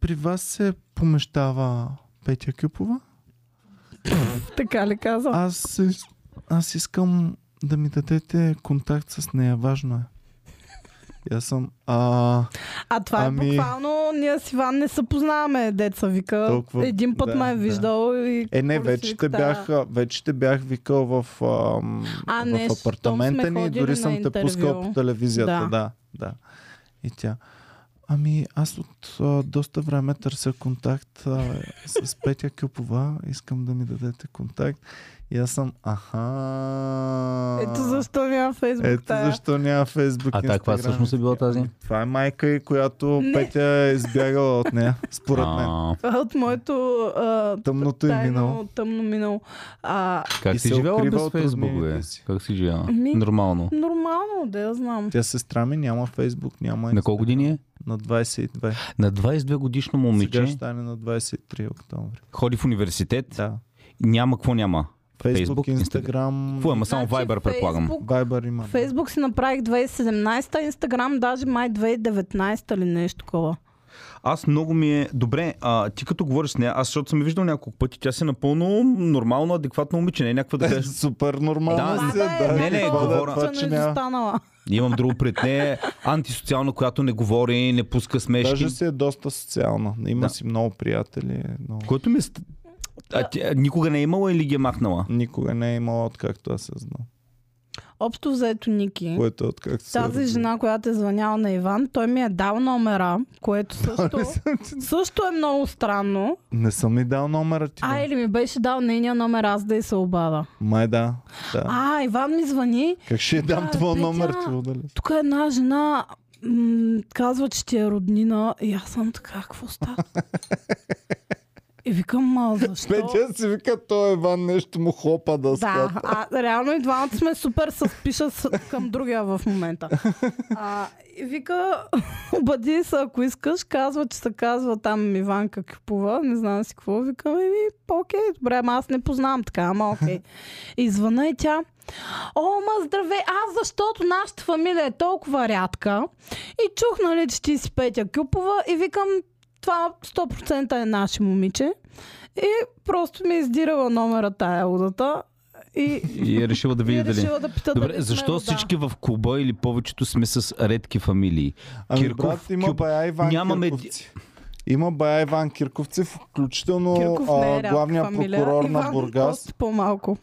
при вас се помещава Петя Кюпова. Така ли каза? Аз, ис- аз искам да ми дадете контакт с нея. Важно е. И аз съм... А, А това Ами- е буквално, ние с Иван не се познаваме, деца вика. Толкова- Един път да, да, ме е да. виждал и... е, не, какво ли вече си те, вика, бях, да. а, вече те бях викал в, ам, А, не, в щом сме апартамента ни и ходили дори на съм те пускал интервю. по телевизията. Да. Да. да, да. И тя... Ами аз от а, доста време търся контакт а, с Петя Кюпова. Искам да ми дадете контакт. И аз съм... Аха... Ето защо няма фейсбук Ето тая. защо няма Фейсбук. А тя каква всъщност е била тази? Това е майка и която Не. Петя е избягала от нея, според мен. А, Това е от моето а, Тъмното е минало. тайно, тъмно минало. А, И Как си се живяла укрива без от Фейсбук, бе? роднините си. Как си живяла? Ми- Нормално. нормално, да я знам. Тя сестра ми няма Фейсбук, няма На колко години е? Инст- На 22. На 22 годишно Сега ще момиче. стане на 23 октомври. Ходи в университет. Да. Няма какво няма. Фейсбук, Фейсбук, Инстаграм, Какво има? Само Значи Viber, предполагам. Фейсбук, Viber има. Фейсбук си направих 2017-та, Инстаграм даже май 2019-та или нещо такова. Аз много ми е... Добре, а, ти като говориш с нея, аз защото съм я виждал няколко пъти, тя си е напълно нормално, адекватно момиче, не е някаква да кажеш. Супер нормално Да, си. Баба е Да, не, не, какво да е говоря. това, че няма. изостанала. Имам друго пред нея, антисоциално, която не говори, не пуска смешки. Даже си е доста социална. Има Да. си много приятели. Много... Което ми е... ст- А, тя, никога не е имала или ги е махнала? Никога не е имала откакто аз се знам. Общо взето Ники. Което е откакто се Тази родих. жена, която е звъняла на Иван, той ми е дал номера, което също, също е много странно. Не съм ми дал номера ти. А, бе. или ми беше дал нейния номер, аз да й се обада. Май да. да. А, Иван ми звъни. Как ще я дам Да, твоя Петя. номер, ти удали? Тук една жена м- казва, че ти е роднина. И аз съм така, какво става? И викам, а защо? Петя си вика, той е Иван нещо му хлопа да Да, ската. а реално и двамата сме супер с пиша с, към другия в момента. А, и вика, обади се, ако искаш, казва, че се казва там Иванка Кипова, не знам си какво, вика, ми, окей, добре, ама аз не познавам така, ама окей. Извъна и тя, О, ма здравей! Аз защото нашата фамилия е толкова рядка и чух, нали, че ти си Петя Кюпова и викам, това 100% е наше момиче. И просто ми е издирала номера тая удата и, И е решила да и е види дали... решила да пита дали Добре, сме защо рода. всички в клуба или повечето сме с редки фамилии? Ами Кирков, брат, има Кюп- бая Иван нямаме- Кирковци. Има бая Иван Кирковци, включително Кирков не е а, рядка главния фамилия. прокурор на Иван Бургас. Доста по-малко.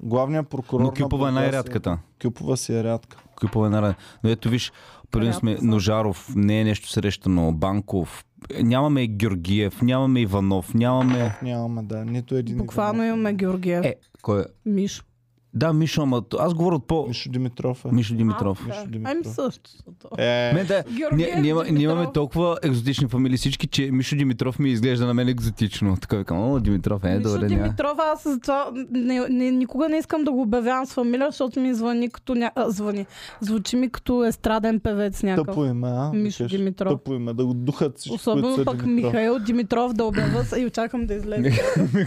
Главният прокурор Но на Кюпова е Бургас най-рядката. Кюпова си е рядка. Кюпова е най Но ето виж, преди сме Ножаров, не е нещо срещано, Банков, нямаме Георгиев, нямаме Иванов, нямаме... Нямаме, да. Нито един. Буквално имаме Георгиев. Е. Е, кой е? Миш. Да, Мишо, ама т- аз говоря от по... Мишо Димитров е. Мишо Димитров. Мишо Димитров. Ами също. Е, Мен, да, ние, Георгиев, ние, има- ние имаме Димитров. толкова екзотични фамилии всички, че Мишо Димитров ми изглежда на мен екзотично. Така викам, о, Димитров е, Мишо добре, няма. Димитров, аз затова не, не, никога не искам да го обявявам с фамилия, защото ми звъни като ня... а, звъни. Звучи ми като естраден певец някакъв. тъпо име, а? Мишо Викаш, Димитров. Тъпо име, да го духат всички, които Особено са пък Димитров. Михаил Димитров да обява се и очаквам да излезе.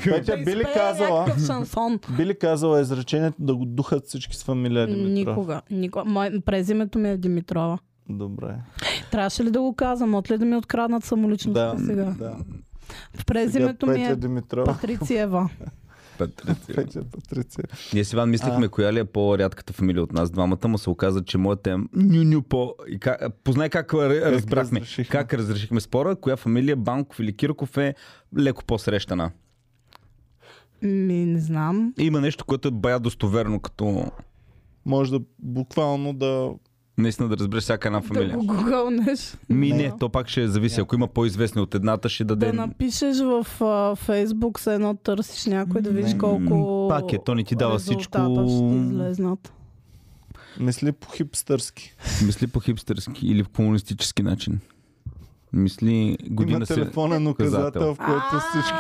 Петя да би ли изпее казала, някакъв шансон. би ли казала изречението да го духат всички с фамилия Димитров? Никога. никога. Мое, презимето ми е Димитрова. Добре. Трябваше ли да го казвам? От ли да ми откраднат самоличността Да, сега? да. Презимето ми Петя е Димитров. Патрициева. Петя Патриция. Ние с Иван мислихме, коя ли е по-рядката фамилия от нас двамата, му се оказа, че моята е ню-ню по... И как, познай как, р- разбрахме, разрешихме? как разрешихме спора, коя фамилия е Банков или Кирков е леко по-срещана. Ми, не знам. Има нещо, което е бая достоверно, като Може да буквално да... наистина да разбереш всяка една Да фамилия. го гугълнеш. Ми Не. не, то пак ще зависи. Ако има по-известни от едната, ще даде... Да напишеш в а, Фейсбук, се едно търсиш някой да видиш Не. колко. Пак е, то не ти дава всичко. резултата Ще ти излезнат. Мисли по хипстърски. Мисли по хипстърски или по комунистически начин. Мисли Има година е се... телефонен указател, указател. в който всички...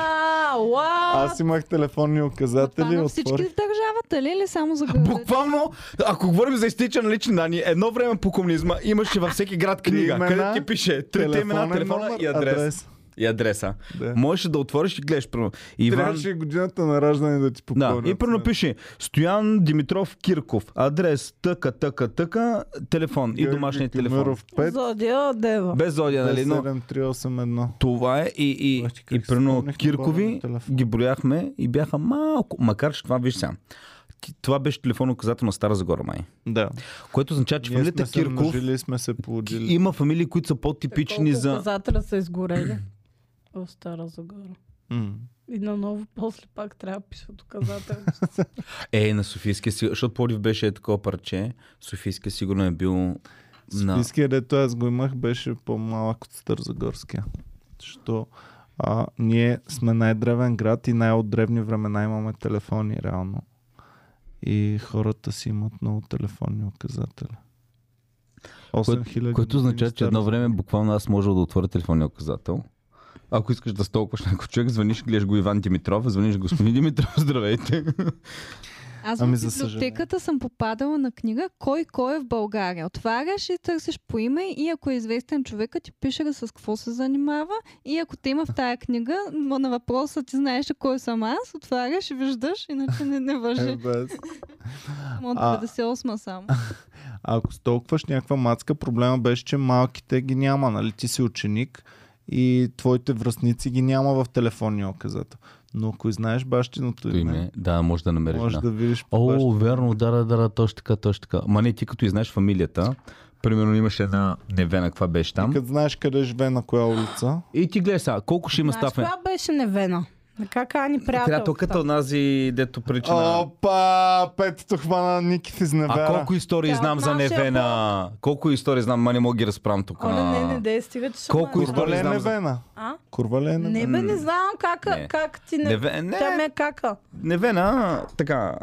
А, уау! Аз имах телефонни Това указатели, на всички отворих. в държавата ли или само за градовете? Буквално, ако говорим за изтичане на лични данни, едно време по комунизма имаше във всеки град книга, Имена, където ти пише трите имена, телефонен телефона номер, и адрес. и адреса. Да. Можеш да отвориш и гледаш. Примерно. Иван... Трябваше годината на раждане да ти Да, попълнят. и първо пише Стоян Димитров Кирков. Адрес тъка, тъка, тъка, телефон и домашния телефон. 5, Зодия Дева. Без зодия, нали? Но 7381. това е и, и, Бащи, как и си прено спомних на борда Киркови на телефона. ги брояхме и бяха малко, макар че това, виж сега, ти- това беше телефон указател на Стара Загора май. Да. Което означава, че Ние фамилията сме се Кирков множили, сме се получили. има фамилии, които са по-типични Колко за... Показателя са изгорели. В Стара Загора. И наново после пак трябва да пишат указател. Е, на Софийския, си- защото Плодив беше е такова парче, Софийския сигурно е бил на... Спиския, дето аз го имах, беше по-малък от Стързагорския. Защото а, ние сме най-древен град и най-от древни времена имаме телефони, реално. И хората си имат много телефонни указатели. 8000 Което означава, че едно Стара- време буквално аз можел да отворя телефонния указател. Ако искаш да столкваш някой човек, звъниш, гледаш го Иван Димитров, звъниш господин Димитров, здравейте. Аз Ами, ами, в за съжаление. библиотеката съм попадала на книга Кой кой е в България. Отваряш и търсиш по име и ако е известен човека, ти пише с какво се занимава и ако те има в тая книга, м- на въпроса ти знаеш ли кой съм аз, отваряш и виждаш, иначе не, не Е, вържи. без. От а- 58 само. А ако столкваш някаква мацка, проблема беше, че малките ги няма, нали? Ти си ученик и твоите връзници ги няма в телефонния указател. Но ако и знаеш бащиното То име, име, да, може да намериш. можеш да. да видиш по е О, верно, да, да, да, да, точно така, точно така. Ма не, ти като и знаеш фамилията, примерно имаш една невена, каква беше там. Като знаеш къде живее, на коя улица. И ти гледай сега, колко ще има Е, Знаеш, е стафе? коя беше невена? Така кани Трябва то като приятелка. онази, дето прича на... Опа! Петото хвана Никит А изневяра. колко истории Тя знам за от нашия Невена? Колко истории знам, ма не мога ги разправям тук. Оле, на- не, не, дей, стига, че ще Колко ме- истории Курва ли е знам за- невена? А? Курва ли е невена? Не бе, не знам как, Не. как ти не... Неве- не. Тя ме е кака. Невена, така,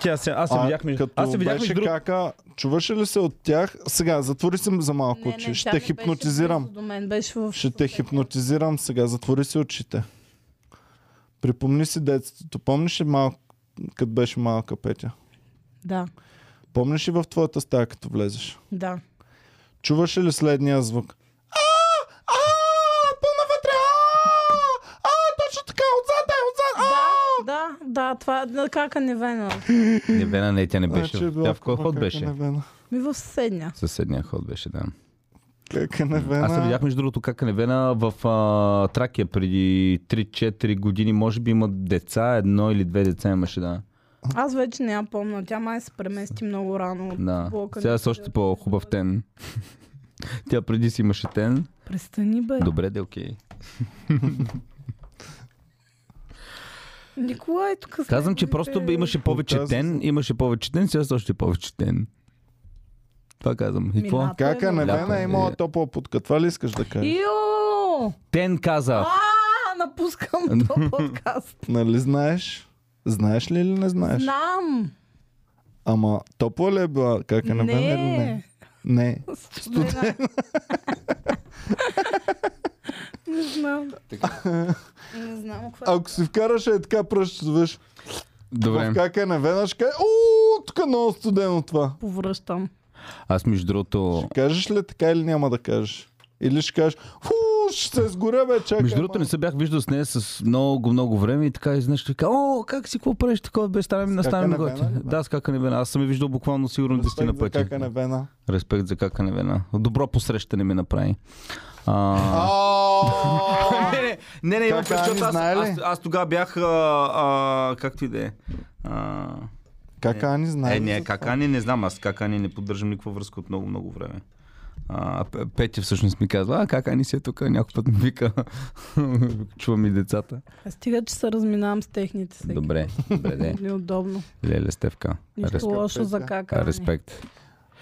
тя се, аз се А, видях между... като Аз се видях беше между друг... кака, чуваше ли се от тях? Сега, затвори се за малко Не, не, очи. Ще тя те не беше хипнотизирам. близо До мен беше в... Ще те хипнотизирам сега. Затвори си очите. Припомни си детството. Помниш ли малко, като беше малка Петя? Да, Помниш ли в твоята стая, като влезеш? да. Чуваш ли следния звук? А, а, по-навътре, а, а, точно така, отзад, е, отзад, а. Да, да, това е кака невена. Невена не, тя не беше. Значи е била тя в кой такова, ход как е беше? невена. Ми в съседния. Съседния ход беше, да. Как е невена. Аз се видях между другото как е Невена в а, Тракия преди 3-4 години. Може би има деца, едно или две деца имаше, да. Аз вече не я помня. Тя май се премести много рано. от да. блока Сега ни. с още по-хубав тен. тя преди си имаше тен. Престани, бе. Добре, де, окей. Николай, тук сме Казвам, че били, просто бе. бе, имаше повече Отказва тен, се. имаше повече тен, сега са още повече тен. Това казвам. И какво? Минато Как е много. невена, Ляпа, е е. имала топла путка. Това ли искаш да кажеш? Ио! Тен каза. А, напускам този подкаст. Нали знаеш? Знаеш ли или не знаеш? Знам. Ама топла ли е била? Как е невена или не? Не. Не. Студена. Не знам. Не знам какво. е. Ако си вкараш е така пръщаш, Добре. в как е невена, ще кажеш, ууу, тук е много студено това. Повръщам. Аз между другото... Кажеш ли така или няма да кажеш? Или ще кажеш, фу, ще се сгоря, бе, чакай. Между другото не се бях виждал с нея с много, много време и така изнъж той каза, о, как си, какво правиш такова, без стара ми настане на кака готи. невена ли, бе? Да, с кака невена. Аз съм я виждал буквално сигурно 10 на пъти. Как е невена. Респект за кака невена. Добро посрещане ми направи. А... не, не, не, не, имам Кака предвид, защото Ани аз, знае ли? аз, аз тогава бях, а, а, както и да е. А, Как Ани знае? е, ли не, за как това? Ани не знам, аз как Ани не поддържам никаква връзка от много, много време. А, П- Петя всъщност ми казва, а как Ани си е тук, някой път ми вика, чувам и децата. А стига, че се разминавам с техните сега. Добре, добре, де. Неудобно. Леле, Стевка. Нищо Респект. лошо за кака. Респект.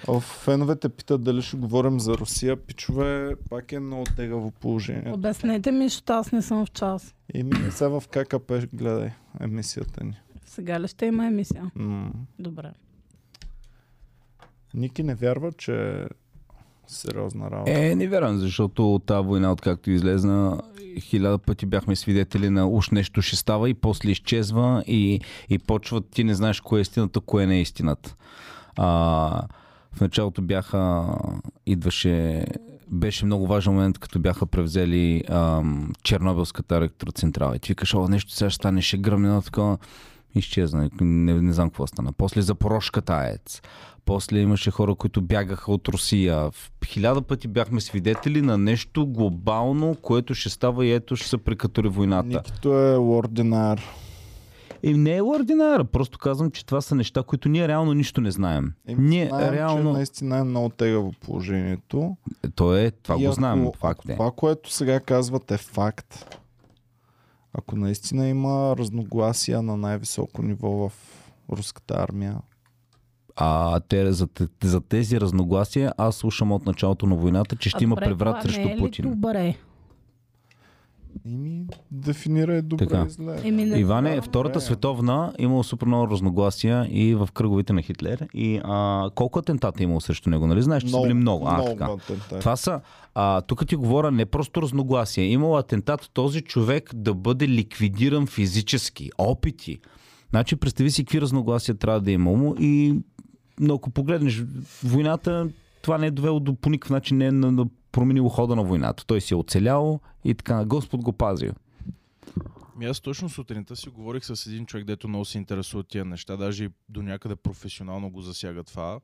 О, феновете питат дали ще говорим за Русия. Пичове, пак е много тегаво положение. Обяснете ми, защото аз не съм в час. Еми, сега в ККП гледай емисията ни. Сега ли ще има емисия? М. Добре. Ники не вярва, че е сериозна работа. Е, не вярвам, защото от тази война, откакто излезна, хиляда пъти бяхме свидетели на уж нещо ще става и после изчезва и, и почват ти не знаеш кое е истината, кое не е истината. А, в началото бяха, идваше беше много важен момент, като бяха превзели ам, Чернобилската електроцентрала. И ти викаш, о, нещо сега ще стане, ще гръмне на такова. Изчезна. Не, не знам какво стана. После Запорожката аец. После имаше хора, които бягаха от Русия. В Хиляда пъти бяхме свидетели на нещо глобално, което ще става и ето ще се прекатори войната. Никито е ординар. И не е ординара, просто казвам, че това са неща, които ние реално нищо не знаем. Еми, ние знаем, реално... че наистина е много тегаво положението. То е, това И го знаем, ако- факт е. Това, което сега казват е факт. Ако наистина има разногласия на най-високо ниво в руската армия, А те, за, те- за тези разногласия аз слушам от началото на войната, че ще има Добре, преврат това не срещу е ли Путин. Добре. ими дефинира е добре Така. и зле. Еми, не Иване, знам. Втората Добре. световна имало супер много разногласия и в кръговите на Хитлер. И а, колко атентата е имало срещу него, нали? Знаеш, че са били много. А, така. атентати. Това са. А, тук ти говоря не просто разногласие. Имал атентат този човек да бъде ликвидиран физически. Опити. Значи, представи си какви разногласия трябва да е имало и но ако погледнеш войната, това не е довело до по никакъв начин не е на- на- променило хода на войната. Той си е оцелял и така. Господ го пази. Ми аз точно сутринта си говорих с един човек, дето много се интересува от тия неща, даже и до някъде професионално го засяга това.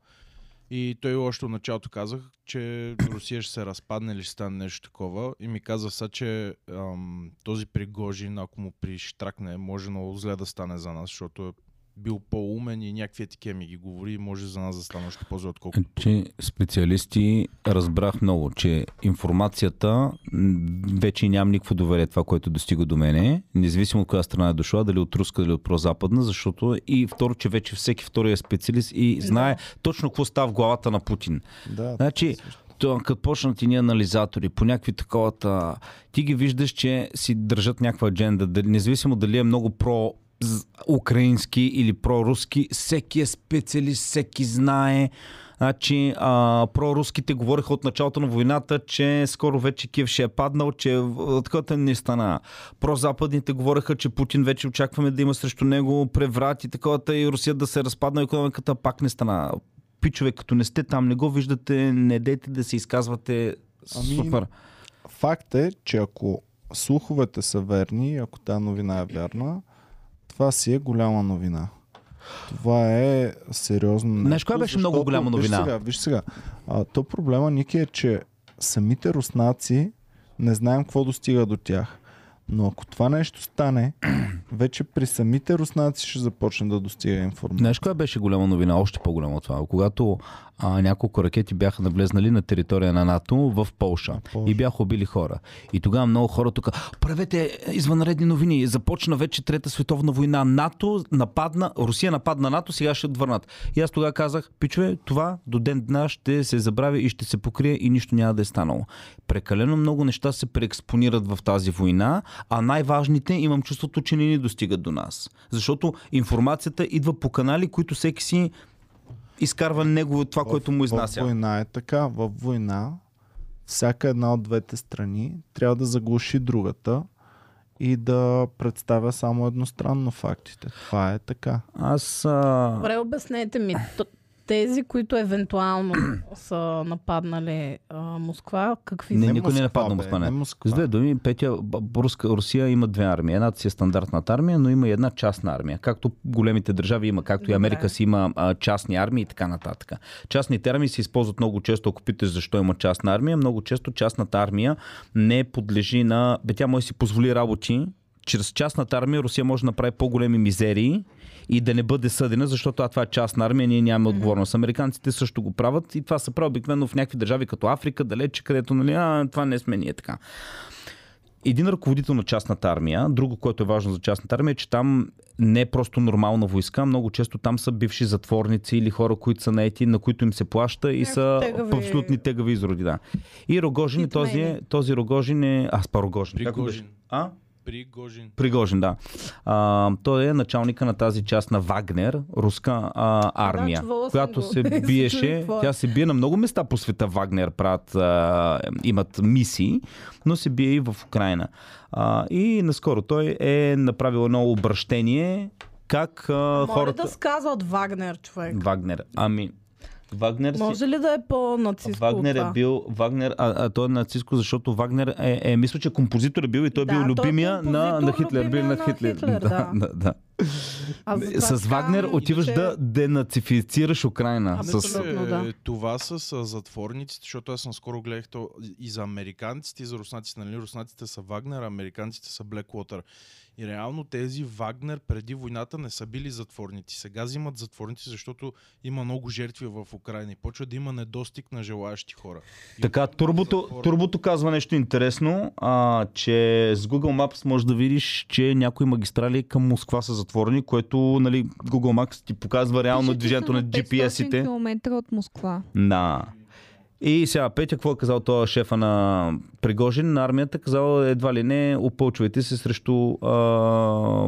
И той още от началото казах, че Русия ще се разпадне или ще стане нещо такова. И ми каза сега, че ам, този Пригожин, ако му приштракне, може много зле да стане за нас, защото е бил по-умен и някакви такива ми ги говори и може за нас да стане още по-зле, отколкото. Че специалисти разбрах много, че информацията м, вече нямам никакво доверие това, което достига до мене, независимо от коя страна е дошла, дали от руска, дали от прозападна, защото и второ, че вече всеки втори е специалист и знае точно какво става в главата на Путин. Да, е Значи, то, като почнат и ни анализатори по някакви таковата, ти ги виждаш, че си държат някаква адженда, дали- независимо дали е много про з- украински или проруски, всеки е специалист, всеки знае. Значи, а, проруските говориха от началото на войната, че скоро вече Киев ще е паднал, че откъде не стана. Прозападните говореха, че Путин вече очакваме да има срещу него преврат и таковата и Русия да се разпадна, економиката пак не стана пичове, като не сте там, не го виждате, не дейте да се изказвате Ами, супер. Факт е, че ако слуховете са верни, и ако тази новина е вярна, това си е голяма новина. Това е сериозно. нещо, Знаеш, коя беше много защото- голяма новина? Виж сега, виж сега. А, то проблема, Ники, е, че самите руснаци не знаем какво достига до тях. Но ако това нещо стане, вече при самите руснаци ще започне да достига информация. Знаеш коя беше голяма новина, още по-голяма от това? Когато а, няколко ракети бяха навлезнали на територия на НАТО в Полша Полша. и бяха убили хора. И тогава много хора тук, правете извънредни новини, започна вече Трета световна война, НАТО нападна, Русия нападна НАТО, сега ще отвърнат. И аз тогава казах, пичове, това до ден дна ще се забрави и ще се покрие и нищо няма да е станало. Прекалено много неща се преекспонират в тази война, а най-важните имам чувството, че не ни достигат до нас. Защото информацията идва по канали, които всеки си изкарва негово това, което му В изнася. война е така. В война всяка една от двете страни трябва да заглуши другата и да представя само едностранно фактите. Това е така. Аз а... Добре, обяснете ми. Т- Тези, които евентуално са нападнали а, Москва, какви Не, са? не, никой не Москва, е нападнал бе, Москва. не Не. Москва. С две думи, Петя, б- б- Руска, Русия има две армии. Едната си е стандартната армия, но има и една частна армия. Както големите държави има, както и Добре. Америка си има а, частни армии и така нататък. Частните армии се използват много често, ако питаш защо има частна армия. Много често частната армия не подлежи на... Бе, тя може да си позволи работи, чрез частната армия Русия може да направи по-големи мизерии и да не бъде съдена, защото а, това е частна армия, ние нямаме отговорност. Американците също го правят и това се прави обикновено в някакви държави като Африка, далече, където нали, а, това не сме ние така един ръководител на частната армия, друго, което е важно за частната армия, е, че там не е просто нормална войска, много често там са бивши затворници или хора, които са наети, на които им се плаща и са тегави- в абсолютни тегави изроди. Да. И Рогожин, е този, е- този Рогожин е... Аз па Рогожин. как го беше? Пригожин. А? Пригожин. Пригожин, да. А, той е началника на тази част на Вагнер, руска а, армия, чувала съм която го. се И се чудих биеше. какво е. Тя се бие на много места по света. Вагнер правят, а, имат мисии, но се бие и в Украина. А, и наскоро той е направил едно обращение как а, Моля хората. да сказва от Вагнер, човек. Вагнер. Ами, Вагнер си... Може ли да е по-нацистко от Вагнер това? е бил. Вагнер, а, а той е нацистко, защото Вагнер е, е, мисля, че композитор е бил и той е Да, бил той е любимия на, на композитор, Хитлер. Бил любимия на на Хитлер. Хитлер, да, да. да. Аз затова С така Вагнер ми отиваш идваше- да денацифицираш Украина. Ами, С... абсолютно. да. Е, Това с а, затворниците, защото аз наскоро гледах то и за американците, и за руснаците. Нали? Руснаците са Вагнер, а американците са Blackwater. И реално тези Вагнер преди войната не са били затворници. Сега взимат затворници, защото има много жертви в Украина и почва да има недостиг на желаящи хора. И Така, оттам турбото, затвора. турбото казва нещо интересно, а, че с Google Maps можеш да видиш, че някои магистрали към Москва са затворени, което нали, Google Maps ти показва реално Пише, че движението са на 500 GPS-ите. километра от Москва. Да. И сега, Петя, какво е казал този шефа на Пригожин на армията? Казал едва ли не, опълчвайте се срещу а,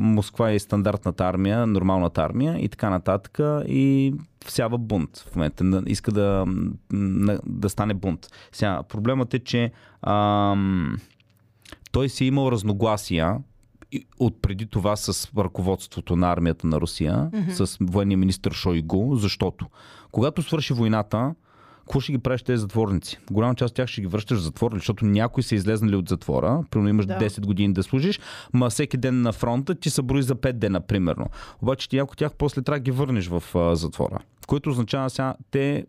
Москва и стандартната армия, нормалната армия и така нататък. И всява бунт в момента. На- Иска да, м, на- да стане бунт. Сега, проблемът е, че ам, той си е имал разногласия и- от преди това с ръководството на армията на Русия, mm-hmm. с военния министр Шойгу, защото когато свърши войната, какво ще ги правиш тези затворници? Голяма част от тях ще ги връщаш в затвор, защото някои са излезнали от затвора, примерно имаш Да. да. 10 години да служиш, ма всеки ден на фронта ти са брои за 5 дена, примерно. Обаче ти някои от тях после трябва да ги върнеш в а, затвора, което означава сега те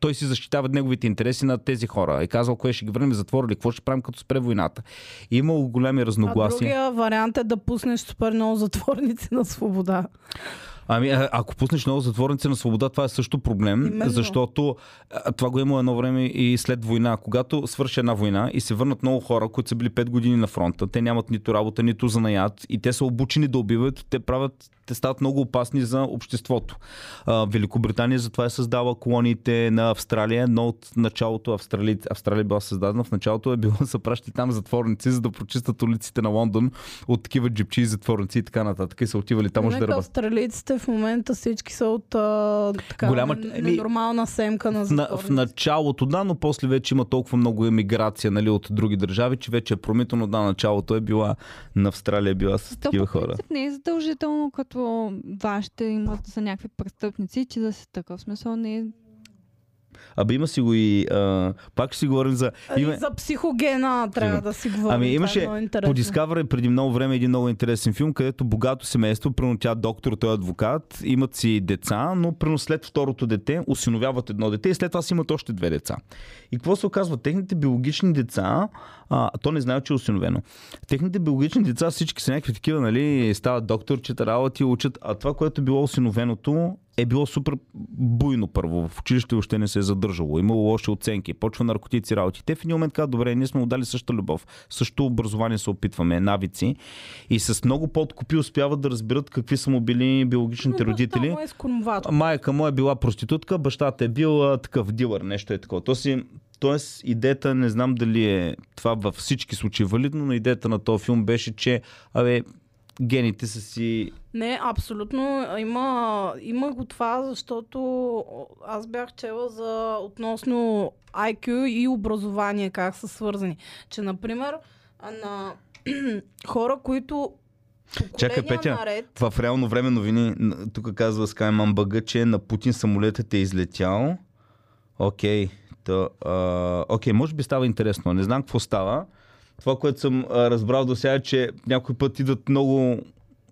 той си защитава неговите интереси на тези хора. Е казал, кое ще ги върнем в затвора или какво ще правим като спре войната. Имало големи А разногласия. другия вариант е да пуснеш супер много затворници на свобода. Ами, а- ако пуснеш много затворници на свобода, това е също проблем, Именно. защото а, това го има едно време и след война. Когато свърши една война и се върнат много хора, които са били 5 години на фронта, те нямат нито работа, нито занаят и те са обучени да убиват, те правят те стават много опасни за обществото. А, Великобритания затова е създала колониите на Австралия, но от началото Австрали... Австралия била създадена, в началото е било да се пращат там затворници, за да прочистят улиците на Лондон от такива джипчи и затворници и така нататък. И са отивали там още да Нека работят. австралийците в момента всички са от а, така, Голяма- Голяма... еми, ненормална семка на в, на, затворници. в началото, да, но после вече има толкова много емиграция нали, от други държави, че вече е промително. Да, началото е била на Австралия, е била с То такива по хора. принцип не е задължително, като вашите имат за някакви престъпници, че да си такъв смисъл не е. Абе има си го и... А, пак ще си говорим за... А, и Има... Е, За психогена трябва да си говорим. Ами Това имаше е много интересно. по Discovery преди много време един много интересен филм, където богато семейство, прино тя доктор, той е адвокат, имат си деца, но прино след второто дете осиновяват едно дете и след това си имат още две деца. И какво се оказва? Техните биологични деца, а, то не знае, че е осиновено. Техните биологични деца всички са някакви такива, нали, стават доктор, четат работи, учат, а това, което било осиновеното, е било супер буйно първо. В училище още не се е задържало. Имало лоши оценки. Почва наркотици работи. Те в един момент казват, добре, ние сме му дали същата любов. Също образование се опитваме, навици. И с много подкупи успяват да разберат какви са му били биологичните Но родители. баща му е скромват. Майка му е била проститутка, бащата е бил а, такъв дилър, нещо е такова. То си, тоест, идеята, не знам дали е това във всички случаи валидно, но идеята на този филм беше, че абе, гените са си... Не, абсолютно. Има, има го това, защото аз бях чела за относно IQ и образование, как са свързани. Че, например, а, на хора, които Чакай, поколения Петя. наред, В реално време новини, н- тук казва Skyman Бъга, че на Путин самолетът е излетял. Окей, то, а, окей, може би става интересно. Не знам какво става. Това, което съм а, разбрал до сега е, че някой път идват много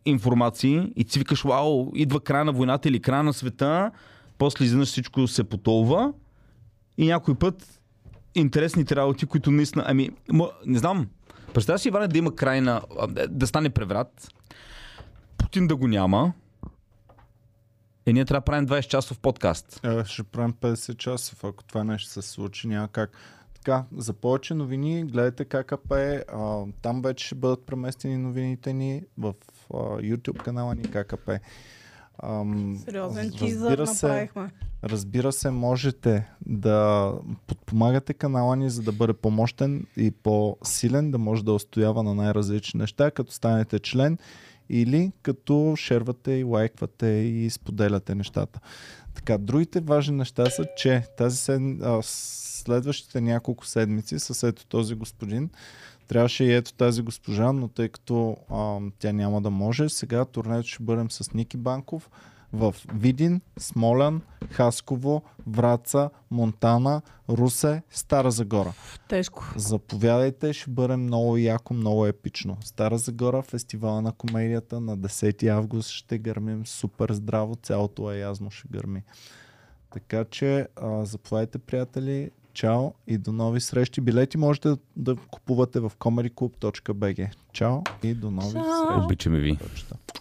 информации и ти си викаш, вау, идва края на войната или края на света, после изведнъж всичко се потолва и някой път интересните работи, които наистина, ами, мо- не знам, представя си, Иване, да има край на, а, да стане преврат, Путин да го няма, е, ние трябва да правим 20 часов подкаст. Е, ще правим 50 часов, ако това нещо се случи, няма как. Така, за повече новини гледайте ККП. А, там вече ще бъдат преместени новините ни в а, YouTube канала ни ККП. Ам, сериозен тизър разбира се, направихме. разбира се, можете да подпомагате канала ни, за да бъде помощен и по-силен, да може да устоява на най-различни неща, като станете член или като шервате и лайквате и споделяте нещата. Така, другите важни неща са, че тази седм... а, следващите няколко седмици с ето този господин, трябваше и ето тази госпожа, но тъй като а, тя няма да може, сега турнето ще бъдем с Ники Банков, в Видин, Смолян, Хасково, Враца, Монтана, Русе, Стара Загора. Тежко. Заповядайте, ще бъде много яко, много епично. Стара Загора, фестивала на комедията на 10 август ще гърмим супер здраво, цялото е язно ще гърми. Така че а, заповядайте, приятели, чао и до нови срещи. Билети можете да купувате в comedyclub.bg. Чао и до нови Чао. срещи. Обичаме ви. Точно.